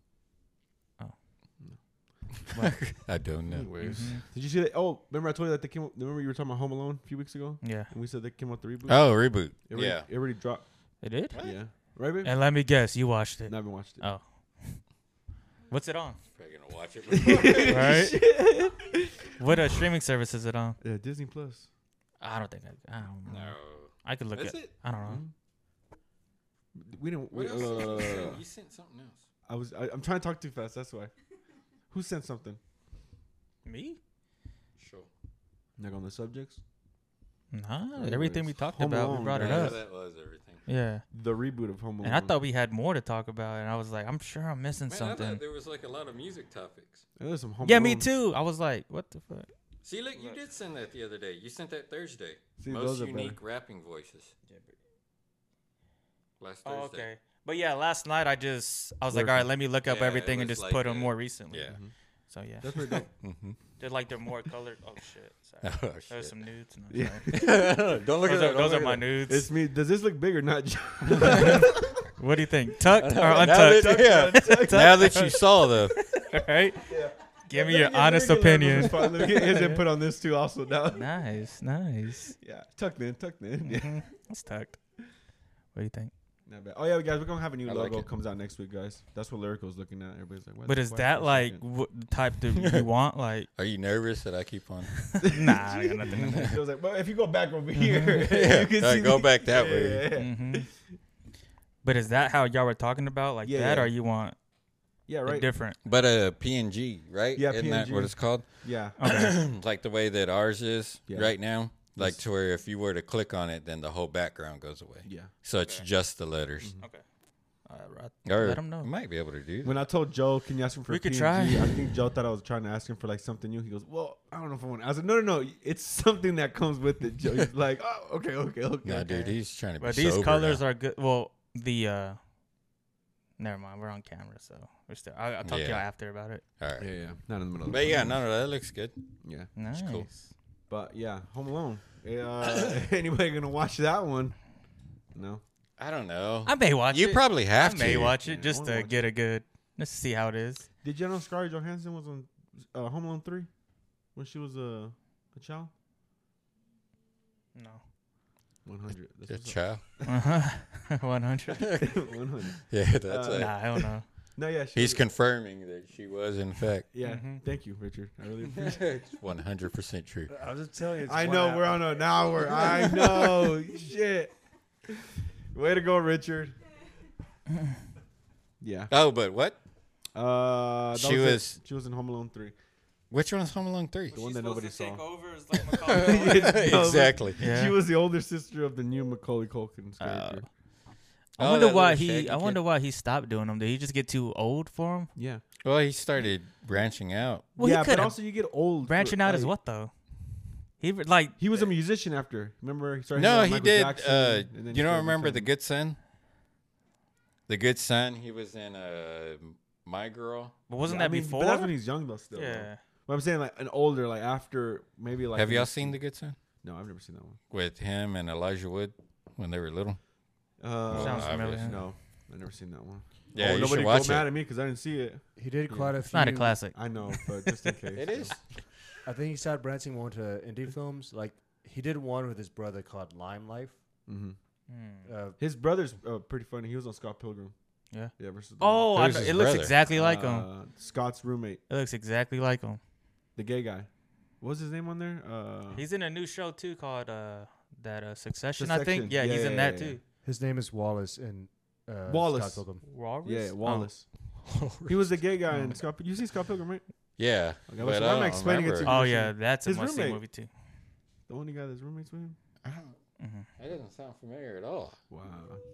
Speaker 2: I don't know.
Speaker 1: Anyways,
Speaker 3: Mm-hmm.
Speaker 1: did you see that? Oh, remember I told you that they came. Remember you were talking about Home Alone a few weeks ago,
Speaker 3: Yeah.
Speaker 1: and we said they came out the reboot.
Speaker 2: Oh, reboot.
Speaker 1: it already,
Speaker 2: yeah.
Speaker 1: it already dropped.
Speaker 3: It did.
Speaker 1: Yeah, right, baby.
Speaker 3: And let me guess, you watched it.
Speaker 1: No, I haven't watched it.
Speaker 3: Oh. What's it on?
Speaker 2: Probably gonna watch it.
Speaker 3: right? what uh, streaming service is it on?
Speaker 2: Oh.
Speaker 1: Yeah, Uh, Disney Plus.
Speaker 3: I don't think I. I don't know.
Speaker 2: no.
Speaker 3: I could look
Speaker 2: Is
Speaker 3: it.
Speaker 2: it?
Speaker 3: I don't know.
Speaker 1: We didn't.
Speaker 2: What
Speaker 1: We,
Speaker 2: else?
Speaker 1: uh,
Speaker 2: you sent something else.
Speaker 1: Hmm? I was. I, I'm trying to talk too fast. That's why. Who sent something?
Speaker 2: Hmm?
Speaker 3: Me?
Speaker 2: Sure.
Speaker 1: Like on the subjects.
Speaker 3: Nah.
Speaker 1: Anyways,
Speaker 3: Everything we talked
Speaker 1: Home
Speaker 3: about,
Speaker 1: Alone,
Speaker 3: we brought it
Speaker 1: Yeah,
Speaker 3: up.
Speaker 2: that was everything.
Speaker 3: Yeah.
Speaker 1: The reboot of Home Alone.
Speaker 3: And I thought we had more to talk about, and I was like, I'm sure I'm missing
Speaker 2: Man, I
Speaker 3: something.
Speaker 2: thought there was like a lot of music topics.
Speaker 1: Yeah, there's some Home
Speaker 3: Yeah,
Speaker 1: Alone.
Speaker 3: me too. I was like, what the fuck?
Speaker 2: See, look, you did send that the other day. You sent that Thursday.
Speaker 1: See,
Speaker 2: Most
Speaker 1: those are
Speaker 2: unique rapping voices. Last Thursday.
Speaker 3: Oh, okay. But yeah, last night I just I was like,
Speaker 1: Lyrical.
Speaker 3: all right, let me look up
Speaker 2: Yeah, it
Speaker 3: everything and
Speaker 2: was
Speaker 3: just
Speaker 2: like
Speaker 3: put on
Speaker 2: a-
Speaker 3: more recently.
Speaker 2: Yeah.
Speaker 3: So yeah,
Speaker 1: Mm-hmm. That's pretty dope.
Speaker 3: they're like they're more colored. Oh shit. Sorry.
Speaker 2: Mm-hmm. Oh,
Speaker 3: There's
Speaker 2: shit.
Speaker 3: some nudes. No,
Speaker 1: Yeah.
Speaker 3: sorry.
Speaker 2: don't look
Speaker 3: Those
Speaker 2: at
Speaker 3: are,
Speaker 2: that.
Speaker 3: those are my nudes.
Speaker 1: it's me. Does this look big or not? John?
Speaker 3: what do you think? Tucked or
Speaker 2: Now
Speaker 3: untucked?
Speaker 2: that, yeah. now that you saw the
Speaker 3: right?
Speaker 1: Yeah.
Speaker 3: Give me
Speaker 1: Let
Speaker 3: your
Speaker 1: get-
Speaker 3: honest
Speaker 1: let me get Larry's
Speaker 3: opinion.
Speaker 1: response. Let me get his input on this too. Also now.
Speaker 3: Nice, nice.
Speaker 1: Yeah, tucked in, tucked in. Yeah.
Speaker 3: Mhm. It's tucked. What do you think?
Speaker 1: Not bad. Oh yeah, guys, we're gonna have a new
Speaker 2: I like
Speaker 1: logo
Speaker 2: it.
Speaker 1: comes out next week, guys. That's what Lyrical's looking at. Everybody's like, why
Speaker 3: But
Speaker 1: the
Speaker 3: is
Speaker 1: fuck
Speaker 3: that
Speaker 1: this
Speaker 3: like
Speaker 1: looking-
Speaker 3: what type that you want? Like,
Speaker 2: Are you nervous that I keep on?
Speaker 3: nah, I got nothing.
Speaker 1: it was like, well, if you go back over here,
Speaker 2: Yeah.
Speaker 1: you can
Speaker 2: Uh,
Speaker 1: see
Speaker 2: go
Speaker 1: the-
Speaker 2: back that way.
Speaker 1: Yeah, yeah, yeah.
Speaker 3: hmm But is that how y'all were talking about, like
Speaker 1: Yeah,
Speaker 3: that,
Speaker 1: yeah.
Speaker 3: or you want
Speaker 1: Yeah,
Speaker 3: a
Speaker 1: right.
Speaker 3: different?
Speaker 2: But uh, a PNG, right?
Speaker 1: Yeah,
Speaker 2: Isn't that what
Speaker 1: PNG.
Speaker 2: it's called?
Speaker 1: yeah,
Speaker 2: Um, like the way that ours is
Speaker 1: Yeah.
Speaker 2: right now. Like to where if you were to click on it, then the whole background goes away.
Speaker 1: yeah.
Speaker 2: So it's just the letters.
Speaker 3: Okay. All right,
Speaker 2: Or
Speaker 3: let them know.
Speaker 2: I might be able to do that.
Speaker 1: When I told Joe, can you ask him for
Speaker 3: We could
Speaker 1: PNG?
Speaker 3: try.
Speaker 1: I think Joe thought I was trying to ask him for like something new. He goes, well, I don't know if I want. I was like, no, no, no. It's something that comes with it. Joe, he's like, oh, okay, okay, okay.
Speaker 2: Nah, dude, he's trying to be
Speaker 3: But these
Speaker 2: sober
Speaker 3: colors
Speaker 2: now.
Speaker 3: are good. Well, the uh, never mind. We're on camera, so we're still. I, I'll talk to
Speaker 2: Yeah.
Speaker 3: y'all after about it.
Speaker 2: All right.
Speaker 1: Yeah, yeah. Not in the middle. of
Speaker 2: But
Speaker 1: the-
Speaker 2: yeah, no, no, that looks good.
Speaker 1: yeah.
Speaker 3: Nice.
Speaker 2: cool.
Speaker 1: But yeah, Home Alone. Uh, anybody gonna watch that one? No.
Speaker 2: I don't know.
Speaker 3: I may watch
Speaker 2: you
Speaker 3: it.
Speaker 2: probably have
Speaker 3: I
Speaker 2: to.
Speaker 3: may watch
Speaker 1: Yeah,
Speaker 3: it
Speaker 1: I
Speaker 3: just
Speaker 1: wanna
Speaker 3: to
Speaker 1: watch
Speaker 3: get a good. Let's see how it is.
Speaker 1: Did you know Scarlett Johansson was on uh, Home Alone three when she was a a child?
Speaker 3: No.
Speaker 1: One hundred.
Speaker 2: Your child.
Speaker 3: Uh-huh. 100.
Speaker 1: One hundred.
Speaker 2: Yeah, that's
Speaker 1: Uh,
Speaker 2: it.
Speaker 3: Nah, I don't know.
Speaker 1: No, yeah, she
Speaker 2: He's
Speaker 1: was-
Speaker 2: confirming that she was, in fact,
Speaker 1: yeah.
Speaker 3: Mhm.
Speaker 1: Thank you, Richard. I really appreciate. it.
Speaker 2: 100% true.
Speaker 5: I'm just telling you. it's
Speaker 1: I
Speaker 5: one
Speaker 1: know
Speaker 5: app.
Speaker 1: we're on an hour. I know. Shit. Way to go, Richard. Yeah.
Speaker 2: Oh, but what?
Speaker 1: Uh, that
Speaker 2: She
Speaker 1: it.
Speaker 2: was-
Speaker 1: she was in Home Alone three.
Speaker 2: Which one's Home Alone 3?
Speaker 1: The one that nobody saw.
Speaker 2: exactly.
Speaker 3: Yeah.
Speaker 1: She was the older sister of the new Macaulay
Speaker 2: Uh,
Speaker 1: Culkin's character.
Speaker 3: I
Speaker 2: Oh,
Speaker 3: wonder
Speaker 2: that
Speaker 3: why
Speaker 2: little
Speaker 3: he.
Speaker 2: shaggy
Speaker 3: I wonder
Speaker 2: kid.
Speaker 3: why he stopped doing them. Did he just get too old for them?
Speaker 1: yeah.
Speaker 2: Well, he started branching out.
Speaker 3: Well,
Speaker 1: yeah,
Speaker 3: he could
Speaker 1: but
Speaker 3: have
Speaker 1: also you get old.
Speaker 3: branching
Speaker 1: for-
Speaker 3: out as
Speaker 1: like,
Speaker 3: what though? He re- like
Speaker 1: He was a musician after. Remember? He started hanging out
Speaker 2: No,
Speaker 1: with
Speaker 2: he
Speaker 1: Michael
Speaker 2: did.
Speaker 1: Jackson,
Speaker 2: uh,
Speaker 1: and then he
Speaker 2: you
Speaker 1: started
Speaker 2: don't remember The
Speaker 1: becoming-
Speaker 2: Good Son? The Good Son. He was in uh, My Girl.
Speaker 3: but wasn't
Speaker 1: Yeah, I
Speaker 3: that
Speaker 1: mean,
Speaker 3: before?
Speaker 1: But that's when he's young though. Still. though.
Speaker 3: yeah.
Speaker 1: But I'm saying like an older, like after maybe like.
Speaker 2: Have
Speaker 1: in
Speaker 2: y'all
Speaker 1: the-
Speaker 2: seen The Good Son?
Speaker 1: No, I've never seen that one.
Speaker 2: With him and Elijah Wood when they were little.
Speaker 1: Uh,
Speaker 3: Sounds
Speaker 2: obvious.
Speaker 3: familiar.
Speaker 1: No, I've never seen that one.
Speaker 2: Yeah,
Speaker 1: oh,
Speaker 2: you
Speaker 1: nobody
Speaker 2: should watch
Speaker 1: go mad
Speaker 2: it.
Speaker 1: at me because I didn't see it.
Speaker 5: He did quite a
Speaker 3: It's
Speaker 5: few.
Speaker 3: not a classic.
Speaker 1: I know, but just in case.
Speaker 2: It
Speaker 1: so.
Speaker 2: is.
Speaker 5: I think he started branching more into indie films. Like he did one with his brother called Lime Life.
Speaker 1: Mhm.
Speaker 3: Hmm.
Speaker 5: Uh,
Speaker 1: His brother's uh, pretty funny. He was on Scott Pilgrim.
Speaker 3: Yeah.
Speaker 1: Yeah. Versus the-
Speaker 3: Oh, I
Speaker 2: Who's
Speaker 3: know.
Speaker 2: his
Speaker 3: it looks
Speaker 2: brother?
Speaker 3: exactly like him.
Speaker 1: uh, Scott's roommate,
Speaker 3: It looks exactly like him.
Speaker 1: the gay guy. What was his name on there? Uh,
Speaker 3: He's in a new show too called uh that uh Succession, I
Speaker 1: Succession.
Speaker 3: think. Yeah,
Speaker 1: Yeah,
Speaker 3: he's
Speaker 1: yeah,
Speaker 3: in
Speaker 1: yeah,
Speaker 3: that
Speaker 1: yeah.
Speaker 3: too.
Speaker 5: his name is Wallace and uh,
Speaker 1: Wallace.
Speaker 5: Scott Pilgrim.
Speaker 3: Walrus?
Speaker 1: yeah,
Speaker 3: Oh.
Speaker 1: Wallace. He was the gay guy in Scott. You see Scott Pilgrim, right?
Speaker 2: Yeah.
Speaker 1: Okay,
Speaker 2: but
Speaker 1: so why
Speaker 2: I
Speaker 1: am I
Speaker 2: don't
Speaker 1: explaining it to
Speaker 2: remember.
Speaker 3: Oh, yeah, that's a
Speaker 1: His
Speaker 3: must see
Speaker 1: roommate.
Speaker 3: movie too.
Speaker 1: The only guy that's roommates with him.
Speaker 2: That doesn't sound familiar at all.
Speaker 1: Wow.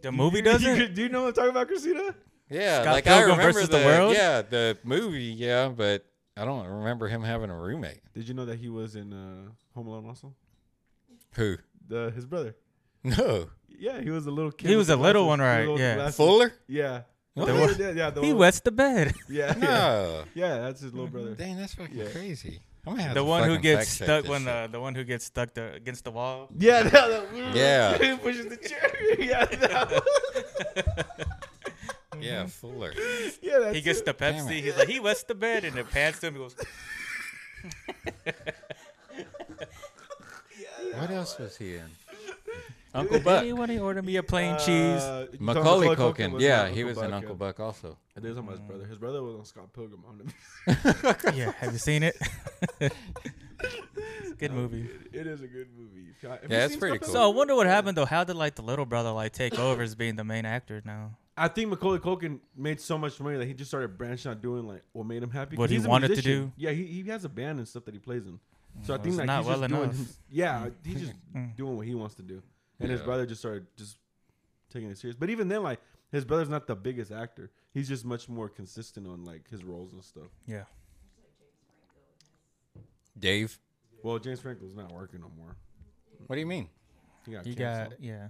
Speaker 3: The movie doesn't.
Speaker 1: do you know what I'm talking about, Christina?
Speaker 2: Yeah,
Speaker 3: Scott
Speaker 2: like I
Speaker 3: Pilgrim
Speaker 2: remember
Speaker 3: versus
Speaker 2: the,
Speaker 3: the World?
Speaker 2: Yeah, the movie. Yeah, but I don't remember him having a roommate.
Speaker 1: Did you know that he was in uh, Home Alone also?
Speaker 2: Who?
Speaker 1: The his brother.
Speaker 2: No.
Speaker 1: Yeah, he was a little kid.
Speaker 3: He
Speaker 1: with
Speaker 3: was
Speaker 1: the
Speaker 3: a little
Speaker 1: glasses.
Speaker 3: one,
Speaker 1: He was
Speaker 3: right,
Speaker 1: old
Speaker 3: yeah.
Speaker 1: glasses.
Speaker 2: Fuller?
Speaker 1: Yeah.
Speaker 2: What?
Speaker 1: The one- yeah, yeah, the
Speaker 3: He
Speaker 1: one-
Speaker 3: wets the bed.
Speaker 1: Yeah, yeah,
Speaker 2: No.
Speaker 1: yeah. That's his little brother.
Speaker 2: Dang, that's fucking
Speaker 1: Yeah.
Speaker 2: crazy. I'm gonna have
Speaker 3: the
Speaker 2: to
Speaker 3: one who
Speaker 2: fucking
Speaker 3: gets
Speaker 2: fact-check
Speaker 3: stuck
Speaker 2: this
Speaker 3: when
Speaker 2: shit.
Speaker 3: the the one who gets stuck the, against the wall.
Speaker 1: Yeah, that, that-
Speaker 2: Yeah.
Speaker 1: he pushes the chair. Yeah, that-
Speaker 2: Yeah, Fuller.
Speaker 1: yeah. That's
Speaker 3: He gets the
Speaker 2: Damn
Speaker 3: Pepsi.
Speaker 2: it.
Speaker 3: He's like he wets the bed and it pans to him. He goes,
Speaker 2: What else was he in? Uncle Buck.
Speaker 3: "Hey, why do you order me a plain cheese?"
Speaker 1: Uh,
Speaker 2: Macaulay Culkin. Yeah, he was in Uncle Buck also.
Speaker 1: And there's his brother. His brother was on Scott Pilgrim. On him.
Speaker 3: yeah, have you seen it? It's a good movie.
Speaker 1: it is a good movie. Have you
Speaker 2: Yeah, it's
Speaker 1: seen
Speaker 2: pretty
Speaker 1: Scott
Speaker 2: cool.
Speaker 3: So I wonder what happened though. How did like the little brother like take over as being the main actor now?
Speaker 1: I think Macaulay Culkin made so much money that he just started branching out doing like what made him happy. 'Cause
Speaker 3: What he
Speaker 1: he's a
Speaker 3: wanted to
Speaker 1: musician.
Speaker 3: do?
Speaker 1: Yeah, he, he has a band and stuff that he plays in. So I
Speaker 3: Well,
Speaker 1: think
Speaker 3: it's
Speaker 1: like
Speaker 3: not
Speaker 1: he's
Speaker 3: well
Speaker 1: just doing.
Speaker 3: enough.
Speaker 1: his- yeah, he's just
Speaker 3: Mm.
Speaker 1: doing what he wants to do, and his
Speaker 2: Yeah.
Speaker 1: brother just started just taking it serious. But even then, like his brother's not the biggest actor. He's just much more consistent on like his roles and stuff.
Speaker 3: Yeah.
Speaker 2: Dave.
Speaker 1: Well, James Franco's not working no more.
Speaker 2: What do you mean?
Speaker 1: He got
Speaker 3: You got
Speaker 1: canceled.
Speaker 3: yeah.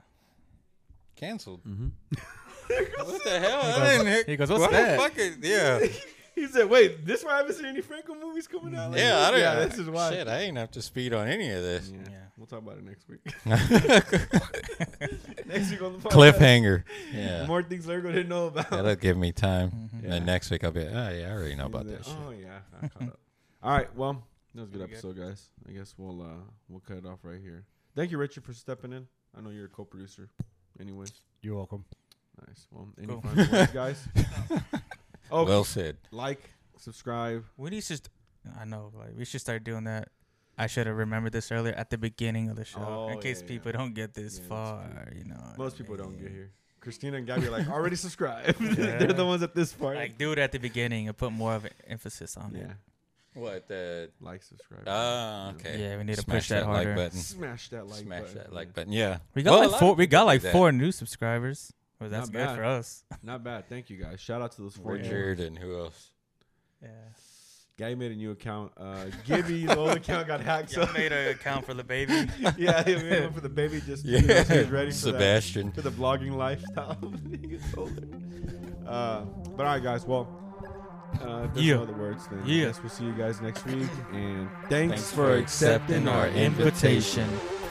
Speaker 2: Canceled. what the hell? I
Speaker 3: goes-
Speaker 2: didn't hear-
Speaker 3: he goes, "What's
Speaker 2: Why the
Speaker 3: that?"
Speaker 2: fuck is- yeah.
Speaker 1: He said, "Wait, this why I haven't seen any Franco movies coming out." Like
Speaker 2: Yeah,
Speaker 1: this?
Speaker 2: I don't
Speaker 1: yeah, this is why.
Speaker 2: Shit, I ain't up to speed on any of this.
Speaker 1: Yeah.
Speaker 3: Yeah.
Speaker 1: we'll talk about it next week. next week on the podcast.
Speaker 2: Cliffhanger. Yeah.
Speaker 1: More things Lurgo didn't know about.
Speaker 2: That'll give me time.
Speaker 3: Mm-hmm.
Speaker 2: And
Speaker 1: Yeah.
Speaker 2: then next week I'll be like, oh, yeah, I already know about
Speaker 1: He's
Speaker 2: that
Speaker 1: like,
Speaker 2: shit.
Speaker 1: Oh yeah, I caught up. All right, well, that was a good
Speaker 3: Pretty good.
Speaker 1: episode, guys. I guess we'll uh we'll cut it off right here. Thank you, Richard, for stepping in. I know you're a co-producer. Anyways,
Speaker 5: You're welcome.
Speaker 1: nice. Well, any
Speaker 3: Cool.
Speaker 1: final words, guys? Oh,
Speaker 2: Well said.
Speaker 1: like, subscribe.
Speaker 3: We need to. St- I know, like we should start doing that. I should have remembered this earlier at the beginning of the show,
Speaker 1: Oh,
Speaker 3: in case
Speaker 1: yeah, yeah.
Speaker 3: people don't get this
Speaker 1: Yeah, that's
Speaker 3: far. You know, what
Speaker 1: Most
Speaker 3: I
Speaker 1: people don't get
Speaker 3: mean?
Speaker 1: here. Christina and Gabby are like already subscribed. They're
Speaker 3: Yeah.
Speaker 1: the ones at this part.
Speaker 3: Like, do it at the beginning and put more of an emphasis on
Speaker 1: yeah,
Speaker 2: What the?
Speaker 1: like, subscribe.
Speaker 2: Ah,
Speaker 1: You know.
Speaker 3: it.
Speaker 2: okay.
Speaker 3: Yeah, we need to
Speaker 2: Smash
Speaker 3: push that, harder.
Speaker 2: like button.
Speaker 1: Smash that like
Speaker 2: Smash
Speaker 1: button.
Speaker 2: that
Speaker 1: Yeah.
Speaker 2: like button. Yeah.
Speaker 3: we got
Speaker 2: Well, a lot
Speaker 3: like
Speaker 2: of
Speaker 3: four. We
Speaker 2: people
Speaker 3: got
Speaker 2: do
Speaker 3: like
Speaker 2: that.
Speaker 3: four new subscribers. Well, that's
Speaker 1: Not
Speaker 3: good
Speaker 1: bad.
Speaker 3: for us.
Speaker 1: Not bad. Thank you guys. Shout out to those four. Yeah.
Speaker 2: Richard and who else?
Speaker 3: Yeah.
Speaker 1: Guy made a new account. Uh, Gibby, the old account got hacked. So
Speaker 3: Y'all made an account for the baby.
Speaker 1: yeah, he made one for the baby just yeah.
Speaker 2: Yeah.
Speaker 1: he's ready for
Speaker 2: Sebastian.
Speaker 1: that, for the blogging lifestyle. He gets older. uh, but all right, guys. Well, uh, if there's
Speaker 3: Yeah.
Speaker 1: no other words. Then
Speaker 3: Yeah.
Speaker 1: I guess we'll see you guys next week. And thanks,
Speaker 2: Thanks
Speaker 1: for
Speaker 2: for
Speaker 1: accepting
Speaker 2: accepting
Speaker 1: our
Speaker 2: our
Speaker 1: invitation.
Speaker 3: Invitation.